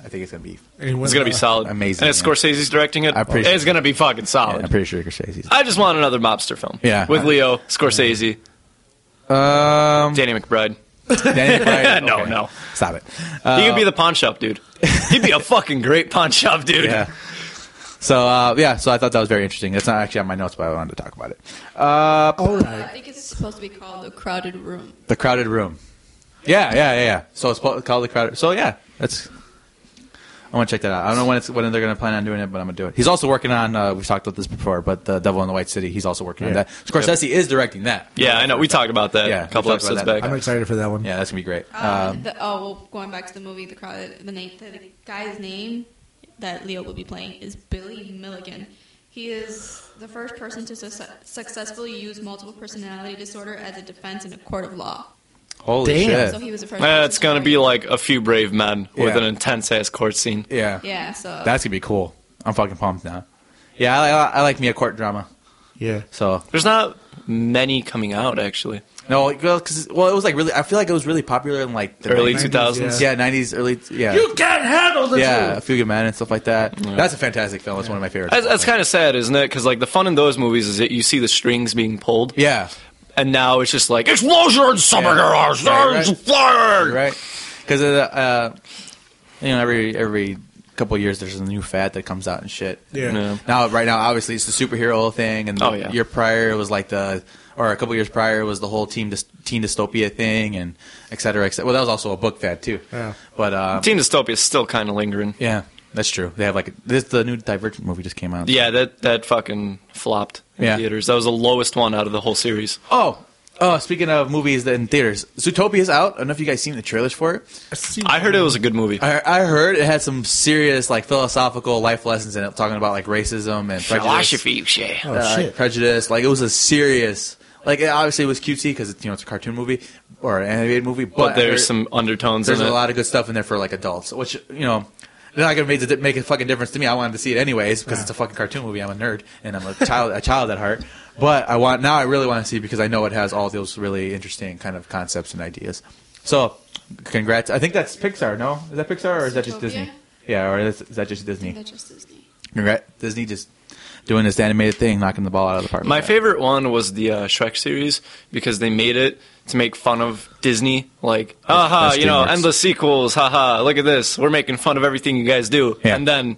[SPEAKER 2] I think it's gonna be.
[SPEAKER 3] it's gonna be
[SPEAKER 1] uh,
[SPEAKER 3] solid,
[SPEAKER 2] Uh, Amazing,
[SPEAKER 3] and it's
[SPEAKER 2] yeah.
[SPEAKER 3] Scorsese's directing it.
[SPEAKER 2] I appreciate
[SPEAKER 3] it's gonna be fucking
[SPEAKER 2] Yeah,
[SPEAKER 3] solid.
[SPEAKER 2] I'm pretty sure Scorsese's.
[SPEAKER 3] I just want another mobster film.
[SPEAKER 2] Yeah.
[SPEAKER 3] with Leo Scorsese,
[SPEAKER 2] Um,
[SPEAKER 3] Danny McBride.
[SPEAKER 2] Danny McBride?
[SPEAKER 3] No,
[SPEAKER 2] Okay.
[SPEAKER 3] no.
[SPEAKER 2] stop it.
[SPEAKER 3] he
[SPEAKER 2] Uh,
[SPEAKER 3] could be the pawn shop dude. He'd be a fucking great pawn shop dude.
[SPEAKER 2] Yeah. So uh, yeah, so I thought that was very interesting. That's not actually on my notes, but I wanted to talk about it. Uh,
[SPEAKER 1] All
[SPEAKER 4] I
[SPEAKER 1] right.
[SPEAKER 4] think it's supposed to be called a crowded room.
[SPEAKER 2] the crowded room. Yeah, yeah, yeah. yeah. So it's po- called the crowded. So yeah, that's. I want to check that out. I don't know when it's when they're going to plan on doing it, but I'm going to do it. He's also working on. Uh, we've talked about this before, but the Devil in the White City. He's also working on that. Scorsese is directing that.
[SPEAKER 3] Yeah, I know. We talked about that
[SPEAKER 2] Yeah,
[SPEAKER 3] a couple
[SPEAKER 2] we talked about
[SPEAKER 3] episodes
[SPEAKER 2] that.
[SPEAKER 3] back.
[SPEAKER 1] I'm excited for that one.
[SPEAKER 2] Yeah, that's gonna be great.
[SPEAKER 4] Um,
[SPEAKER 2] Um,
[SPEAKER 4] the, oh, well, going back to the movie, the crowd, the name, the guy's name that Leo will be playing is Billy Milligan. He is the first person to su- successfully use multiple personality disorder as a defense in a court of law.
[SPEAKER 2] holy
[SPEAKER 1] Damn.
[SPEAKER 4] So
[SPEAKER 2] shit!
[SPEAKER 4] he was the first.
[SPEAKER 3] Uh,
[SPEAKER 4] person
[SPEAKER 3] it's gonna
[SPEAKER 4] fight.
[SPEAKER 3] be like a few brave men with
[SPEAKER 2] Yeah.
[SPEAKER 3] an intense ass court scene.
[SPEAKER 2] Yeah,
[SPEAKER 4] Yeah. So
[SPEAKER 2] that's gonna be cool. I'm fucking pumped now. Yeah, I, I, I like me a court drama.
[SPEAKER 1] Yeah.
[SPEAKER 2] So
[SPEAKER 3] There's not many coming out actually.
[SPEAKER 2] no, because well, it was like really. I feel like it was really popular in like the
[SPEAKER 3] Early
[SPEAKER 2] 90s.
[SPEAKER 3] 2000s.
[SPEAKER 2] Yeah, 90s, early. Yeah,
[SPEAKER 1] You can't handle the
[SPEAKER 2] yeah, a
[SPEAKER 1] truth.
[SPEAKER 2] few good men and stuff like that. That's a fantastic film. It's one of my favorites.
[SPEAKER 3] That's, that's kind of sad, isn't it? Because like the fun in those movies is that you see the strings being pulled,
[SPEAKER 2] yeah,
[SPEAKER 3] and now it's just like explosions,
[SPEAKER 2] Yeah.
[SPEAKER 3] summer garage,
[SPEAKER 2] Right,
[SPEAKER 3] there's
[SPEAKER 2] right.
[SPEAKER 3] fire.
[SPEAKER 2] You're right. Because uh, you know, every every couple of years there's a new fad that comes out and shit.
[SPEAKER 1] Yeah.
[SPEAKER 3] Yeah.
[SPEAKER 2] Now, right now, obviously it's the superhero thing, and the
[SPEAKER 3] Oh, yeah.
[SPEAKER 2] year prior it was like the, or a couple years prior it was the whole team dys- teen dystopia thing, and et cetera, et cetera. Well, that was also a book fad too.
[SPEAKER 1] Yeah.
[SPEAKER 2] But um,
[SPEAKER 3] Teen Dystopia is still kind of lingering.
[SPEAKER 2] yeah, that's true. They have like this the new Divergent movie just came out.
[SPEAKER 3] Yeah, that that fucking flopped in
[SPEAKER 2] Yeah.
[SPEAKER 3] theaters. That was the lowest one out of the whole series.
[SPEAKER 2] Oh. Oh, speaking of movies in theaters, Zootopia's out. I don't know if you guys seen the trailers for it.
[SPEAKER 3] I heard it was a good movie.
[SPEAKER 2] I, I heard it had some serious like philosophical life lessons in it, talking about like racism and prejudice,
[SPEAKER 1] Oh
[SPEAKER 2] uh,
[SPEAKER 1] shit.
[SPEAKER 2] prejudice. Like it was a serious, like it obviously was cutesy because it's you know it's a cartoon movie or an animated movie, but,
[SPEAKER 3] but
[SPEAKER 2] I
[SPEAKER 3] there's
[SPEAKER 2] heard
[SPEAKER 3] some undertones in
[SPEAKER 2] there's
[SPEAKER 3] it.
[SPEAKER 2] a lot of good stuff in there for like adults, which you know. They're not gonna make, the, make a fucking difference to me. I wanted to see it anyways because it's a fucking cartoon movie. I'm a nerd and I'm a child, a child at heart. But I want now. I really want to see it because I know it has all those really interesting kind of concepts and ideas. So, congrats. I think that's Pixar. No, is that Pixar or is that just
[SPEAKER 4] Zootopia?
[SPEAKER 2] Disney? Yeah, or is, is that just Disney?
[SPEAKER 4] That's just Disney.
[SPEAKER 2] Congrats, Disney just doing this animated thing, knocking the ball out of the park.
[SPEAKER 3] My favorite one was the uh, Shrek series because they made it to make fun of Disney. Like, haha,
[SPEAKER 2] that's
[SPEAKER 3] you know,
[SPEAKER 2] DreamWorks.
[SPEAKER 3] endless sequels. Haha, look at this. We're making fun of everything you guys do.
[SPEAKER 2] Yeah.
[SPEAKER 3] And then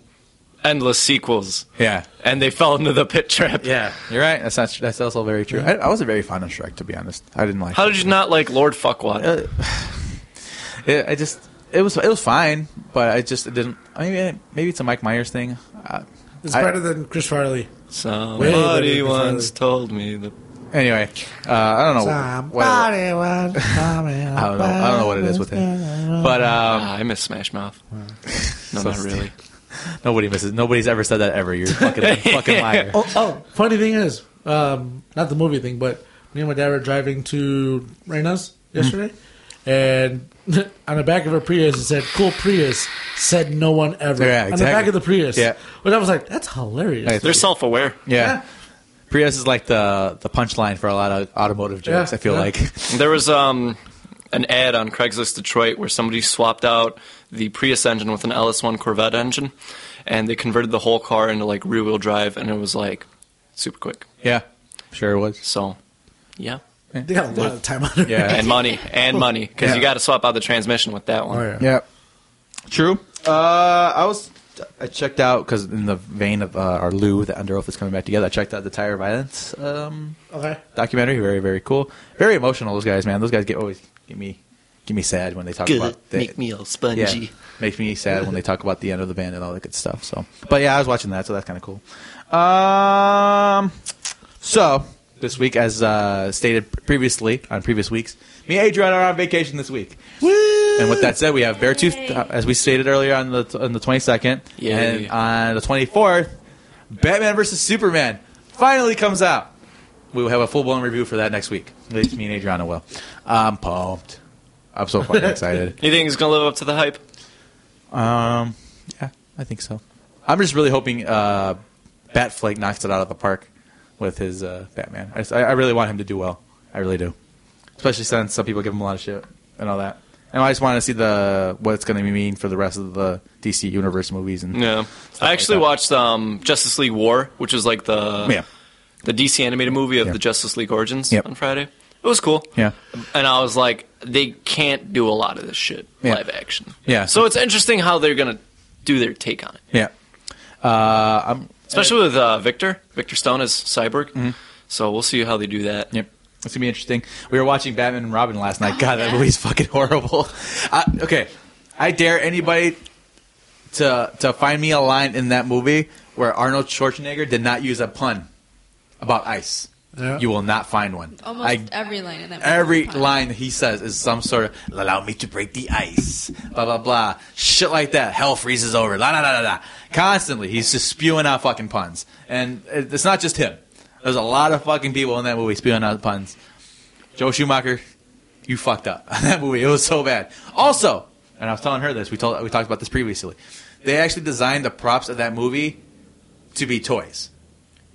[SPEAKER 3] endless sequels.
[SPEAKER 2] Yeah.
[SPEAKER 3] And they fell into the pit trap.
[SPEAKER 2] Yeah, you're right. That's not, that's also very true. I, I wasn't very fond of Shrek, to be honest. I didn't like.
[SPEAKER 3] How did you not like Lord Fuckwad?
[SPEAKER 2] Uh, it, I just it was it was fine, but I just didn't. I mean, maybe it's a Mike Myers thing. Uh,
[SPEAKER 1] It's
[SPEAKER 2] I-
[SPEAKER 1] better than Chris Farley.
[SPEAKER 3] Somebody
[SPEAKER 1] Way better than
[SPEAKER 3] once told me that.
[SPEAKER 2] anyway, uh, I don't know. what-
[SPEAKER 1] Somebody once told me
[SPEAKER 2] I don't know. I don't know what it is with him. But um,
[SPEAKER 3] Ah, I miss Smash Mouth. No,
[SPEAKER 2] So
[SPEAKER 3] not really.
[SPEAKER 2] nobody misses. Nobody's ever said that ever. You're a fucking fucking liar.
[SPEAKER 1] Oh, oh, funny thing is, um, not the movie thing, but me and my dad were driving to Reyna's
[SPEAKER 2] Mm-hmm.
[SPEAKER 1] yesterday, and on the back of her Prius it said "Cool Prius," said no one ever.
[SPEAKER 2] Yeah,
[SPEAKER 1] On the back
[SPEAKER 2] exactly.
[SPEAKER 1] of the Prius.
[SPEAKER 2] Yeah.
[SPEAKER 1] But I was like, that's hilarious.
[SPEAKER 2] Hey,
[SPEAKER 3] They're self aware.
[SPEAKER 2] Yeah. Prius is like the the punchline for a lot of automotive jokes.
[SPEAKER 1] Yeah,
[SPEAKER 2] I feel
[SPEAKER 1] yeah.
[SPEAKER 2] like
[SPEAKER 3] There was um, an ad on Craigslist Detroit where somebody swapped out the Prius engine with an LS1 Corvette engine, and they converted the whole car into like rear wheel drive, and it was like super quick.
[SPEAKER 2] yeah, sure it was.
[SPEAKER 3] So, yeah,
[SPEAKER 1] They got a lot of time on it.
[SPEAKER 2] Yeah,
[SPEAKER 3] and money and money because
[SPEAKER 2] Uh, Yeah.
[SPEAKER 3] you got to swap out the transmission with that one.
[SPEAKER 1] Oh, yeah.
[SPEAKER 2] Yeah. True. Uh, I was. I checked out because in the vein of uh, our Lou, the Under Oath is coming back together. I checked out the Tire Violence um,
[SPEAKER 1] Okay.
[SPEAKER 2] documentary. Very, very cool. Very emotional. Those guys, man. Those guys get always get me get me sad when they talk about the,
[SPEAKER 7] Make me all spongy.
[SPEAKER 2] yeah, makes me sad when they talk about the end of the band and all that good stuff. So, but yeah, I was watching that, so that's kind of cool. Um, so this week, as uh, stated previously on previous weeks, me and Adrian are on vacation this week. And with that said, we have Beartooth, uh, as we stated earlier on the on the twenty second,
[SPEAKER 3] Yay.
[SPEAKER 2] and on the twenty fourth, Batman versus Superman finally comes out. We will have a full blown review for that next week. At least me and Adriana will. I'm pumped. I'm so fucking excited.
[SPEAKER 3] You think it's gonna live up to the hype?
[SPEAKER 2] Um, yeah, I think so. I'm just really hoping uh, Batflake knocks it out of the park with his uh, Batman. I, just- I I really want him to do well. I really do, especially since some people give him a lot of shit and all that. And I just want to see the what it's going to mean for the rest of the DC universe movies and
[SPEAKER 3] Yeah, I actually watched um, Justice League War, which was like the
[SPEAKER 2] Yeah.
[SPEAKER 3] the DC animated movie of
[SPEAKER 2] Yeah.
[SPEAKER 3] the Justice League Origins
[SPEAKER 2] Yep.
[SPEAKER 3] on Friday. It was cool.
[SPEAKER 2] Yeah.
[SPEAKER 3] and I was like, they can't do a lot of this shit
[SPEAKER 2] Yeah.
[SPEAKER 3] live action.
[SPEAKER 2] Yeah.
[SPEAKER 3] so it's interesting how they're gonna do their take on it,
[SPEAKER 2] yeah. Uh, I'm
[SPEAKER 3] especially with uh, Victor. Victor Stone as Cyborg. So we'll see how they do that.
[SPEAKER 2] Mm-hmm. Yep. It's gonna be interesting. We were watching Batman and Robin last night. God, that movie's fucking horrible. I, okay, I dare anybody to to find me a line in that movie where Arnold Schwarzenegger did not use a pun about ice.
[SPEAKER 1] Yeah.
[SPEAKER 2] You will not find one.
[SPEAKER 4] Almost
[SPEAKER 2] I-
[SPEAKER 4] every line in that. movie
[SPEAKER 2] every
[SPEAKER 4] is fine.
[SPEAKER 2] line he says is some sort of "allow me to break the ice," blah blah blah, shit like that. Hell freezes over, la la la la la. Constantly, he's just spewing out fucking puns, and it- it's not just him. There's a lot of fucking people in that movie spewing out puns. Joe Schumacher, you fucked up on that movie. It was so bad. Also, and I was telling her this. We told we talked about this previously. They actually designed the props of that movie to be toys.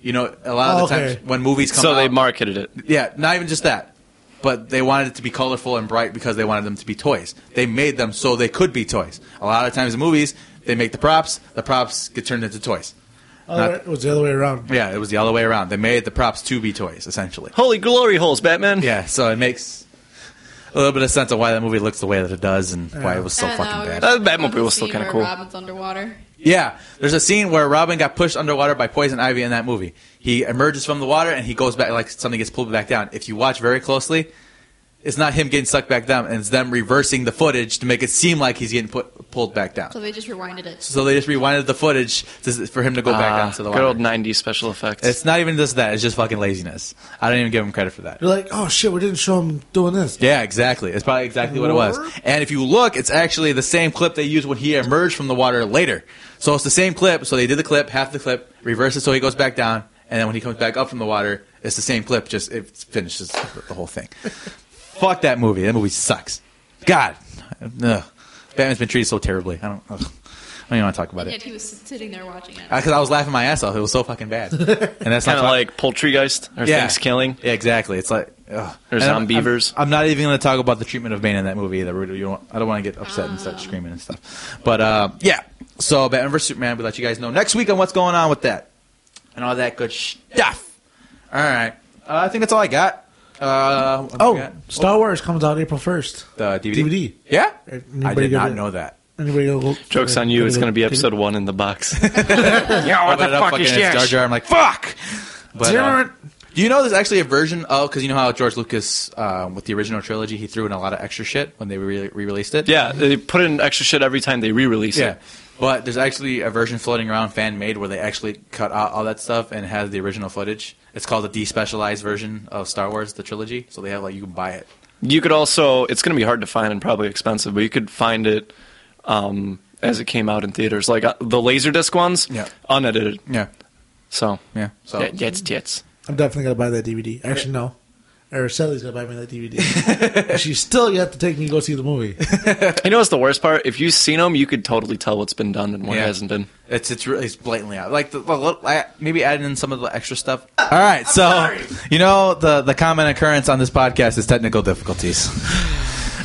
[SPEAKER 2] You know, a lot of the
[SPEAKER 1] Okay.
[SPEAKER 2] times when movies come
[SPEAKER 3] So
[SPEAKER 2] out,
[SPEAKER 3] they marketed it.
[SPEAKER 2] yeah, not even just that. But they wanted it to be colorful and bright because they wanted them to be toys. They made them so they could be toys. A lot of times in movies, they make the props, the props get turned into toys.
[SPEAKER 1] Other- it was the other way around.
[SPEAKER 2] Yeah, it was the other way around. They made the props to be toys, essentially.
[SPEAKER 3] Holy glory holes, Batman!
[SPEAKER 2] Yeah, so it makes a little bit of sense of why that movie looks the way that it does and why it was so
[SPEAKER 4] I don't know,
[SPEAKER 2] fucking
[SPEAKER 4] we were
[SPEAKER 2] bad.
[SPEAKER 3] Uh,
[SPEAKER 4] talking
[SPEAKER 3] Batmobile
[SPEAKER 4] about the
[SPEAKER 3] was still
[SPEAKER 4] scene
[SPEAKER 3] kinda
[SPEAKER 4] where
[SPEAKER 3] cool.
[SPEAKER 4] Robin's underwater.
[SPEAKER 2] Yeah, there's a scene where Robin got pushed underwater by poison ivy in that movie. He emerges from the water and he goes back like something gets pulled back down. If you watch very closely, it's not him getting sucked back down, and it's them reversing the footage to make it seem like he's getting put, pulled back down.
[SPEAKER 4] So they just rewinded it.
[SPEAKER 2] So they just rewinded the footage to, for him to go back
[SPEAKER 3] Ah,
[SPEAKER 2] down to the
[SPEAKER 3] good
[SPEAKER 2] water.
[SPEAKER 3] old '90s special effects.
[SPEAKER 2] it's not even just that; it's just fucking laziness. I don't even give him credit for that.
[SPEAKER 1] You're like, oh shit, we didn't show him doing this.
[SPEAKER 2] Yeah, exactly. It's probably exactly what it was. And if you look, it's actually the same clip they used when he emerged from the water later. So it's the same clip. So they did the clip, half the clip, reverse it so he goes back down, and then when he comes back up from the water, it's the same clip. Just it finishes the whole thing. Fuck that movie. That movie sucks. God, ugh. Batman's been treated so terribly. I don't. Ugh. I don't even want to talk about
[SPEAKER 4] Yet
[SPEAKER 2] it
[SPEAKER 4] he was sitting there watching it.
[SPEAKER 2] because I was laughing my ass off. It was so fucking bad. And that's not
[SPEAKER 3] kind
[SPEAKER 2] talk-
[SPEAKER 3] of like Poultrygeist or Thanksgilling.
[SPEAKER 2] yeah, exactly. It's like ugh.
[SPEAKER 3] Or
[SPEAKER 2] And I'm-
[SPEAKER 3] Zombievers.
[SPEAKER 2] I'm, I'm not even going to talk about the treatment of Bane in that movie either. We- You don't, I don't want to get upset and start screaming and stuff. But uh, yeah, so Batman vs Superman. We let you guys know next week on what's going on with that and all that good stuff. All right, uh, I think that's all I got. Uh, what
[SPEAKER 1] Oh,
[SPEAKER 2] we got? uh,
[SPEAKER 1] Star Wars comes out April first.
[SPEAKER 2] the DVD.
[SPEAKER 1] DVD.
[SPEAKER 2] Yeah, I
[SPEAKER 1] Anybody
[SPEAKER 2] did
[SPEAKER 1] got
[SPEAKER 2] not
[SPEAKER 1] it?
[SPEAKER 2] know that.
[SPEAKER 1] Anybody gonna go?
[SPEAKER 3] Jokes on you. It's going to be episode one in the box. yeah,
[SPEAKER 2] Open it up, fucking it's Jar Jar. I'm like, fuck. But, uh, do you know there's actually a version of because you know how George Lucas um, with the original trilogy he threw in a lot of extra shit when they re- re-released it.
[SPEAKER 3] Yeah, they put in extra shit every time they re-release
[SPEAKER 2] Yeah.
[SPEAKER 3] it.
[SPEAKER 2] But there's actually a version floating around fan made where they actually cut out all that stuff and has the original footage. It's called the despecialized version of Star Wars the trilogy. So they have like you can buy it.
[SPEAKER 3] You could also. It's going to be hard to find and probably expensive, but you could find it um, as it came out in theaters, like uh, the Laserdisc ones,
[SPEAKER 2] Yeah.
[SPEAKER 3] unedited.
[SPEAKER 2] Yeah.
[SPEAKER 3] So
[SPEAKER 2] Yeah. So
[SPEAKER 3] yeah, it's tits.
[SPEAKER 1] I'm definitely gonna buy that DVD. Actually, no. Araceli's gonna buy me that DVD. She's still yet to take me to go see the movie.
[SPEAKER 3] You know what's the worst part? If you've seen them, you could totally tell what's been done and what
[SPEAKER 2] Yeah.
[SPEAKER 3] hasn't been.
[SPEAKER 2] It's it's really it's blatantly out. Like the, the little, I, maybe adding in some of the extra stuff. All right, so you know the the common occurrence on this podcast is technical difficulties.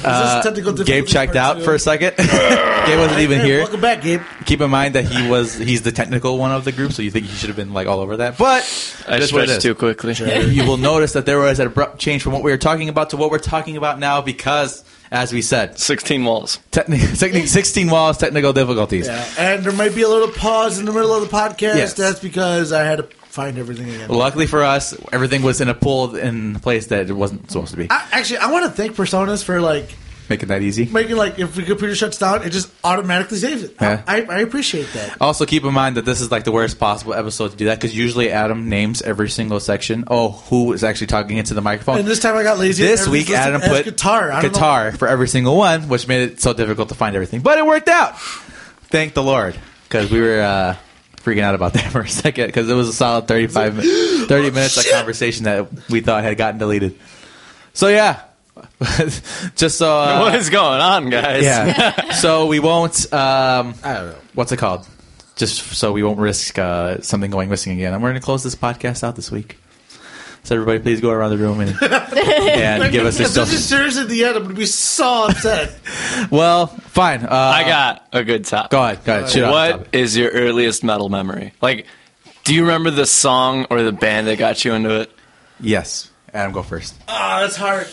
[SPEAKER 2] Uh,
[SPEAKER 1] technical
[SPEAKER 2] Gabe
[SPEAKER 1] difficulties
[SPEAKER 2] checked
[SPEAKER 1] part
[SPEAKER 2] out
[SPEAKER 1] two?
[SPEAKER 2] for a second. Gabe wasn't even
[SPEAKER 1] Hey,
[SPEAKER 2] here.
[SPEAKER 1] Welcome back, Gabe.
[SPEAKER 2] Keep in mind that he was he's the technical one of the group, so you think he should have been like all over that. But
[SPEAKER 3] I
[SPEAKER 2] that's what it
[SPEAKER 3] switched
[SPEAKER 2] is.
[SPEAKER 3] too quickly.
[SPEAKER 2] you will notice that there was an abrupt change from what we were talking about to what we're talking about now because, as we said,
[SPEAKER 3] Sixteen walls.
[SPEAKER 2] techni- techni- 16 walls, technical difficulties.
[SPEAKER 1] Yeah, and there might be a little pause in the middle of the podcast.
[SPEAKER 2] Yes.
[SPEAKER 1] That's because I had to find everything again.
[SPEAKER 2] Luckily for us, everything was in a pool in a place that it wasn't supposed to be.
[SPEAKER 1] I, actually, I want to thank Personas for like
[SPEAKER 2] Making that easy.
[SPEAKER 1] making like if the computer shuts down, it just automatically saves it.
[SPEAKER 2] Yeah.
[SPEAKER 1] I, I appreciate that.
[SPEAKER 2] Also, keep in mind that this is like the worst possible episode to do that because usually Adam names every single section. Oh, who is actually talking into the microphone?
[SPEAKER 1] And this time I got lazy.
[SPEAKER 2] this
[SPEAKER 1] and
[SPEAKER 2] week,
[SPEAKER 1] just
[SPEAKER 2] Adam
[SPEAKER 1] asked
[SPEAKER 2] put
[SPEAKER 1] guitar, I don't know.
[SPEAKER 2] guitar for every single one, which made it so difficult to find everything. But it worked out. Thank the Lord, because we were uh, freaking out about that for a second because it was a solid
[SPEAKER 1] oh,
[SPEAKER 2] 35, mi- 30 minutes of conversation that we thought had gotten deleted. So yeah, just so uh,
[SPEAKER 3] what is going on, guys?
[SPEAKER 2] yeah. so we won't. Um,
[SPEAKER 1] I don't know.
[SPEAKER 2] what's it called? Just so we won't risk uh, something going missing again. And we're going to close this podcast out this week. So everybody, please go around the room and, and give us a
[SPEAKER 1] if this is
[SPEAKER 2] stuff.
[SPEAKER 1] serious at the end, I'm going to be so upset.
[SPEAKER 2] Well, fine. Uh,
[SPEAKER 3] I got a good top.
[SPEAKER 2] Go ahead. Go ahead. Shoot out the topic.
[SPEAKER 3] What is your earliest metal memory? Like, do you remember the song or the band that got you into it?
[SPEAKER 2] Yes. Adam, go first.
[SPEAKER 1] Ah, that's hard.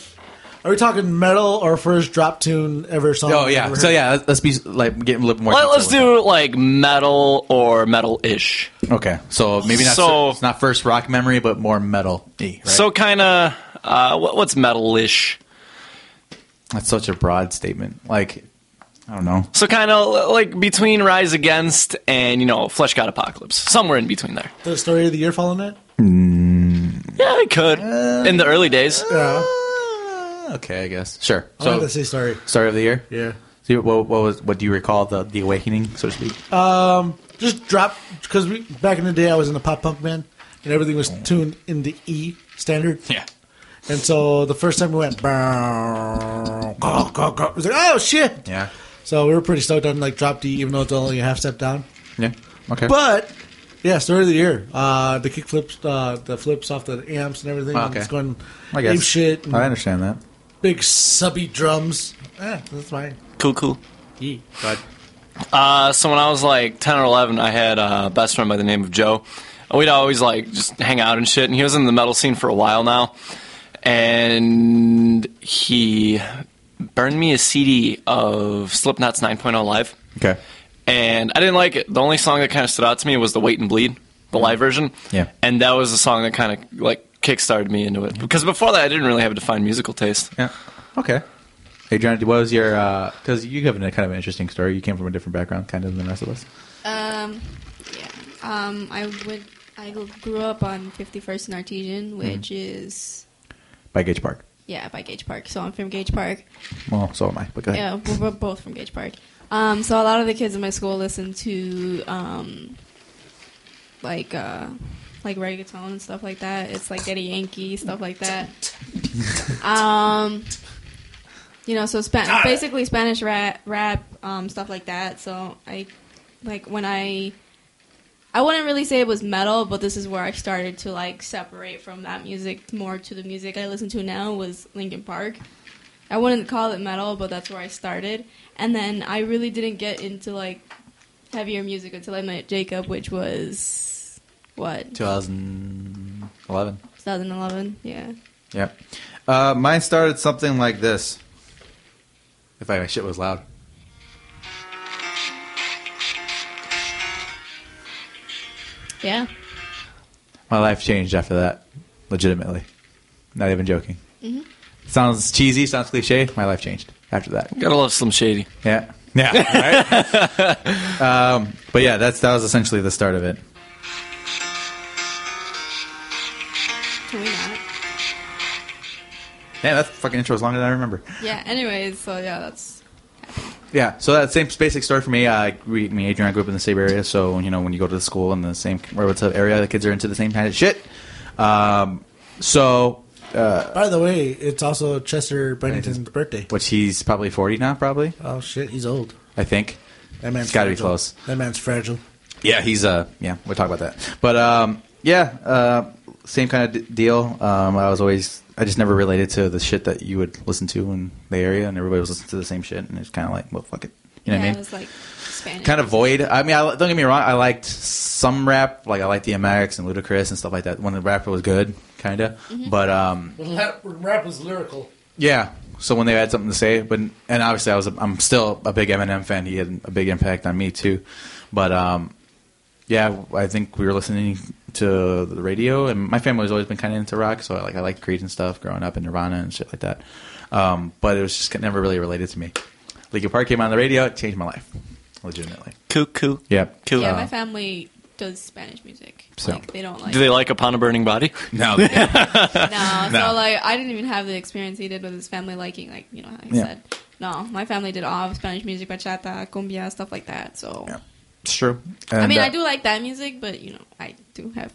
[SPEAKER 1] Are we talking metal or first drop tune ever song?
[SPEAKER 2] Oh
[SPEAKER 1] you
[SPEAKER 2] yeah.
[SPEAKER 1] ever
[SPEAKER 2] So
[SPEAKER 1] heard?
[SPEAKER 2] yeah, let's- let's be like getting a little more.
[SPEAKER 3] Let, let's
[SPEAKER 2] detailed
[SPEAKER 3] do like metal or metal-ish.
[SPEAKER 2] with that. Okay. So maybe not.
[SPEAKER 3] So-
[SPEAKER 2] it's not first rock memory, but more metal. Right?
[SPEAKER 3] So kind of uh, what, what's metal-ish?
[SPEAKER 2] that's such a broad statement. Like, I don't know.
[SPEAKER 3] So kind of like between Rise Against and you know Flesh God Apocalypse, somewhere in between there.
[SPEAKER 1] The story of the year following that?
[SPEAKER 3] Yeah, I could in the early days.
[SPEAKER 1] Yeah.
[SPEAKER 2] Uh, okay, I guess. Sure.
[SPEAKER 1] I wanted
[SPEAKER 2] So
[SPEAKER 1] to say story.
[SPEAKER 2] start of the year.
[SPEAKER 1] Yeah.
[SPEAKER 2] So you- what, what was what do you recall the the awakening, so to speak?
[SPEAKER 1] Oh. Just drop, because we back in the day I was in the pop punk band and everything was tuned in the E standard.
[SPEAKER 2] Yeah.
[SPEAKER 1] And so the first time we went, "Bow, caw, caw, caw," it was like, oh shit.
[SPEAKER 2] Yeah.
[SPEAKER 1] So we were pretty stoked on like drop D, even though it's only a half step down.
[SPEAKER 2] Yeah. Okay.
[SPEAKER 1] But yeah, story of the year. Uh, the kick flips, uh, the flips off the amps and everything.
[SPEAKER 2] Oh,
[SPEAKER 1] and
[SPEAKER 2] okay.
[SPEAKER 1] It's going
[SPEAKER 2] I guess.
[SPEAKER 1] ape shit. and
[SPEAKER 2] I understand that.
[SPEAKER 1] Big subby drums. Yeah, that's fine.
[SPEAKER 3] Cool, cool.
[SPEAKER 1] E.
[SPEAKER 3] Uh, so when I was like ten or eleven, I had a best friend by the name of Joe. We'd always like just hang out and shit. And he was in the metal scene for a while now, and he burned me a CD of Slipknot's 9.0 live.
[SPEAKER 2] Okay.
[SPEAKER 3] and I didn't like it. The only song that kind of stood out to me was the Wait and Bleed, the live version.
[SPEAKER 2] Yeah.
[SPEAKER 3] and that was the song that kind of like kickstarted me into it because before that I didn't really have a defined musical taste.
[SPEAKER 2] Yeah. Okay. Hey, John, what was your? Because you have a kind of an interesting story. You came from a different background, kind of than the rest of us.
[SPEAKER 4] Um, yeah. Um, I would. I grew up on 51st and Artesian, which is
[SPEAKER 2] By Gage Park.
[SPEAKER 4] yeah by Gage Park. So I'm from Gage Park.
[SPEAKER 2] Well, so am I. But go ahead.
[SPEAKER 4] Yeah, we're, we're both from Gage Park. Um, so a lot of the kids in my school listen to um, like uh, like reggaeton and stuff like that. It's like Daddy Yankee stuff like that. Um, you know, so Spa- basically Spanish rap, rap um, stuff like that. So I like when I. I wouldn't really say it was metal, but this is where I started to like separate from that music more to the music I listen to now was Linkin Park. I wouldn't call it metal, but that's where I started. And then I really didn't get into like heavier music until I met Jacob, which was what
[SPEAKER 2] 2011.
[SPEAKER 4] 2011. Yeah.
[SPEAKER 2] Yep. Uh, mine started something like this. If I, my shit was loud.
[SPEAKER 4] Yeah.
[SPEAKER 2] My life changed after that, legitimately. Not even joking. Sounds cheesy, sounds cliche. My life changed after that.
[SPEAKER 3] Gotta love Slim Shady.
[SPEAKER 2] Yeah, yeah. Right? um, but yeah, that's that was essentially the start of it.
[SPEAKER 4] Can we not?
[SPEAKER 2] Yeah, that fucking intro was longer than I remember.
[SPEAKER 4] Yeah. Anyways, so yeah, that's
[SPEAKER 2] Yeah, so that same basic story for me. Uh, we, me, and Adrian, I grew up in the same area, so you know when you go to the school in the same or what's up area, the kids are into the same kind of shit. Um, so,
[SPEAKER 1] By the way, it's also Chester Bennington's birthday.
[SPEAKER 2] which he's probably forty now, probably
[SPEAKER 1] Oh shit, he's old.
[SPEAKER 2] I think.
[SPEAKER 1] That man's
[SPEAKER 2] It's gotta be
[SPEAKER 1] fragile.
[SPEAKER 2] close.
[SPEAKER 1] That man's fragile.
[SPEAKER 2] Yeah, he's uh yeah, we'll talk about that. But um yeah, uh same kind of d- deal. Um I was always I just never related to the shit that you would listen to in the area and everybody was listening to the same shit and it's kind of like, well fuck it. You know
[SPEAKER 4] yeah,
[SPEAKER 2] what I
[SPEAKER 4] it
[SPEAKER 2] mean?
[SPEAKER 4] was like Spanish.
[SPEAKER 2] Kind of void. I mean, I, don't get me wrong. I liked some rap, like I liked DMX and Ludacris and stuff like that. When the rapper was good, kind of.
[SPEAKER 4] Mm-hmm.
[SPEAKER 2] But um,
[SPEAKER 1] Rap was lyrical.
[SPEAKER 2] yeah. So when they had something to say, but and obviously I was a, I'm still a big Eminem fan. He had a big impact on me too. But um, yeah, I think we were listening to the radio, and my family has always been kind of into rock, so I, like I liked Creed and stuff growing up, and Nirvana and shit like that. Um, but it was just never really related to me. Linkin Park came on the radio, it changed my life, legitimately.
[SPEAKER 3] Cuckoo.
[SPEAKER 2] Yeah.
[SPEAKER 3] Cool.
[SPEAKER 4] yeah, my family does Spanish music.
[SPEAKER 2] uh, So-
[SPEAKER 4] Like they don't like.
[SPEAKER 3] Do they like Upon a Burning Body?
[SPEAKER 2] No,
[SPEAKER 4] no,
[SPEAKER 2] No.
[SPEAKER 4] So like, I didn't even have the experience he did with his family liking, like you know, how I
[SPEAKER 2] Yeah.
[SPEAKER 4] said. No, my family did all of Spanish music, bachata, cumbia, stuff like that. So.
[SPEAKER 2] Yeah. it's true.
[SPEAKER 4] I
[SPEAKER 2] And,
[SPEAKER 4] mean,
[SPEAKER 2] uh,
[SPEAKER 4] I do like that music, but you know, I do have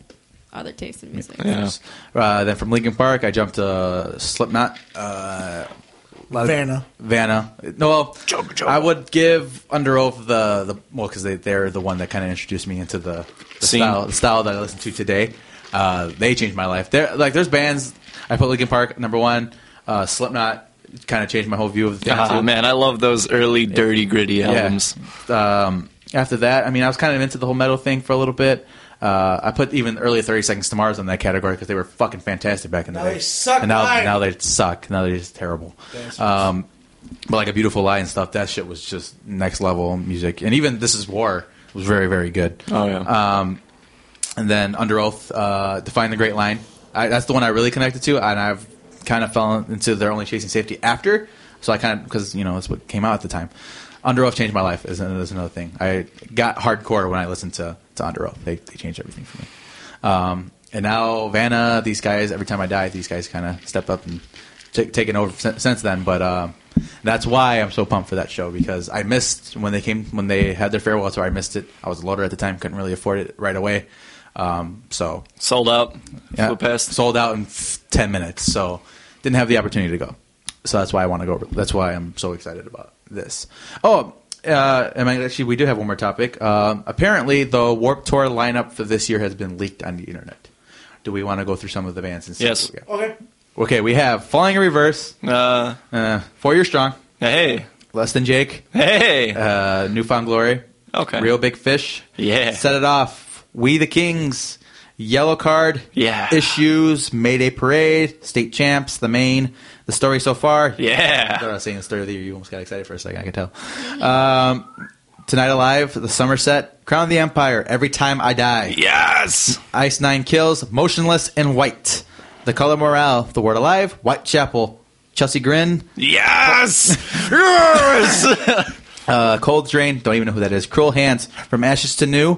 [SPEAKER 4] other tastes in music.
[SPEAKER 3] Yeah.
[SPEAKER 2] Uh, then from Lincoln Park, I jumped to Slipknot. Uh,
[SPEAKER 1] Vanna.
[SPEAKER 2] Vanna. No, well, I would give Under Oath the the well because they they're the one that kind of introduced me into the, the
[SPEAKER 3] Scene.
[SPEAKER 2] style the style that I listen to today. Uh, they changed my life. There, like there's bands I put Linkin Park number one, uh, Slipknot kind of changed my whole view of the
[SPEAKER 3] Ah,
[SPEAKER 2] band, too.
[SPEAKER 3] man, I love those early dirty gritty
[SPEAKER 2] Yeah.
[SPEAKER 3] albums.
[SPEAKER 2] Um, after that, I mean, I was kind of into the whole metal thing for a little bit. Uh, I put even early Thirty Seconds to Mars on that category because they were fucking fantastic back in the
[SPEAKER 1] Now
[SPEAKER 2] day.
[SPEAKER 1] they suck
[SPEAKER 2] and now,
[SPEAKER 1] live.
[SPEAKER 2] now they suck. Now they're just terrible. Um, but like a beautiful lie and stuff, that shit was just next level music. And even this is war was very very good.
[SPEAKER 3] Oh yeah.
[SPEAKER 2] Um, and then Under Oath, uh, Define the Great Line. I, that's the one I really connected to, and I've kind of fell into They're Only Chasing Safety after. So I kind of because you know that's what came out at the time. Under Oath changed my life. Is, is another thing. I got hardcore when I listened to to Under Oath. They, they changed everything for me. Um, and now Vanna, these guys. Every time I die, these guys kind of step up and take taken over since, since then. But um, that's why I'm so pumped for that show because I missed when they came when they had their farewell tour. I missed it. I was loaded at the time, couldn't really afford it right away. Um, so
[SPEAKER 3] Sold out.
[SPEAKER 2] yeah,
[SPEAKER 3] Flew past.
[SPEAKER 2] sold out in f- ten minutes. So didn't have the opportunity to go. So that's why I want to go. That's why I'm so excited about this. Oh, uh, and I- actually, we do have one more topic. Um, apparently, the Warp Tour lineup for this year has been leaked on the internet. Do we want to go through some of the bands? And see
[SPEAKER 3] Yes.
[SPEAKER 2] what we got?
[SPEAKER 1] Okay.
[SPEAKER 2] Okay, we have Falling in Reverse,
[SPEAKER 3] Uh,
[SPEAKER 2] uh, Four Year Strong,
[SPEAKER 3] hey,
[SPEAKER 2] Less Than Jake,
[SPEAKER 3] hey.
[SPEAKER 2] uh, Newfound Glory,
[SPEAKER 3] okay.
[SPEAKER 2] Real Big Fish,
[SPEAKER 3] Yeah.
[SPEAKER 2] Set It Off, We the Kings, Yellow Card,
[SPEAKER 3] Yeah.
[SPEAKER 2] Issues, Mayday Parade, State Champs, The Main, The Story So Far. I thought I
[SPEAKER 3] Yeah.
[SPEAKER 2] was saying The Story of the Year. You almost got excited for a second, I can tell. Um, Tonight Alive, The Somerset, Crown of the Empire, Every Time I Die.
[SPEAKER 3] Yes.
[SPEAKER 2] Ice Nine Kills, Motionless and White. The Color Morale, The Word Alive, Whitechapel, Chelsea Grin,
[SPEAKER 3] Yes. yes.
[SPEAKER 2] uh, Cold Drain, don't even know who that is, Cruel Hands, From Ashes to New,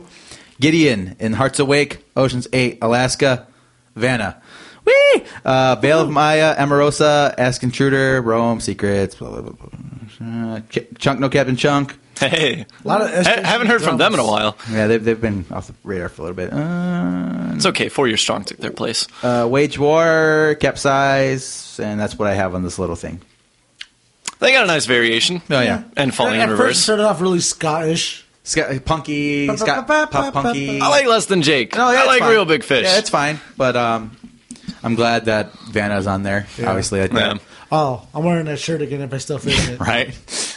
[SPEAKER 2] Gideon, In Hearts Awake, Oceans 8, Alaska, Vanna. Whee! Uh, Veil of Maya, Amorosa, Ask Intruder, Rome, Secrets, blah, blah, blah, blah. Uh, Ch- Chunk No Captain Chunk.
[SPEAKER 3] hey.
[SPEAKER 1] A lot of
[SPEAKER 3] I haven't heard from them in a while.
[SPEAKER 2] Yeah, they've, they've been off the radar for a little bit. Uh,
[SPEAKER 3] It's okay. Four Year Strong took their place.
[SPEAKER 2] uh, Wage War, Capsize, and that's what I have on this little thing.
[SPEAKER 3] They got a nice variation.
[SPEAKER 2] Oh, yeah.
[SPEAKER 3] And Falling
[SPEAKER 1] at
[SPEAKER 3] in
[SPEAKER 1] First it
[SPEAKER 3] Reverse.
[SPEAKER 1] started off really Scottish.
[SPEAKER 2] Scott, punky,
[SPEAKER 1] Ba- ba-
[SPEAKER 2] Scott,
[SPEAKER 1] ba- ba-
[SPEAKER 2] pop
[SPEAKER 1] ba-
[SPEAKER 2] punky.
[SPEAKER 1] ba-
[SPEAKER 3] I like Less Than Jake.
[SPEAKER 2] No, Oh, yeah,
[SPEAKER 3] I
[SPEAKER 2] it's
[SPEAKER 3] like
[SPEAKER 2] fine.
[SPEAKER 3] Real Big Fish.
[SPEAKER 2] Yeah, it's fine. But um, I'm glad that Vanna's on there. Obviously, I think.
[SPEAKER 3] Yeah.
[SPEAKER 1] Oh, I'm wearing that shirt again if I still fit in it.
[SPEAKER 2] Right.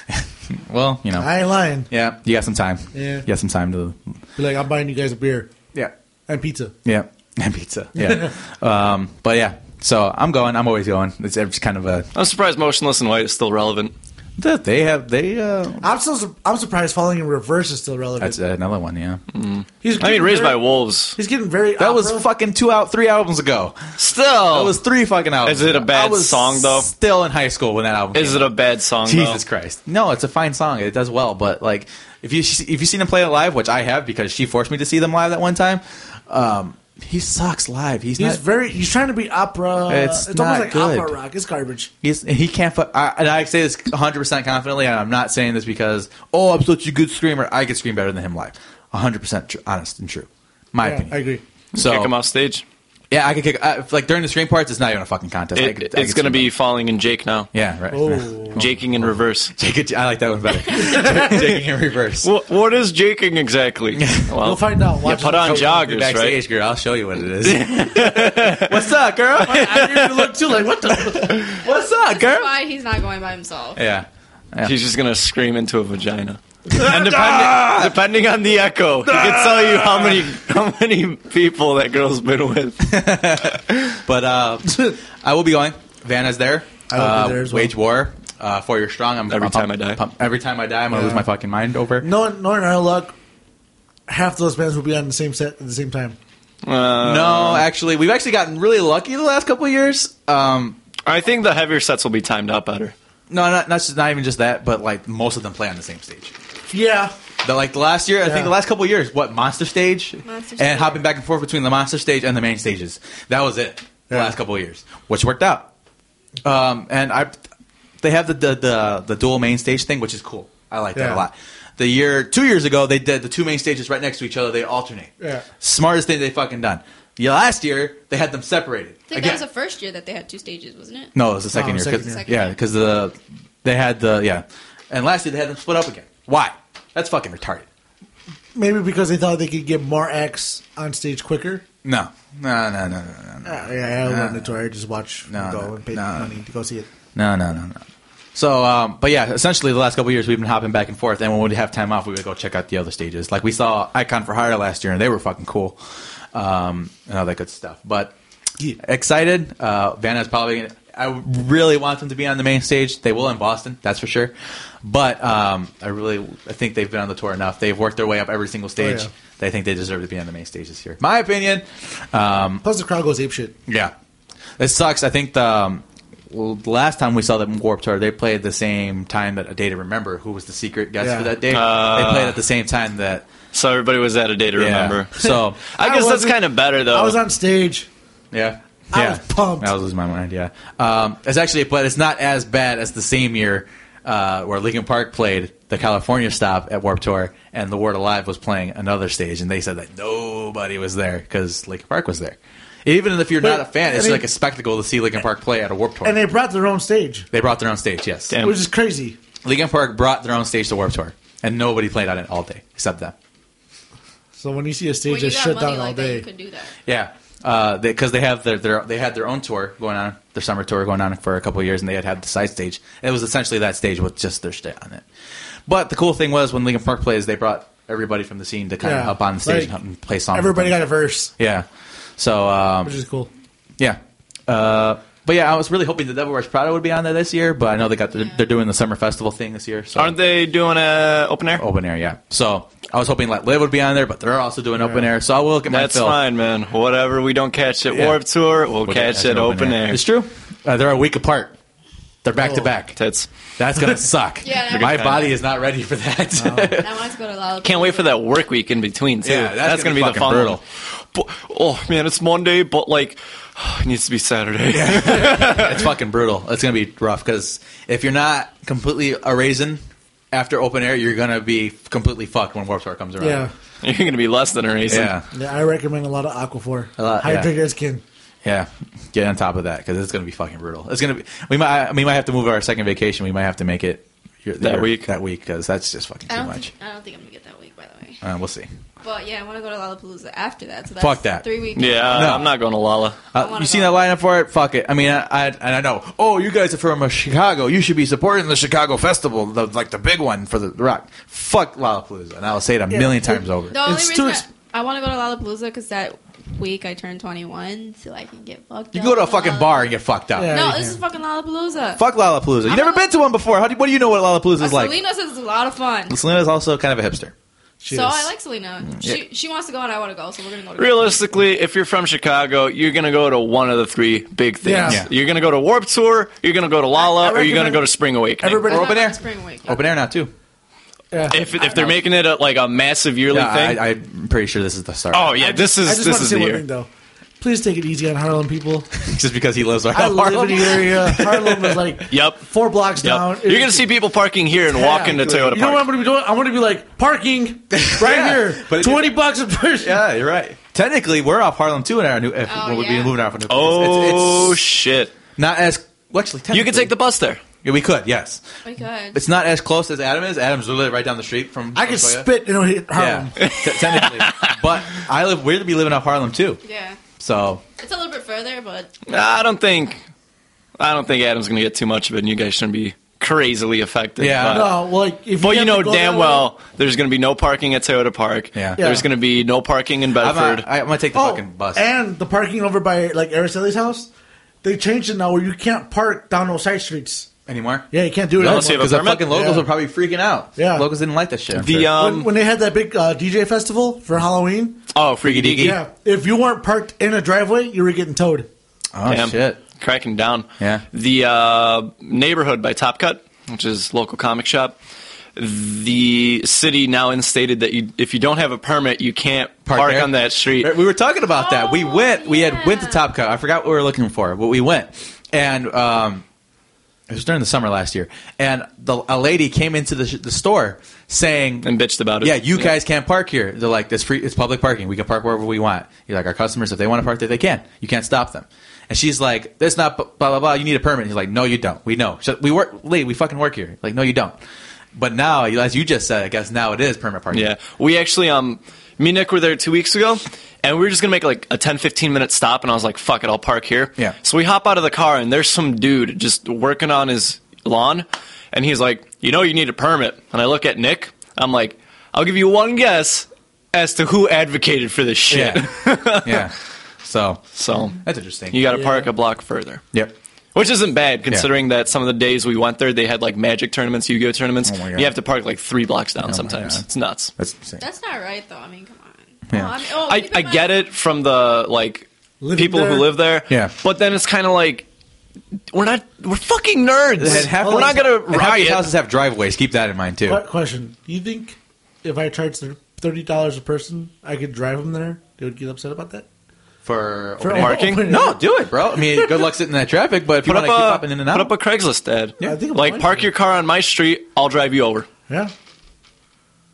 [SPEAKER 2] well, you know.
[SPEAKER 1] I ain't lying.
[SPEAKER 2] yeah, you got some time.
[SPEAKER 1] Yeah.
[SPEAKER 2] You got some time to.
[SPEAKER 1] Be like, I'm buying you guys a beer
[SPEAKER 2] Yeah.
[SPEAKER 1] and pizza.
[SPEAKER 2] Yeah. And pizza. Yeah. um, but yeah. So I'm going. I'm always going. It's, it's kind of a
[SPEAKER 3] I'm surprised Motionless and White is still relevant.
[SPEAKER 2] they have they. Uh,
[SPEAKER 1] I'm still sur- I'm surprised falling in reverse is still relevant.
[SPEAKER 2] that's another one. Yeah.
[SPEAKER 1] He's
[SPEAKER 3] I mean,
[SPEAKER 1] getting
[SPEAKER 3] Raised
[SPEAKER 1] very-
[SPEAKER 3] by Wolves.
[SPEAKER 1] He's getting very.
[SPEAKER 2] That was
[SPEAKER 1] opera.
[SPEAKER 2] fucking two out three albums ago.
[SPEAKER 3] Still.
[SPEAKER 2] That was three fucking albums.
[SPEAKER 3] Oh. Is it a
[SPEAKER 2] ago.
[SPEAKER 3] bad
[SPEAKER 2] I was
[SPEAKER 3] song, though?
[SPEAKER 2] Still in high school when that album. came
[SPEAKER 3] Is it a bad song?
[SPEAKER 2] Jesus
[SPEAKER 3] though?
[SPEAKER 2] Christ! No, it's a fine song. It does well, but like if you if you've seen him play it live, which I have because she forced me to see them live that one time, um, he sucks live. He's,
[SPEAKER 1] He's
[SPEAKER 2] not.
[SPEAKER 1] very. He's trying to be opera.
[SPEAKER 2] It's
[SPEAKER 1] It's,
[SPEAKER 2] not
[SPEAKER 1] almost like
[SPEAKER 2] good.
[SPEAKER 1] opera rock. It's garbage.
[SPEAKER 2] he's he can't. Fu- I, and I say this 100 percent confidently, and I'm not saying this because oh, I'm such a good screamer. I could scream better than him live. 100 percent honest and true. My
[SPEAKER 1] Yeah,
[SPEAKER 2] opinion.
[SPEAKER 1] I agree.
[SPEAKER 2] So
[SPEAKER 3] Kick him off stage.
[SPEAKER 2] yeah, I could kick. I, like during the scream parts, it's not even a fucking contest. I
[SPEAKER 3] It,
[SPEAKER 2] could, I
[SPEAKER 3] it's
[SPEAKER 2] could
[SPEAKER 3] going
[SPEAKER 2] scream
[SPEAKER 3] to be
[SPEAKER 2] better.
[SPEAKER 3] Falling in Jake now.
[SPEAKER 2] Yeah, right.
[SPEAKER 1] Oh.
[SPEAKER 3] Jaking in reverse.
[SPEAKER 2] Take it. I like that one better. Taking in reverse.
[SPEAKER 3] What, what is jaking exactly? Well,
[SPEAKER 1] We'll find out.
[SPEAKER 3] You
[SPEAKER 1] Watch
[SPEAKER 3] put
[SPEAKER 1] it.
[SPEAKER 3] on
[SPEAKER 2] You're
[SPEAKER 3] joggers,
[SPEAKER 2] backstage,
[SPEAKER 3] right?
[SPEAKER 2] girl. I'll show you what it is. What's up, girl?
[SPEAKER 1] I didn't even look too. Like what the?
[SPEAKER 2] What's up,
[SPEAKER 4] That's
[SPEAKER 2] girl?
[SPEAKER 4] why he's not going by himself.
[SPEAKER 2] Yeah.
[SPEAKER 3] He's just gonna scream into a vagina. and
[SPEAKER 1] Ah!
[SPEAKER 3] depending, depending on the echo, he can tell you how many how many people that girl's been with.
[SPEAKER 2] But uh, I will be going. Vanna's there.
[SPEAKER 1] I will be
[SPEAKER 2] Uh,
[SPEAKER 1] there as
[SPEAKER 2] Wage war. Uh, four years strong. I'm
[SPEAKER 3] Every
[SPEAKER 2] I'm
[SPEAKER 3] time
[SPEAKER 2] pumped-
[SPEAKER 3] I die.
[SPEAKER 2] pumped. every time I die, I'm gonna lose my fucking mind over.
[SPEAKER 1] Knowing knowing our luck, half those bands will be on the same set at the same time.
[SPEAKER 3] Uh,
[SPEAKER 2] No, actually, we've actually gotten really lucky the last couple of years. Um,
[SPEAKER 3] I think the heavier sets will be timed out better.
[SPEAKER 2] no, not not, just, not even just that, but like most of them play on the same stage.
[SPEAKER 1] Yeah.
[SPEAKER 2] The, like the last year, I
[SPEAKER 1] Yeah.
[SPEAKER 2] think the last couple of years, what monster stage,
[SPEAKER 4] Monster
[SPEAKER 2] and
[SPEAKER 4] stage.
[SPEAKER 2] hopping back and forth between the monster stage and the main stages. That was it. The
[SPEAKER 1] Yeah.
[SPEAKER 2] last couple of years, which worked out. Um, and I, they have the, the the the dual main stage thing, which is cool. I like that
[SPEAKER 1] Yeah.
[SPEAKER 2] a lot. The year two years ago, they did the two main stages right next to each other. They alternate.
[SPEAKER 1] Yeah.
[SPEAKER 2] Smartest thing they fucking done. Yeah, last year they had them separated.
[SPEAKER 4] I think that
[SPEAKER 2] Again.
[SPEAKER 4] was the first year that they had two stages, wasn't it?
[SPEAKER 2] No, it was the second
[SPEAKER 1] No,
[SPEAKER 2] year.
[SPEAKER 1] Oh, second
[SPEAKER 2] 'cause-
[SPEAKER 1] year.
[SPEAKER 4] Second
[SPEAKER 2] Yeah,
[SPEAKER 4] year.
[SPEAKER 2] because the they had the yeah, and last year they had them split up again. Why? That's fucking retarded.
[SPEAKER 1] Maybe because they thought they could get more acts on stage quicker.
[SPEAKER 2] No, no, no, no, no, no,
[SPEAKER 1] Uh, yeah, I wouldn't it to her. Just watch
[SPEAKER 2] No,
[SPEAKER 1] go
[SPEAKER 2] no,
[SPEAKER 1] and pay
[SPEAKER 2] no.
[SPEAKER 1] money to go see it.
[SPEAKER 2] no, no, no, no. So, um, but yeah, essentially the last couple of years we've been hopping back and forth, and when we'd have time off, we would go check out the other stages. Like we saw Icon for Hire last year, and they were fucking cool, um, and all that good stuff. But
[SPEAKER 1] Yeah.
[SPEAKER 2] excited, uh, Vanna's probably. Gonna, I really want them to be on the main stage. They will in Boston, that's for sure. But um, I really, I think they've been on the tour enough. They've worked their way up every single stage.
[SPEAKER 1] Oh, yeah.
[SPEAKER 2] They think they deserve to be on the main stage this year. My opinion. Um,
[SPEAKER 1] Plus, the crowd goes apeshit.
[SPEAKER 2] yeah, it sucks. I think the um, well, the last time we saw them Warped Tour, they played the same time that A Day to Remember, who was the secret guest
[SPEAKER 1] Yeah.
[SPEAKER 2] for that day. they played at the same time that.
[SPEAKER 3] So everybody was at a day to
[SPEAKER 2] Yeah.
[SPEAKER 3] remember.
[SPEAKER 2] So
[SPEAKER 3] I,
[SPEAKER 1] I
[SPEAKER 3] guess that's
[SPEAKER 1] wasn't-
[SPEAKER 3] kind of better though.
[SPEAKER 1] I was on stage.
[SPEAKER 2] yeah.
[SPEAKER 1] I
[SPEAKER 2] yeah.
[SPEAKER 1] was pumped.
[SPEAKER 2] I was losing my mind. Yeah, um, it's actually, but it's not as bad as the same year uh, where Lincoln Park played the California stop at Warped Tour, and the Word Alive was playing another stage, and they said that nobody was there because Lincoln Park was there. Even if you're not a
[SPEAKER 1] But,
[SPEAKER 2] fan,
[SPEAKER 1] I
[SPEAKER 2] it's
[SPEAKER 1] mean-
[SPEAKER 2] like a spectacle to see Lincoln Park play at a Warped Tour.
[SPEAKER 1] And they brought their own stage,
[SPEAKER 2] They brought their own stage, yes.
[SPEAKER 3] Damn.
[SPEAKER 1] which is crazy.
[SPEAKER 2] Linkin Park brought their own stage to Warped Tour, and nobody played on it all day except them.
[SPEAKER 1] So when you see a
[SPEAKER 4] When
[SPEAKER 1] stage
[SPEAKER 4] you
[SPEAKER 1] that's
[SPEAKER 4] got
[SPEAKER 1] shut
[SPEAKER 4] money
[SPEAKER 1] down
[SPEAKER 4] like
[SPEAKER 1] all
[SPEAKER 4] that, you
[SPEAKER 1] day,
[SPEAKER 4] could do that.
[SPEAKER 2] Yeah, because Uh, they, 'cause they have their, their they had their own tour going on, their summer tour going on for a couple of years, and they had had the side stage. It was essentially that stage with just their shit on it. But the cool thing was when Linkin Park plays, they brought everybody from the scene to kind
[SPEAKER 1] Yeah.
[SPEAKER 2] of help on the stage
[SPEAKER 1] Like,
[SPEAKER 2] and help and play songs.
[SPEAKER 1] everybody got a verse,
[SPEAKER 2] yeah. So um,
[SPEAKER 1] which is cool.
[SPEAKER 2] Yeah. Uh, but yeah, I was really hoping the Devil Wears Prada would be on there this year, but I know they got the, they're doing the summer festival thing this year. So.
[SPEAKER 3] Aren't they doing a open air?
[SPEAKER 2] open air, yeah. So I was hoping like Live would be on there, but they're also doing open air. So I will get my
[SPEAKER 3] That's
[SPEAKER 2] fill.
[SPEAKER 3] fine, man. Whatever we don't catch at
[SPEAKER 2] Yeah.
[SPEAKER 3] Warped Tour, we'll,
[SPEAKER 2] We'll
[SPEAKER 3] catch
[SPEAKER 2] get-
[SPEAKER 3] it open air.
[SPEAKER 2] It's true. Uh, they're a week apart. They're back to back.
[SPEAKER 3] Tits.
[SPEAKER 2] That's gonna suck.
[SPEAKER 4] Yeah, no.
[SPEAKER 2] my body is not ready for that.
[SPEAKER 4] And I wanted to go to Lollapalooza.
[SPEAKER 3] Can't wait for that work week in between too.
[SPEAKER 2] Yeah, that's gonna be
[SPEAKER 3] the
[SPEAKER 2] fucking
[SPEAKER 3] fun.
[SPEAKER 2] brutal.
[SPEAKER 3] But, oh man, it's Monday, but like it needs to be Saturday.
[SPEAKER 2] it's fucking brutal. It's gonna be rough because if you're not completely a raisin after open air, you're gonna be completely fucked when Warped Tour comes around.
[SPEAKER 1] Yeah.
[SPEAKER 3] You're gonna be less than a raisin.
[SPEAKER 2] Yeah,
[SPEAKER 1] Yeah, I recommend a lot of Aquaphor.
[SPEAKER 2] A lot, yeah.
[SPEAKER 1] Hydrate your skin.
[SPEAKER 2] yeah. Get on top of that because it's gonna be fucking brutal. It's gonna be. We might. We might have to move our second vacation. We might have to make it
[SPEAKER 3] That week.
[SPEAKER 2] That week because that's just fucking
[SPEAKER 4] I
[SPEAKER 2] too
[SPEAKER 4] don't,
[SPEAKER 2] much.
[SPEAKER 4] think, I don't think I'm gonna get that week, by the way.
[SPEAKER 2] Uh, we'll see.
[SPEAKER 4] But yeah, I want to go to Lollapalooza after that. So that's
[SPEAKER 2] Fuck that.
[SPEAKER 4] Three weeks.
[SPEAKER 3] Yeah,
[SPEAKER 2] No.
[SPEAKER 3] I'm not going to Lala.
[SPEAKER 4] I
[SPEAKER 2] Uh,
[SPEAKER 4] wanna
[SPEAKER 2] you seen that
[SPEAKER 4] go.
[SPEAKER 2] lineup for it? Fuck it. I mean, I, I and I know. Oh, you guys are from uh, Chicago. You should be supporting the Chicago Festival, the, like the big one for the Rock. Fuck Lollapalooza, and I'll say it a million times over.
[SPEAKER 4] The only
[SPEAKER 1] It's
[SPEAKER 4] reason
[SPEAKER 1] too
[SPEAKER 4] I-
[SPEAKER 1] ex-
[SPEAKER 4] I, want to go to Lollapalooza because that week I turned 21, so I can get fucked.
[SPEAKER 2] You
[SPEAKER 4] up
[SPEAKER 2] go to a
[SPEAKER 4] on
[SPEAKER 2] fucking
[SPEAKER 4] Lolla-
[SPEAKER 2] bar and get fucked up.
[SPEAKER 1] Yeah.
[SPEAKER 4] No,
[SPEAKER 1] you
[SPEAKER 4] this is
[SPEAKER 1] can.
[SPEAKER 4] fucking Lollapalooza.
[SPEAKER 2] Fuck Lollapalooza. You've
[SPEAKER 4] I'm
[SPEAKER 2] never
[SPEAKER 4] not-
[SPEAKER 2] been to one before. How do, what do you know what Lollapalooza
[SPEAKER 4] Uh,
[SPEAKER 2] is like?
[SPEAKER 4] Selena says it's a lot of fun.
[SPEAKER 2] Selena's also kind of a hipster.
[SPEAKER 1] She
[SPEAKER 4] so
[SPEAKER 1] is.
[SPEAKER 4] I like Selena.
[SPEAKER 2] Mm,
[SPEAKER 4] She she wants to go and I want to go, so we're gonna go. To
[SPEAKER 3] Realistically, if you're from Chicago, you're gonna go to one of the three big things.
[SPEAKER 1] Yeah.
[SPEAKER 2] Yeah.
[SPEAKER 3] You're gonna go to Warp Tour, you're gonna go to Lala,
[SPEAKER 1] I- I
[SPEAKER 3] or you're gonna
[SPEAKER 1] recommend-
[SPEAKER 3] go to Spring Awakening.
[SPEAKER 1] Everybody-
[SPEAKER 2] Or
[SPEAKER 4] It's
[SPEAKER 2] open
[SPEAKER 4] not
[SPEAKER 2] air.
[SPEAKER 4] Spring week.
[SPEAKER 2] Open air now too.
[SPEAKER 1] Yeah.
[SPEAKER 3] If, if they're making it a, like a massive yearly
[SPEAKER 2] Yeah,
[SPEAKER 3] thing,
[SPEAKER 2] I, I'm pretty sure this is the start.
[SPEAKER 3] oh yeah, this
[SPEAKER 1] I
[SPEAKER 3] is
[SPEAKER 1] just want
[SPEAKER 3] this
[SPEAKER 1] to
[SPEAKER 3] is
[SPEAKER 1] say
[SPEAKER 3] the
[SPEAKER 1] one
[SPEAKER 3] year.
[SPEAKER 1] thing though. Please take it easy on Harlem people.
[SPEAKER 2] just because he lives right
[SPEAKER 1] I
[SPEAKER 2] now.
[SPEAKER 1] live in the area. Harlem is like
[SPEAKER 3] Yep.
[SPEAKER 1] four blocks down.
[SPEAKER 3] Yep. You're gonna see people parking here and walking to Toyota
[SPEAKER 1] You know what I'm
[SPEAKER 3] Park.
[SPEAKER 1] going to be doing? I'm going to be like parking right here,
[SPEAKER 2] but it-
[SPEAKER 1] twenty bucks a person.
[SPEAKER 2] Yeah, you're right. Technically, we're off Harlem too in our new. If
[SPEAKER 4] Oh,
[SPEAKER 2] we would be
[SPEAKER 4] yeah.
[SPEAKER 2] moving out from new. place.
[SPEAKER 3] Oh
[SPEAKER 2] it's, it's
[SPEAKER 3] shit!
[SPEAKER 2] not as. Well, actually,
[SPEAKER 3] You can
[SPEAKER 2] technically-
[SPEAKER 3] take the bus there.
[SPEAKER 2] Yeah, we could. Yes,
[SPEAKER 4] Oh my god.
[SPEAKER 2] it's not as close as Adam is. Adam's literally right down the street from.
[SPEAKER 1] I can
[SPEAKER 2] from Toyota.
[SPEAKER 1] spit and it'll hit
[SPEAKER 2] Oh, Yeah,
[SPEAKER 1] Harlem.
[SPEAKER 2] te- technically, but I live. We're to be living off Harlem too.
[SPEAKER 4] yeah.
[SPEAKER 2] So
[SPEAKER 4] It's a little bit further, but
[SPEAKER 3] I don't think, I don't think Adam's gonna get too much of it, and you guys shouldn't be crazily affected.
[SPEAKER 2] Yeah.
[SPEAKER 3] but,
[SPEAKER 1] No, well, like if
[SPEAKER 3] but you
[SPEAKER 1] have
[SPEAKER 3] know
[SPEAKER 1] to go
[SPEAKER 3] damn
[SPEAKER 1] that
[SPEAKER 3] well there's gonna be no parking at Toyota Park.
[SPEAKER 2] Yeah.
[SPEAKER 1] Yeah.
[SPEAKER 3] there's gonna be no parking in
[SPEAKER 2] I'm,
[SPEAKER 3] Bedford.
[SPEAKER 2] not, I, am gonna take the
[SPEAKER 7] Oh,
[SPEAKER 1] way-
[SPEAKER 2] fucking bus.
[SPEAKER 1] Oh, and the parking over by like Araceli's house, they changed it now where you can't park down those side streets.
[SPEAKER 2] anymore.
[SPEAKER 1] Yeah, you can't do it.
[SPEAKER 3] Unless you
[SPEAKER 1] anymore.
[SPEAKER 2] Because
[SPEAKER 3] have
[SPEAKER 2] the
[SPEAKER 3] permit?
[SPEAKER 2] fucking locals
[SPEAKER 1] Yeah.
[SPEAKER 2] were probably freaking out.
[SPEAKER 1] Yeah.
[SPEAKER 2] locals didn't like that shit. I'm
[SPEAKER 3] the
[SPEAKER 7] uh,
[SPEAKER 2] sure.
[SPEAKER 3] um,
[SPEAKER 1] when, when they had that big uh, DJ festival for Halloween,
[SPEAKER 3] oh, freaky
[SPEAKER 2] Freaky
[SPEAKER 3] deaky,
[SPEAKER 2] deaky.
[SPEAKER 1] yeah, if you weren't parked in a driveway, you were getting towed.
[SPEAKER 2] oh
[SPEAKER 3] Damn.
[SPEAKER 2] shit.
[SPEAKER 3] cracking down.
[SPEAKER 2] Yeah.
[SPEAKER 3] the uh, neighborhood by Top Cut, which is local comic shop. The city now instated that you, if you don't have a permit, you can't
[SPEAKER 2] Park
[SPEAKER 3] park,
[SPEAKER 2] there?
[SPEAKER 3] on that street.
[SPEAKER 2] We were talking about that. We
[SPEAKER 4] Oh,
[SPEAKER 2] went. We had went to
[SPEAKER 4] yeah.
[SPEAKER 2] Top Cut. I forgot what we were looking for, but we went, and um, It was during the summer last year, and the, a lady came into the, sh- the store saying
[SPEAKER 3] And bitched about it.
[SPEAKER 2] Yeah, you
[SPEAKER 3] Yeah.
[SPEAKER 2] guys can't park here. They're like, it's free, it's public parking. We can park wherever we want. You're like, our customers, if they want to park there, they can. You can't stop them. And she's like, that's not blah blah blah. You need a permit. He's like, no, you don't. We know. She's like, we work late. We fucking work here. Like, no, you don't. But now, as you just said, I guess now it is permit parking.
[SPEAKER 3] Yeah. We actually, um, me and Nick were there two weeks ago, and we were just going to make like a 10, 15 minute stop, and I was like, fuck it, I'll park here.
[SPEAKER 2] Yeah.
[SPEAKER 3] So we hop out of the car, and there's some dude just working on his lawn, and he's like, you know, you need a permit. And I look at Nick, I'm like, I'll give you one guess as to who advocated for this shit.
[SPEAKER 2] Yeah. yeah. So
[SPEAKER 3] So
[SPEAKER 2] that's interesting.
[SPEAKER 3] you got to park a block further.
[SPEAKER 2] Yep.
[SPEAKER 3] Which isn't bad considering that some of the days we went there, they had like magic tournaments, Yu Gi Oh tournaments.
[SPEAKER 2] Oh my God. Oh
[SPEAKER 3] you have to park like three blocks down
[SPEAKER 2] my
[SPEAKER 3] sometimes.
[SPEAKER 2] God.
[SPEAKER 3] It's nuts.
[SPEAKER 2] That's insane.
[SPEAKER 4] That's not right, though. I mean, come on.
[SPEAKER 2] Yeah.
[SPEAKER 4] Oh, I, mean, oh,
[SPEAKER 3] I,
[SPEAKER 4] keep in
[SPEAKER 3] I
[SPEAKER 4] mind-
[SPEAKER 3] get it from the like
[SPEAKER 1] Living
[SPEAKER 3] people
[SPEAKER 1] there.
[SPEAKER 3] who live there.
[SPEAKER 2] Yeah.
[SPEAKER 3] But then it's kind of like we're not we're fucking nerds.
[SPEAKER 2] And half
[SPEAKER 3] we're not
[SPEAKER 2] these-
[SPEAKER 3] gonna
[SPEAKER 2] and half these
[SPEAKER 3] riot.
[SPEAKER 2] houses have driveways. Keep that in mind too.
[SPEAKER 1] Qu- question: Do you think if I charged thirty dollars a person, I could drive them there? They would get upset about that.
[SPEAKER 2] For,
[SPEAKER 1] For
[SPEAKER 2] opening-
[SPEAKER 1] parking?
[SPEAKER 2] opening- No, do it, bro. I mean, good luck sitting in that traffic. But if you
[SPEAKER 3] Put
[SPEAKER 2] want
[SPEAKER 3] up,
[SPEAKER 2] to keep
[SPEAKER 3] a,
[SPEAKER 2] popping in and
[SPEAKER 3] put
[SPEAKER 2] out,
[SPEAKER 3] up a Craigslist ad.
[SPEAKER 1] Yeah. I think I'm
[SPEAKER 3] like
[SPEAKER 1] going
[SPEAKER 3] park
[SPEAKER 1] to.
[SPEAKER 3] your car on my street. I'll drive you over.
[SPEAKER 1] Yeah,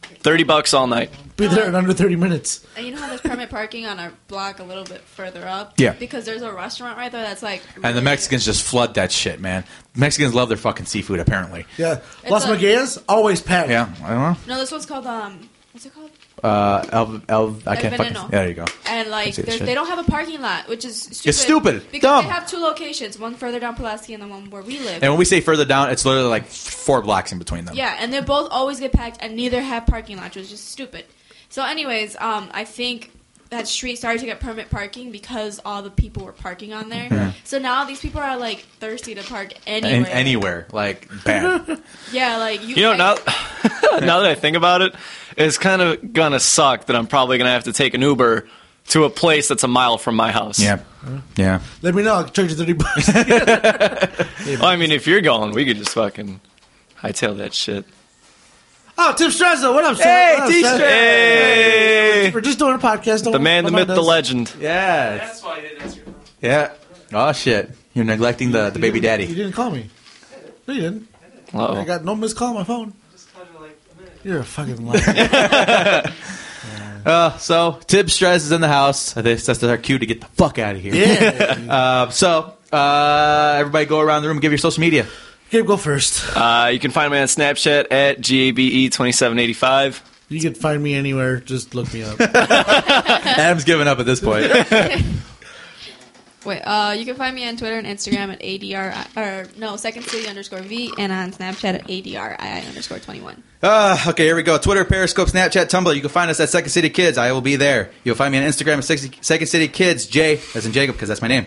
[SPEAKER 3] Thirty bucks all night.
[SPEAKER 1] be there in under thirty minutes.
[SPEAKER 4] And uh, you know how there's permit parking on our block a little bit further up?
[SPEAKER 2] Yeah.
[SPEAKER 4] Because there's a restaurant right there that's like.
[SPEAKER 2] and the Mexicans just flood that shit, man. Mexicans love their fucking seafood, apparently.
[SPEAKER 1] Yeah,
[SPEAKER 4] It's
[SPEAKER 1] Las
[SPEAKER 4] a-
[SPEAKER 1] Magallas always packed.
[SPEAKER 2] Yeah, I don't know.
[SPEAKER 4] No, this one's called um. What's it called?
[SPEAKER 2] Uh, El, El, I can't
[SPEAKER 4] El
[SPEAKER 2] fucking.
[SPEAKER 4] Veneno.
[SPEAKER 2] Yeah, there you go.
[SPEAKER 4] And like
[SPEAKER 2] see the
[SPEAKER 4] there's-
[SPEAKER 2] shit.
[SPEAKER 4] they don't have a parking lot, which is stupid.
[SPEAKER 2] stupid.
[SPEAKER 4] Because
[SPEAKER 2] Dumb.
[SPEAKER 4] they have two locations, one further down Pulaski and the one where we live.
[SPEAKER 2] And when we say further down, it's literally like four blocks in between them.
[SPEAKER 4] Yeah, and they both always get packed, and neither have parking lots, which is just stupid. So, anyways, um, I think that street started to get permit parking because all the people were parking on there. So now these people are like thirsty to park anywhere.
[SPEAKER 2] Mm-hmm. And anywhere, like bam.
[SPEAKER 4] Yeah, like you.
[SPEAKER 3] You know
[SPEAKER 4] I-
[SPEAKER 3] now now that I think about it, it's kind of gonna suck that I'm probably gonna have to take an Uber to a place that's a mile from my house.
[SPEAKER 2] yeah, yeah.
[SPEAKER 1] Let me know. I'll charge you thirty bucks.
[SPEAKER 3] I mean, if you're going, we could just fucking hightail that shit.
[SPEAKER 1] oh, Tim Strazza, what up, sir? Hey, Tim
[SPEAKER 3] Hey!
[SPEAKER 1] We're just doing a podcast. Don't
[SPEAKER 3] The man, the
[SPEAKER 1] don't mind
[SPEAKER 3] myth, the
[SPEAKER 1] us.
[SPEAKER 3] legend.
[SPEAKER 2] Yeah. That's why I didn't ask Yeah. Oh shit. You're neglecting the, the
[SPEAKER 1] You
[SPEAKER 2] baby
[SPEAKER 1] didn't- You
[SPEAKER 2] daddy.
[SPEAKER 1] didn't call me. No, you didn't. I
[SPEAKER 3] Uh-oh.
[SPEAKER 1] got no missed call on my phone. You're a fucking liar.
[SPEAKER 2] Uh, so Tib Stress is in the house. I think that's our cue to get the fuck out of here.
[SPEAKER 1] yeah.
[SPEAKER 2] Uh, so uh, everybody go around the room, give your social media.
[SPEAKER 1] Gabe, go first.
[SPEAKER 3] Uh, you can find me on Snapchat at E GABE2785.
[SPEAKER 1] You can find me anywhere. Just look me up.
[SPEAKER 2] Adam's giving up at this point.
[SPEAKER 4] Wait, uh, you can find me on Twitter and Instagram at adr or no second city underscore v and on Snapchat at adrii underscore twenty one.
[SPEAKER 2] Uh, okay, here we go. Twitter, Periscope, Snapchat, Tumblr. You can find us at Second City Kids. I will be there. You'll find me on Instagram at 60 Second City Kids, J, as in Jacob, because that's my name.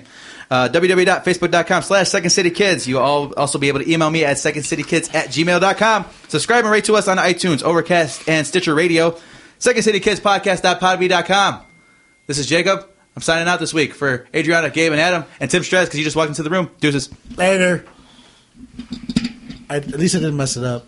[SPEAKER 2] Uh, www.facebook.com slash Second City Kids. You'll all also be able to email me at secondcitykids at gmail.com. Subscribe and rate to us on iTunes, Overcast, and Stitcher Radio. Second City Kids Podcast.podbee.com. This is Jacob. I'm signing out this week for Adriana, Gabe, and Adam, and Tim Stress, because he just walked into the room. Deuces.
[SPEAKER 1] Later. I, at least I didn't mess it up.